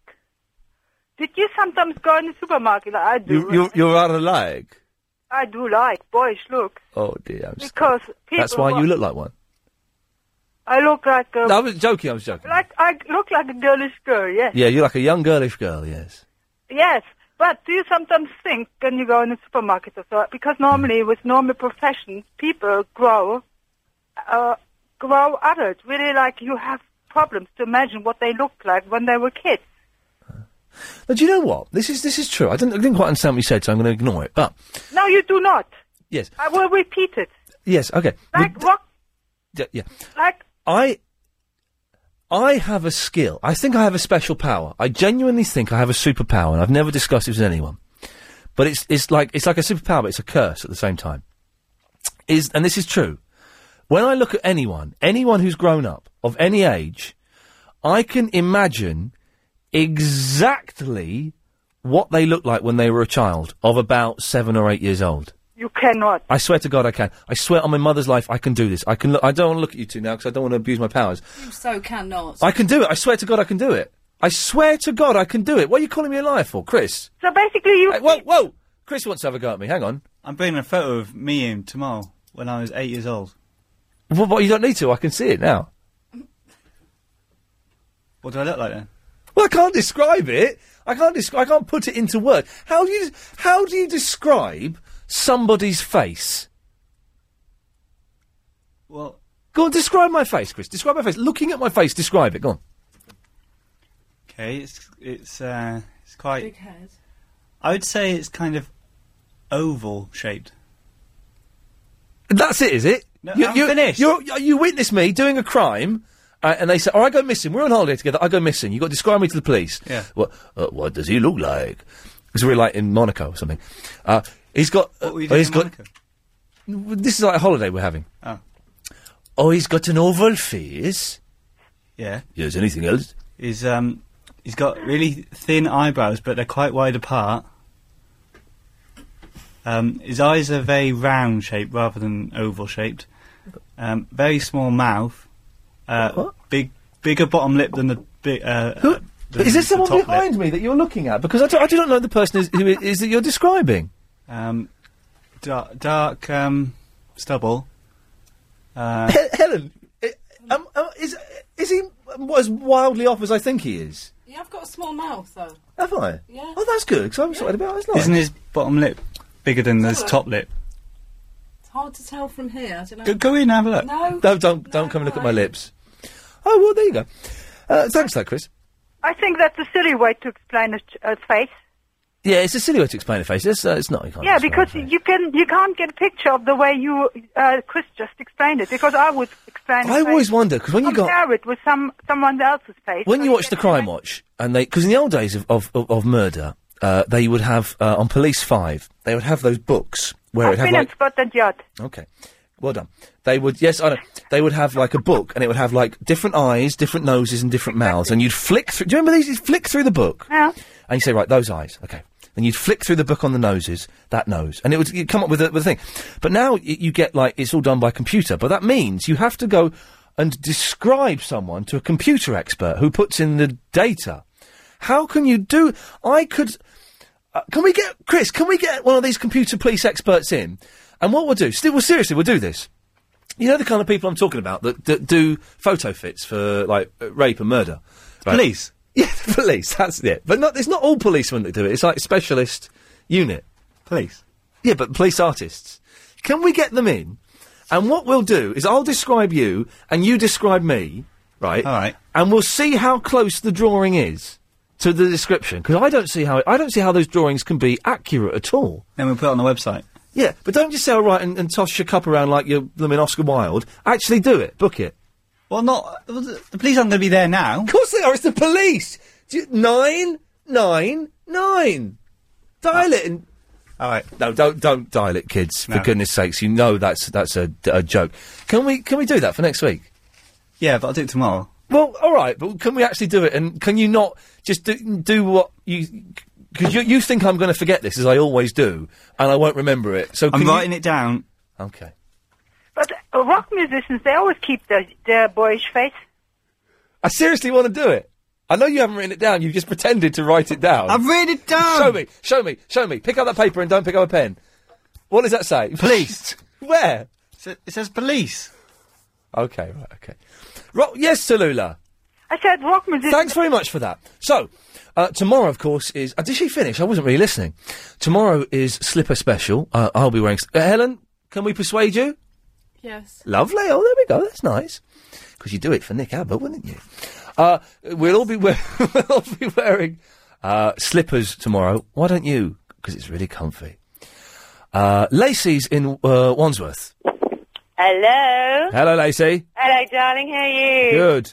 Did you sometimes go in the supermarket? I do.
You you you're out of like.
I do like boyish look
Oh dear. I'm s-
because people.
That's why you
want-
look like one.
I look like a
No, I was joking. I was joking.
like I look like a girlish girl. Yes.
Yeah, you're like a young girlish girl. Yes.
Yes. But do you sometimes think when you go in the supermarket or so? Because normally with normal professions, people grow, uh, grow adult. Really, like you have problems to imagine what they looked like when they were kids.
Now, do you know what? This is this is true. I didn't I didn't quite understand what you said, so I'm going to ignore it. But
No, you do not.
Yes.
I will repeat it.
Yes. Okay.
Like rock,
D- yeah.
like
I I have a skill. I think I have a special power. I genuinely think I have a superpower, and I've never discussed it with anyone. But it's it's like it's like a superpower, but it's a curse at the same time. Is and this is true. When I look at anyone, anyone who's grown up of any age, I can imagine exactly what they looked like when they were a child of about seven or eight years old.
you cannot.
I swear to God, I can. I swear on my mother's life, I can do this. I can. Look, I don't want to look at you two now because I don't want to abuse my powers.
You so cannot.
I can do it. I swear to God, I can do it. I swear to God, I can do it. What are you calling me a liar for, Chris?
So basically, you.
whoa, whoa! Chris wants to have a go at me. Hang on.
I'm bringing a photo of me and Tamal when I was eight years old.
Well, well, you don't need to. I can see it now.
What do I look like then?
Well, I can't describe it. I can't. Desc- I can't put it into words. How do you? How do you describe somebody's face?
Well,
Go on, describe my face, Chris. Describe my face. Looking at my face, describe it. Go on.
okay, it's it's uh, it's quite.
Big head.
I would say it's kind of oval shaped.
That's it, is it?
No,
you,
I'm
you,
finished.
You're, you you witness me doing a crime, uh, and they say, "Oh, I go missing. We're on holiday together. I go missing. You have got to describe me to the police."
Yeah.
What? Uh, what does he look like? Because we're like in Monaco or something. Uh, he's got. Uh,
What were you
oh,
doing
he's
in
got- This is like a holiday we're having.
Oh.
Oh, he's got an oval face.
Yeah.
Yes. Anything else?
Is um, he's got really thin eyebrows, but they're quite wide apart. Um, his eyes are very round shaped rather than oval shaped. Um, very small mouth. Uh, big, bigger bottom lip than the big. Uh, Who?
Is there someone behind me that you're looking at? Because I do, I do not know the person is, who it is that you're describing.
Um, dark, dark um, stubble. Uh,
Helen, i- um, um, is is he um, as wildly off as I think he is?
You have got a small mouth, though.
Have I?
Yeah.
Oh, that's good. Because I'm excited about. That's nice.
isn't his bottom lip bigger than his
Hello.
top lip?
It's hard to tell from here. I don't know.
Go, go in, have a look.
No.
don't don't come and look at my lips. Oh well, there you go. Uh, thanks, for that Chris.
I think that's a silly way to explain a, ch- a face.
Yeah, it's a silly way to explain a face. It's, uh, it's not. You can't
yeah,
describe
because you can you can't get a picture of the way you uh, Chris just explained it. Because I would explain. a
I
face,
always wonder because when you got
compare it with some someone else's face.
when you watch the Crime Watch, and they because in the old days of of, of, of murder, uh, they would have uh, on Police Five, they would have those books where
I've
it had
been
like
at Scotland Yard.
okay. Well done. They would, yes, I know. They would have like a book, and it would have like different eyes, different noses, and different mouths. And you'd flick through. Do you remember these? You'd flick through the book,
Yeah.
and you say, right, those eyes, okay. Then you'd flick through the book on the noses, that nose, and it would you'd come up with a, with a thing. But now y- you get like it's all done by computer, but that means you have to go and describe someone to a computer expert who puts in the data. How can you do? I could. Uh, can we get Chris? Can we get one of these computer police experts in? And what we'll do? Still, well, seriously, we'll do this. You know the kind of people I'm talking about that, that do photo fits for like uh, rape and murder. Police. Yeah, the police. That's it. But not. It's not all policemen that do it. It's like specialist unit.
Police.
Yeah, but police artists. Can we get them in? And what we'll do is I'll describe you and you describe me. Right. All right. And we'll see how close the drawing is to the description because I don't see how I don't see how those drawings can be accurate at all.
Then we put it on the website.
Yeah, but don't just say all right and, and toss your cup around like you're blooming Oscar Wilde. Actually, do it. Book it.
Well,
Uh,
not the police aren't going to be there now. Of
course they are. It's the police. Do you, nine, nine, nine. Dial it and.
All right.
No, don't don't dial it, kids. For goodness sakes, you know that's that's a, a joke. Can we can we do that for next week?
Yeah, but I'll do it tomorrow.
Well, all right, but can we actually do it? And can you not just do, do what you? Because you, you think I'm going to forget this, as I always do, and I won't remember it. So
I'm
can
writing
you...
it down.
Okay.
But uh, rock musicians, they always keep their, their boyish face.
I seriously want to do it. I know you haven't written it down. You've just pretended to write it down. I've
written it down.
Show me. Show me. Show me. Pick up that paper and don't pick up a pen. What does that say? Police. Where?
It says police.
Okay. Right. Okay. Ro- yes, Tallulah.
I said rock musicians.
Thanks very much for that. So, uh, tomorrow, of course, is. Uh, did she finish? I wasn't really listening. Tomorrow is slipper special. Uh, I'll be wearing. s- Uh, Helen, can we persuade you?
Yes.
Lovely. Oh, there we go. That's nice. Because you do it for Nick Abbott, wouldn't you? Uh, we'll all be we- we'll all be wearing uh, slippers tomorrow. Why don't you? Because it's really comfy. Uh, Lacey's in uh, Wandsworth.
Hello.
Hello, Lacey.
Hello, darling. How are you?
Good.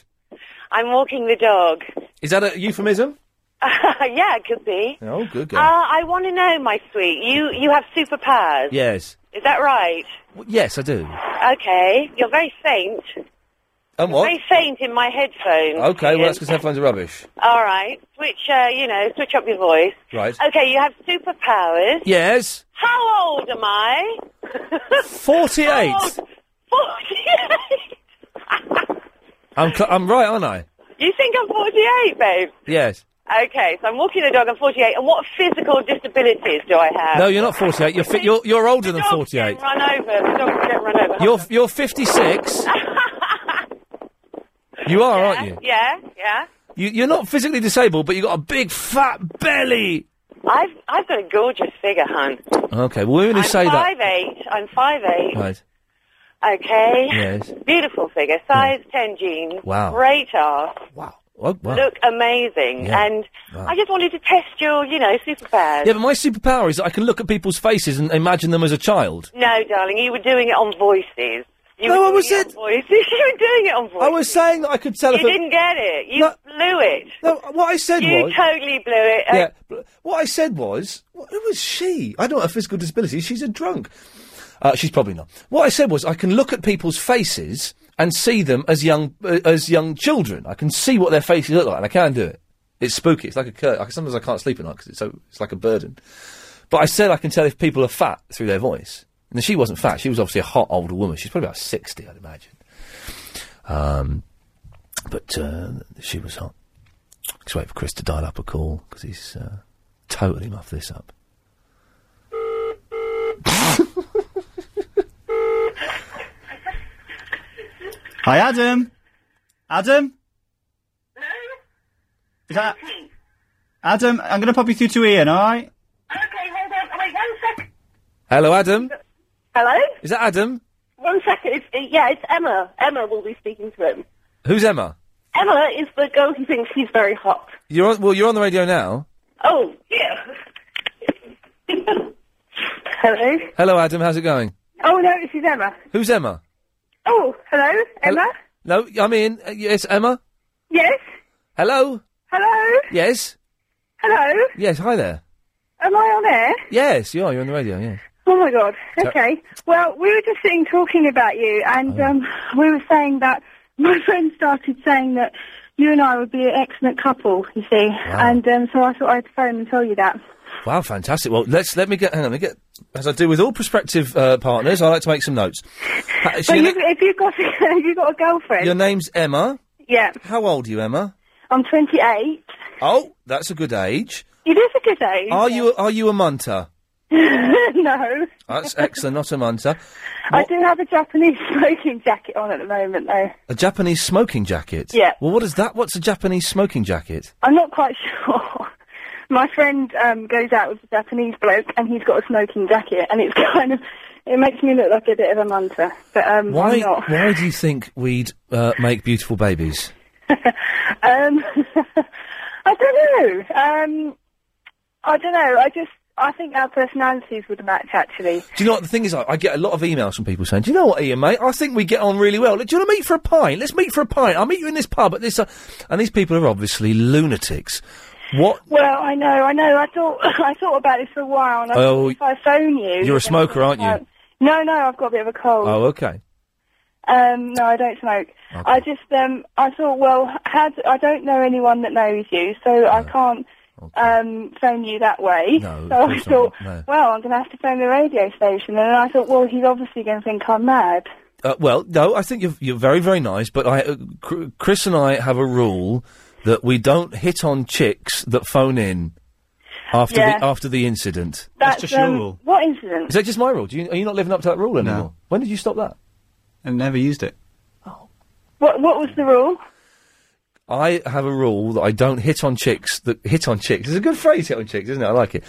I'm walking the dog.
Is that a euphemism?
yeah, it could be.
Oh, good
Uh,
girl.
I want to know, my sweet. You you have superpowers.
yes.
Is that right?
W- Yes, I do.
Okay. You're very faint.
And what?
Very faint in my headphones.
Okay, well, that's because headphones are rubbish.
All right. Switch. Uh, you know, switch up your voice.
Right.
Okay. You have superpowers.
Yes.
How old am I?
48.
Forty-eight.
I'm, cl- I'm right, aren't I?
You think I'm forty-eight, babe?
Yes.
Okay, so I'm walking the dog. I'm 48. And what physical disabilities do I have?
No, you're not 48. You're, fi- you're, Uh, you're older than 48.
Run
Uh,
over. The dog's getting run over.
You're, you're 56. you are, aren't you?
Yeah, yeah.
you? You're not physically disabled, but you've got a big fat belly.
I've I've got a gorgeous figure, hun.
Okay, well, women who
I'm
say
five
that.
eight. I'm five eight.
Right.
Okay.
Yes.
Beautiful figure. Size ten jeans.
Wow.
Great ass. Wow.
Oh, wow.
Look amazing.
Yeah.
And
Wow.
I just wanted to test your, you know, superpowers.
Yeah, but my superpower is that I can look at people's faces and imagine them as a child.
No, darling, you were doing it on voices. You
No,
were
I was
doing it on voices. You were doing it on voices.
I was saying that I could tell if
You
a-
didn't get it. You blew it.
No, what I said
you
was-
totally blew it. Uh,
Yeah. but What I said was, wh- who was she? I don't have a physical disability. She's a drunk. Uh, she's probably not. What I said was, I can look at people's faces and see them as young uh, as young children. I can see what their faces look like, and I can do it. It's spooky. It's like a cur- like, sometimes I can't sleep at night because it's so it's like a burden. But I said I can tell if people are fat through their voice. And she wasn't fat. She was obviously a hot older woman. She's probably about sixty, I'd imagine. Um, but uh, she was hot. Just wait for Chris to dial up a call because he's uh, totally muffed this up.
Hi, Adam. Adam? Is that... Adam, I'm going to pop you through to Ian, alright?
Okay, hold on. Wait, one sec.
Hello, Adam.
Hello?
Is that Adam?
One second. It's, it, yeah, it's Emma. Emma will be speaking to him.
Who's Emma?
Emma is the girl who thinks he's very hot.
You're on, well. You're on the radio now.
Oh, yeah. hello?
Hello, Adam. How's it going?
Oh, no, this is Emma.
Who's Emma?
Oh, hello, Emma?
No, I'm in. Uh, yes, Emma.
Yes?
Hello.
Hello?
Yes.
Hello?
Yes. Hi there.
Am I on air?
Yes, you are. You're on the radio. Yes.
Oh my god.
Yeah.
Okay. Well, we were just sitting talking about you, and
Oh.
um, we were saying that my friend started saying that you and I would be an excellent couple. You see, and um, so I thought I'd phone and tell you that.
Wow, fantastic. Well, let's let me get. Hang on, let me get. As I do with all prospective uh, partners, I like to make some notes. Ha- so
but
your,
you, if you got if you got a
na-
girlfriend,
your name's Emma.
yeah,
How old are you, Emma?
I'm 28.
Oh, that's a good age.
It is a good age.
Are you are you a munter?
no,
That's excellent. Not a munter.
I do have a Japanese smoking jacket on at the moment, though.
A Japanese smoking jacket.
Yeah.
Well, what is that? What's a Japanese smoking jacket?
I'm not quite sure. My friend um, goes out with a Japanese bloke, and he's got a smoking jacket, and it's kind of it makes me look like a bit of a munter, but um,
Why?
I'm not.
Why do you think we'd uh, make beautiful babies?
Um, I don't know. Um, I don't know. I just I think our personalities would match actually.
Do you know what the thing is? I, I get a lot of emails from people saying, "Do you know what, Ian, mate? I think we get on really well. Do you want to meet for a pint? Let's meet for a pint. I'll meet you in this pub at this." Uh... And these people are obviously lunatics. What?
Well, I know, I know. I thought I thought about this for a while, and I
Oh,
thought if I phone you,
You're a smoker, aren't you?
No, no, I've got a bit of a cold.
Oh, okay.
Um, no, I don't smoke. I just, um, I thought, well, how do, I don't know anyone that knows you, so I can't um, phone you that way.
No,
so I
of course
thought,
not, no.
well, I'm going to have to phone the radio station, and I thought, well, he's obviously going to think I'm mad.
Uh, well, no, I think you're, you're very, very nice, but I, uh, Cr- Chris and I have a rule that we don't hit on chicks that phone in after
Yeah.
the after the incident.
um, What incident?
Is that just my rule? Do you, are you not living up to that rule anymore? When did you stop that? Oh.
I never used it.
What What was the rule?
I have a rule that I don't hit on chicks that hit on chicks. It's a good phrase, hit on chicks, isn't it? I like it.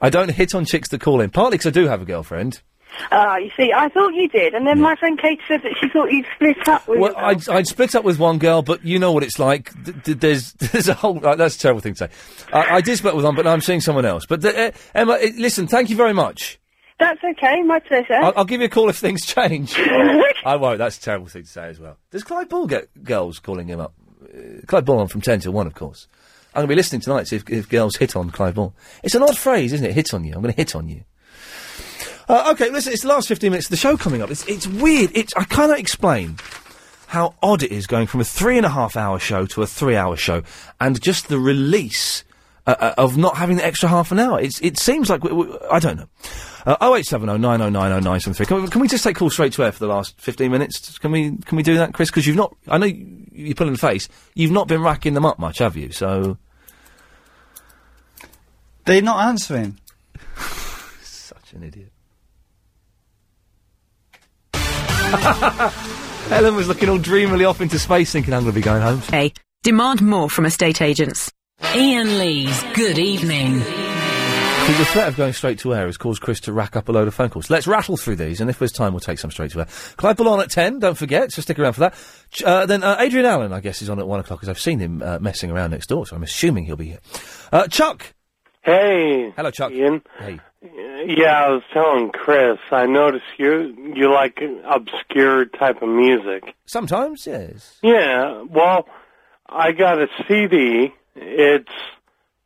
I don't hit on chicks that call in, partly because I do have a girlfriend.
Ah, you see, I thought you did, and then my friend Kate said that she thought you'd split up with.
Well, I'd, I'd split up with one girl, but you know what it's like. Th- th- there's there's a whole uh, that's a terrible thing to say. I, I did split up with one, but now I'm seeing someone else. But th- uh, Emma, uh, listen, thank you very much.
That's okay, my
Eh?
pleasure.
I'll, I'll give you a call if things change. I won't. That's a terrible thing to say as well. Does Clyde Ball get girls calling him up? Uh, Clyde Ball on from 10 to 1, of course. I'm going to be listening tonight to see if, if girls hit on Clyde Ball. It's an odd phrase, isn't it? Hit on you. I'm going to hit on you. Uh, okay, listen, it's the last 15 minutes of the show coming up. It's, it's weird. It's, I cannot explain how odd it is going from a three and a half hour show to a three hour show and just the release uh, uh, of not having the extra half an hour. It's, it seems like, we, we, I don't know. Uh, 0870 9090973. Can, we- can we just take calls straight to air for the last 15 minutes? Can we, can we do that, Chris? Because you've not, I know you, you're pulling the face, you've not been racking them up much, have you? So.
They're not answering.
Such an idiot. Helen was looking all dreamily off into space thinking I'm going to be going home.
Hey, demand more from estate agents. Ian Lee's Good Evening.
See, the threat of going straight to air has caused Chris to rack up a load of phone calls. Let's rattle through these, and if there's time, we'll take some straight to air. Clive Bull on at 10, don't forget, so stick around for that. Ch- Uh, then uh, Adrian Allen, I guess, is on at 1 o'clock, because I've seen him uh, messing around next door, so I'm assuming he'll be here. Uh, Chuck!
Hey.
Hello, Chuck.
Ian.
Hey.
Yeah, I was telling Chris, I noticed you you like obscure type of music.
Sometimes, yes.
Yeah, well, I got a CD. It's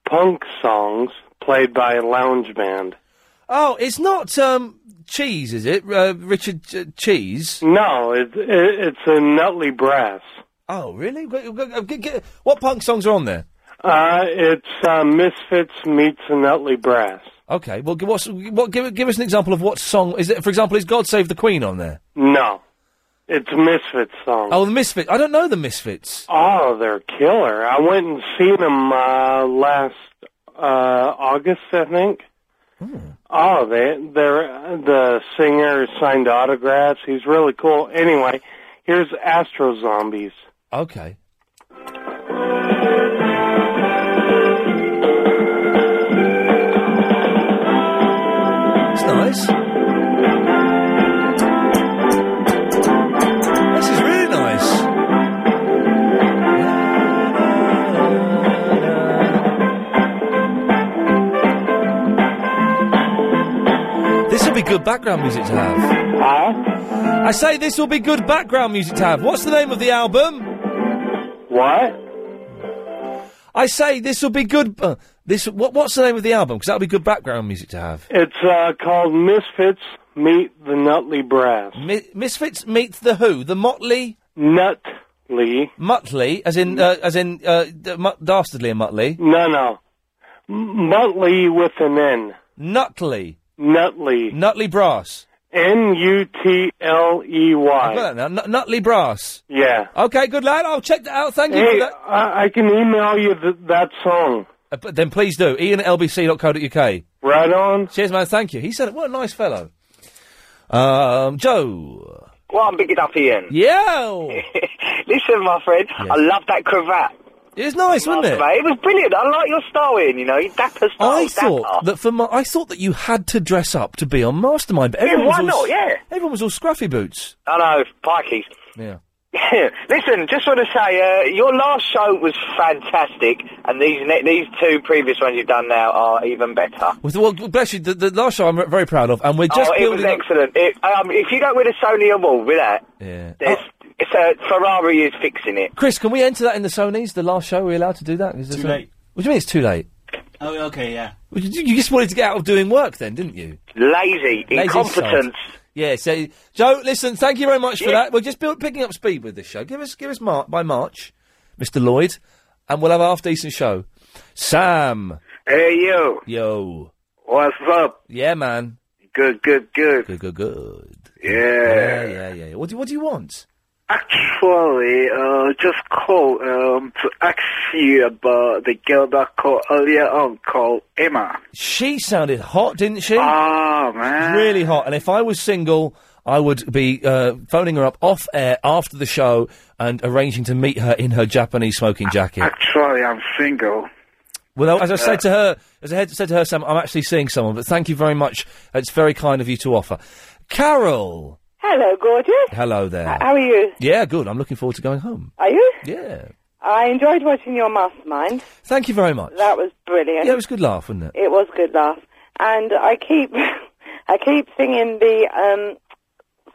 punk songs played by a lounge band.
Oh, it's not um, Cheese, is it? Uh, Richard uh, Cheese?
No, it, it, it's a Nutley Brass.
Oh, really? G- g- g- g- What punk songs are on there?
Uh, it's uh, Misfits meets a Nutley Brass.
Okay, well, g- what's, what, give, give us an example of what song is it? For example, is "God Save the Queen" on there?
No, it's Misfits songs.
Oh, the Misfits. I don't know the Misfits.
Oh, they're killer. I went and seen them uh, last uh, August, I think. Oh, they they're the singer signed autographs. He's really cool. Anyway, here's Astro Zombies.
Okay. It's nice. This is really nice. This will be good background music to have. I say this will be good background music to have. What's the name of the album?
What?
I say this will be good. Uh, this what, what's the name of the album? Because that'll be good background music to have.
It's uh, called Misfits Meet the Nutley Brass.
Mi- Misfits meet the Who, the Motley
Nutley,
Mutley, as in uh, as in uh, d- mut- dastardly and Mutley.
No, no, M- Nutley with an N.
Nutley.
Nutley.
Nutley Brass.
N U T L E Y.
I've got that now. N- Nutley Brass.
Yeah.
Okay, good lad. I'll check that out. Thank you for
Hey,
that.
I, I can email you th- that song.
Uh, but then please do. Ian at lbc.co.uk.
Right on.
Cheers, man. Thank you. He said, what a nice fellow. Um, Joe.
Well, I'm big enough, Ian.
Yeah.
Listen, my friend, I love that cravat.
It was nice,
wasn't it? Mate. It was brilliant. I like your style, Ian. You know, you dapper style.
I
dapper.
thought that for my, I thought that you had to dress up to be on Mastermind, but
Yeah,
everyone
why
was all,
not? Yeah.
everyone was all scruffy boots.
I know, Pikey's.
Yeah.
Listen, just want to say, uh, your last show was fantastic, and these ne- these two previous ones you've done now are even better.
With well, bless you. The, the last show I'm re- very proud of, and we're just
oh, it was
building. up-
excellent. It, um, if you don't win a Sony award with that,
yeah.
there's, it's a Ferrari is fixing it.
Chris, can we enter that in the Sony's? The last show, are we allowed to do that? Is this
Too
a-
late.
What do you mean it's too late?
Oh, okay, yeah.
Well, You you just wanted to get out of doing work, then, didn't you?
Lazy,
Lazy
incompetent.
sod. Yeah. So, Joe, listen. Thank you very much for
Yeah.
that. We're just build, picking up speed with this show. Give us, give us Mar- by March, Mr. Lloyd, and we'll have a half decent show. Sam.
Hey, yo.
Yo.
Oh. What's up?
Yeah, man.
Good, good, good.
Good, good, good.
Yeah.
Yeah, yeah, yeah. What do, what do you want?
Actually, uh, just call um, to ask you about the girl that called earlier on called Emma.
She sounded hot, didn't she?
Oh, man.
Really hot. And if I was single, I would be uh, phoning her up off air after the show and arranging to meet her in her Japanese smoking jacket.
Actually, I'm single.
Well, as I
Uh,
said to her, as I had said to her, Sam, I'm actually seeing someone, but thank you very much. It's very kind of you to offer. Carol,
Hello, gorgeous.
hello there.
How are you?
Yeah, good. I'm looking forward to going home.
Are you?
Yeah.
I enjoyed watching your mastermind.
Thank you very much.
That was brilliant.
Yeah, it was a good laugh, wasn't it?
It was good laugh. And I keep, I keep singing the um,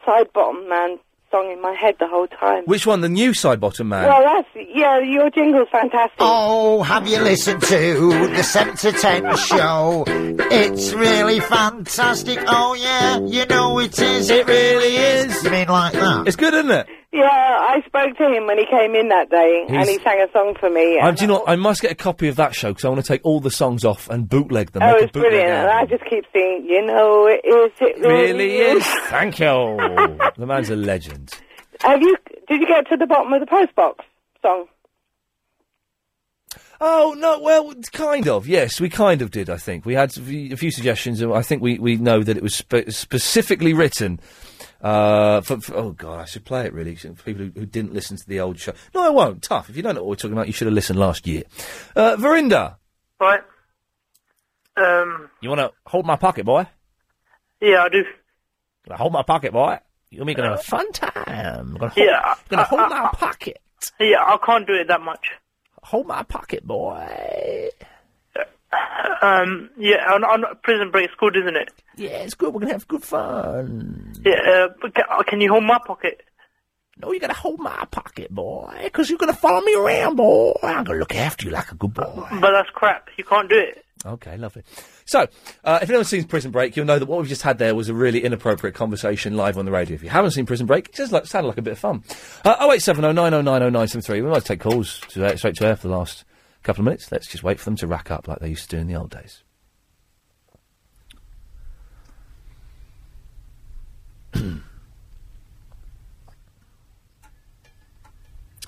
side bottom man song in my head the whole time.
Which one? The new side bottom man?
Well, that's yeah. Your jingle's fantastic.
Oh, have you listened to the 7 to 10 show? It's really fantastic. Oh, yeah, you know it is. It really is. You mean like that?
It's good, isn't it?
Yeah, I spoke to him when he came in that day, and
He's-
he sang a song for me.
I, do you know, what? I must get a copy of that show because I want to take all the songs off and bootleg them.
oh,
Make a
it's
bootleg
brilliant, and
album.
I just keep singing. You know, it is. It
Really is. Thank you. the man's a legend.
Have you? Did you get to the bottom of the postbox song?
Oh no, well, kind of. Yes, we kind of did. I think we had a few a few suggestions, and I think we, we know that it was spe- specifically written. Uh, for, for- oh god, I should play it really for people who, who didn't listen to the old show. No, I won't. Tough. If you don't know what we're talking about, you should have listened last year. Uh, Verinda,
Right. Um,
you want to hold my pocket, boy?
yeah, I do.
Gonna hold my pocket, boy. You're making a fun time. Gonna
Uh,
hold,
Yeah, I-
gonna
I-
hold
I-
my pocket.
Yeah, I can't do it that much.
Hold my pocket, boy.
Um, yeah, on, on prison break's good, isn't it?
Yeah, it's good. We're gonna have good fun.
Yeah, uh, but ca- uh, can you hold my pocket?
No, you gotta hold my pocket, boy, because you're gonna follow me around, boy. I'm gonna look after you like a good boy.
But that's crap. You can't do it.
Okay, lovely. So, uh, if anyone's seen Prison Break, you'll know that what we've just had there was a really inappropriate conversation live on the radio. If you haven't seen Prison Break, it just like, sounded like a bit of fun. Uh, 08709090973. We might take calls to, air- straight to air for the last couple of minutes. Let's just wait for them to rack up like they used to do in the old days.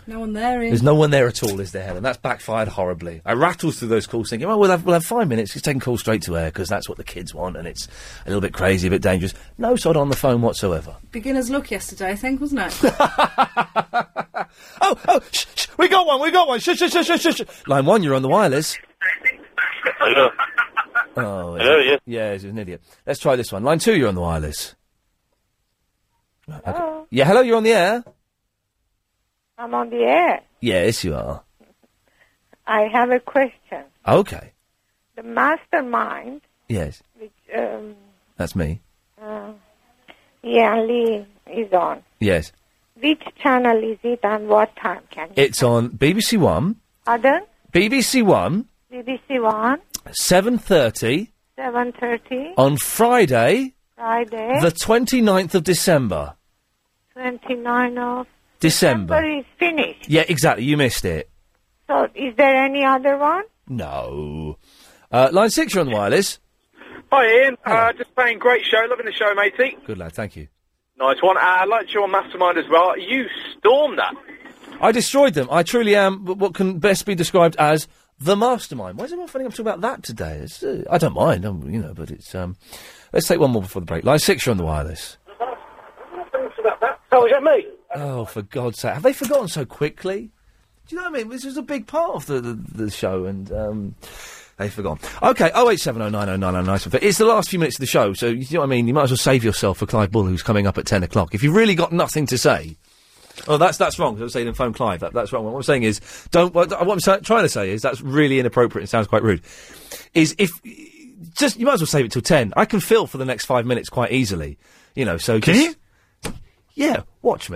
No one there is.
There's no one there at all, is there, Helen? That's backfired horribly. I rattled through those calls thinking, oh, we'll have, we'll have five minutes. Just taking calls straight to air because that's what the kids want and it's a little bit crazy, a bit dangerous. No sod on the phone whatsoever.
Beginner's luck yesterday, I think, wasn't it?
Oh, oh, shh, shh, we got one, we got one. Shh, shh, shh, shh, shh, shh. Line one, you're on the wireless.
Hello.
Oh,
Hello, yes.
Yeah, he's an idiot. Let's try this one. Line two, you're on the wireless. Hello. Yeah, hello, you're on the air.
Oh, I'm on the air.
Yes, you are.
I have a question.
Okay.
The mastermind,
Yes,
which um,
that's me.
uh, Ian Lee is on,
Yes.
which channel is it and what time can you?
It's on BBC One,
Pardon?
BBC One,
BBC One,
7.30
7.30,
on Friday,
Friday,
the 29th of December.
29 of
December.
December is finished.
Yeah, exactly. You missed it.
So is there any other one?
No. Uh, line six, you're on the wireless.
Hi, Ian. Uh, just playing great show. Loving the show, matey.
Good lad, thank you.
Nice one. Uh, I liked your mastermind as well. You stormed that.
I destroyed them. I truly am wh- what can best be described as the mastermind. Why is everyone finding I'm talking about that today? It's, uh, I don't mind, um, you know, but it's. Um, let's take one more before the break. Line six, you're on the wireless.
Oh, was that me?
Oh, for God's sake. Have they forgotten so quickly? Do you know what I mean? This was a big part of the, the, the show, and um, they've forgotten. Okay, 08709090909. It's the last few minutes of the show, so you know what I mean? You might as well save yourself for Clive Bull, who's coming up at 10 o'clock. If you've really got nothing to say. Oh, that's that's wrong. I was saying, phone Clive. That, that's wrong. What I'm saying is, don't. What, what I'm sa- trying to say is that's really inappropriate and sounds quite rude. Is if just you might as well save it till ten. I can fill for the next five minutes quite easily. You know, so just, yeah, watch me.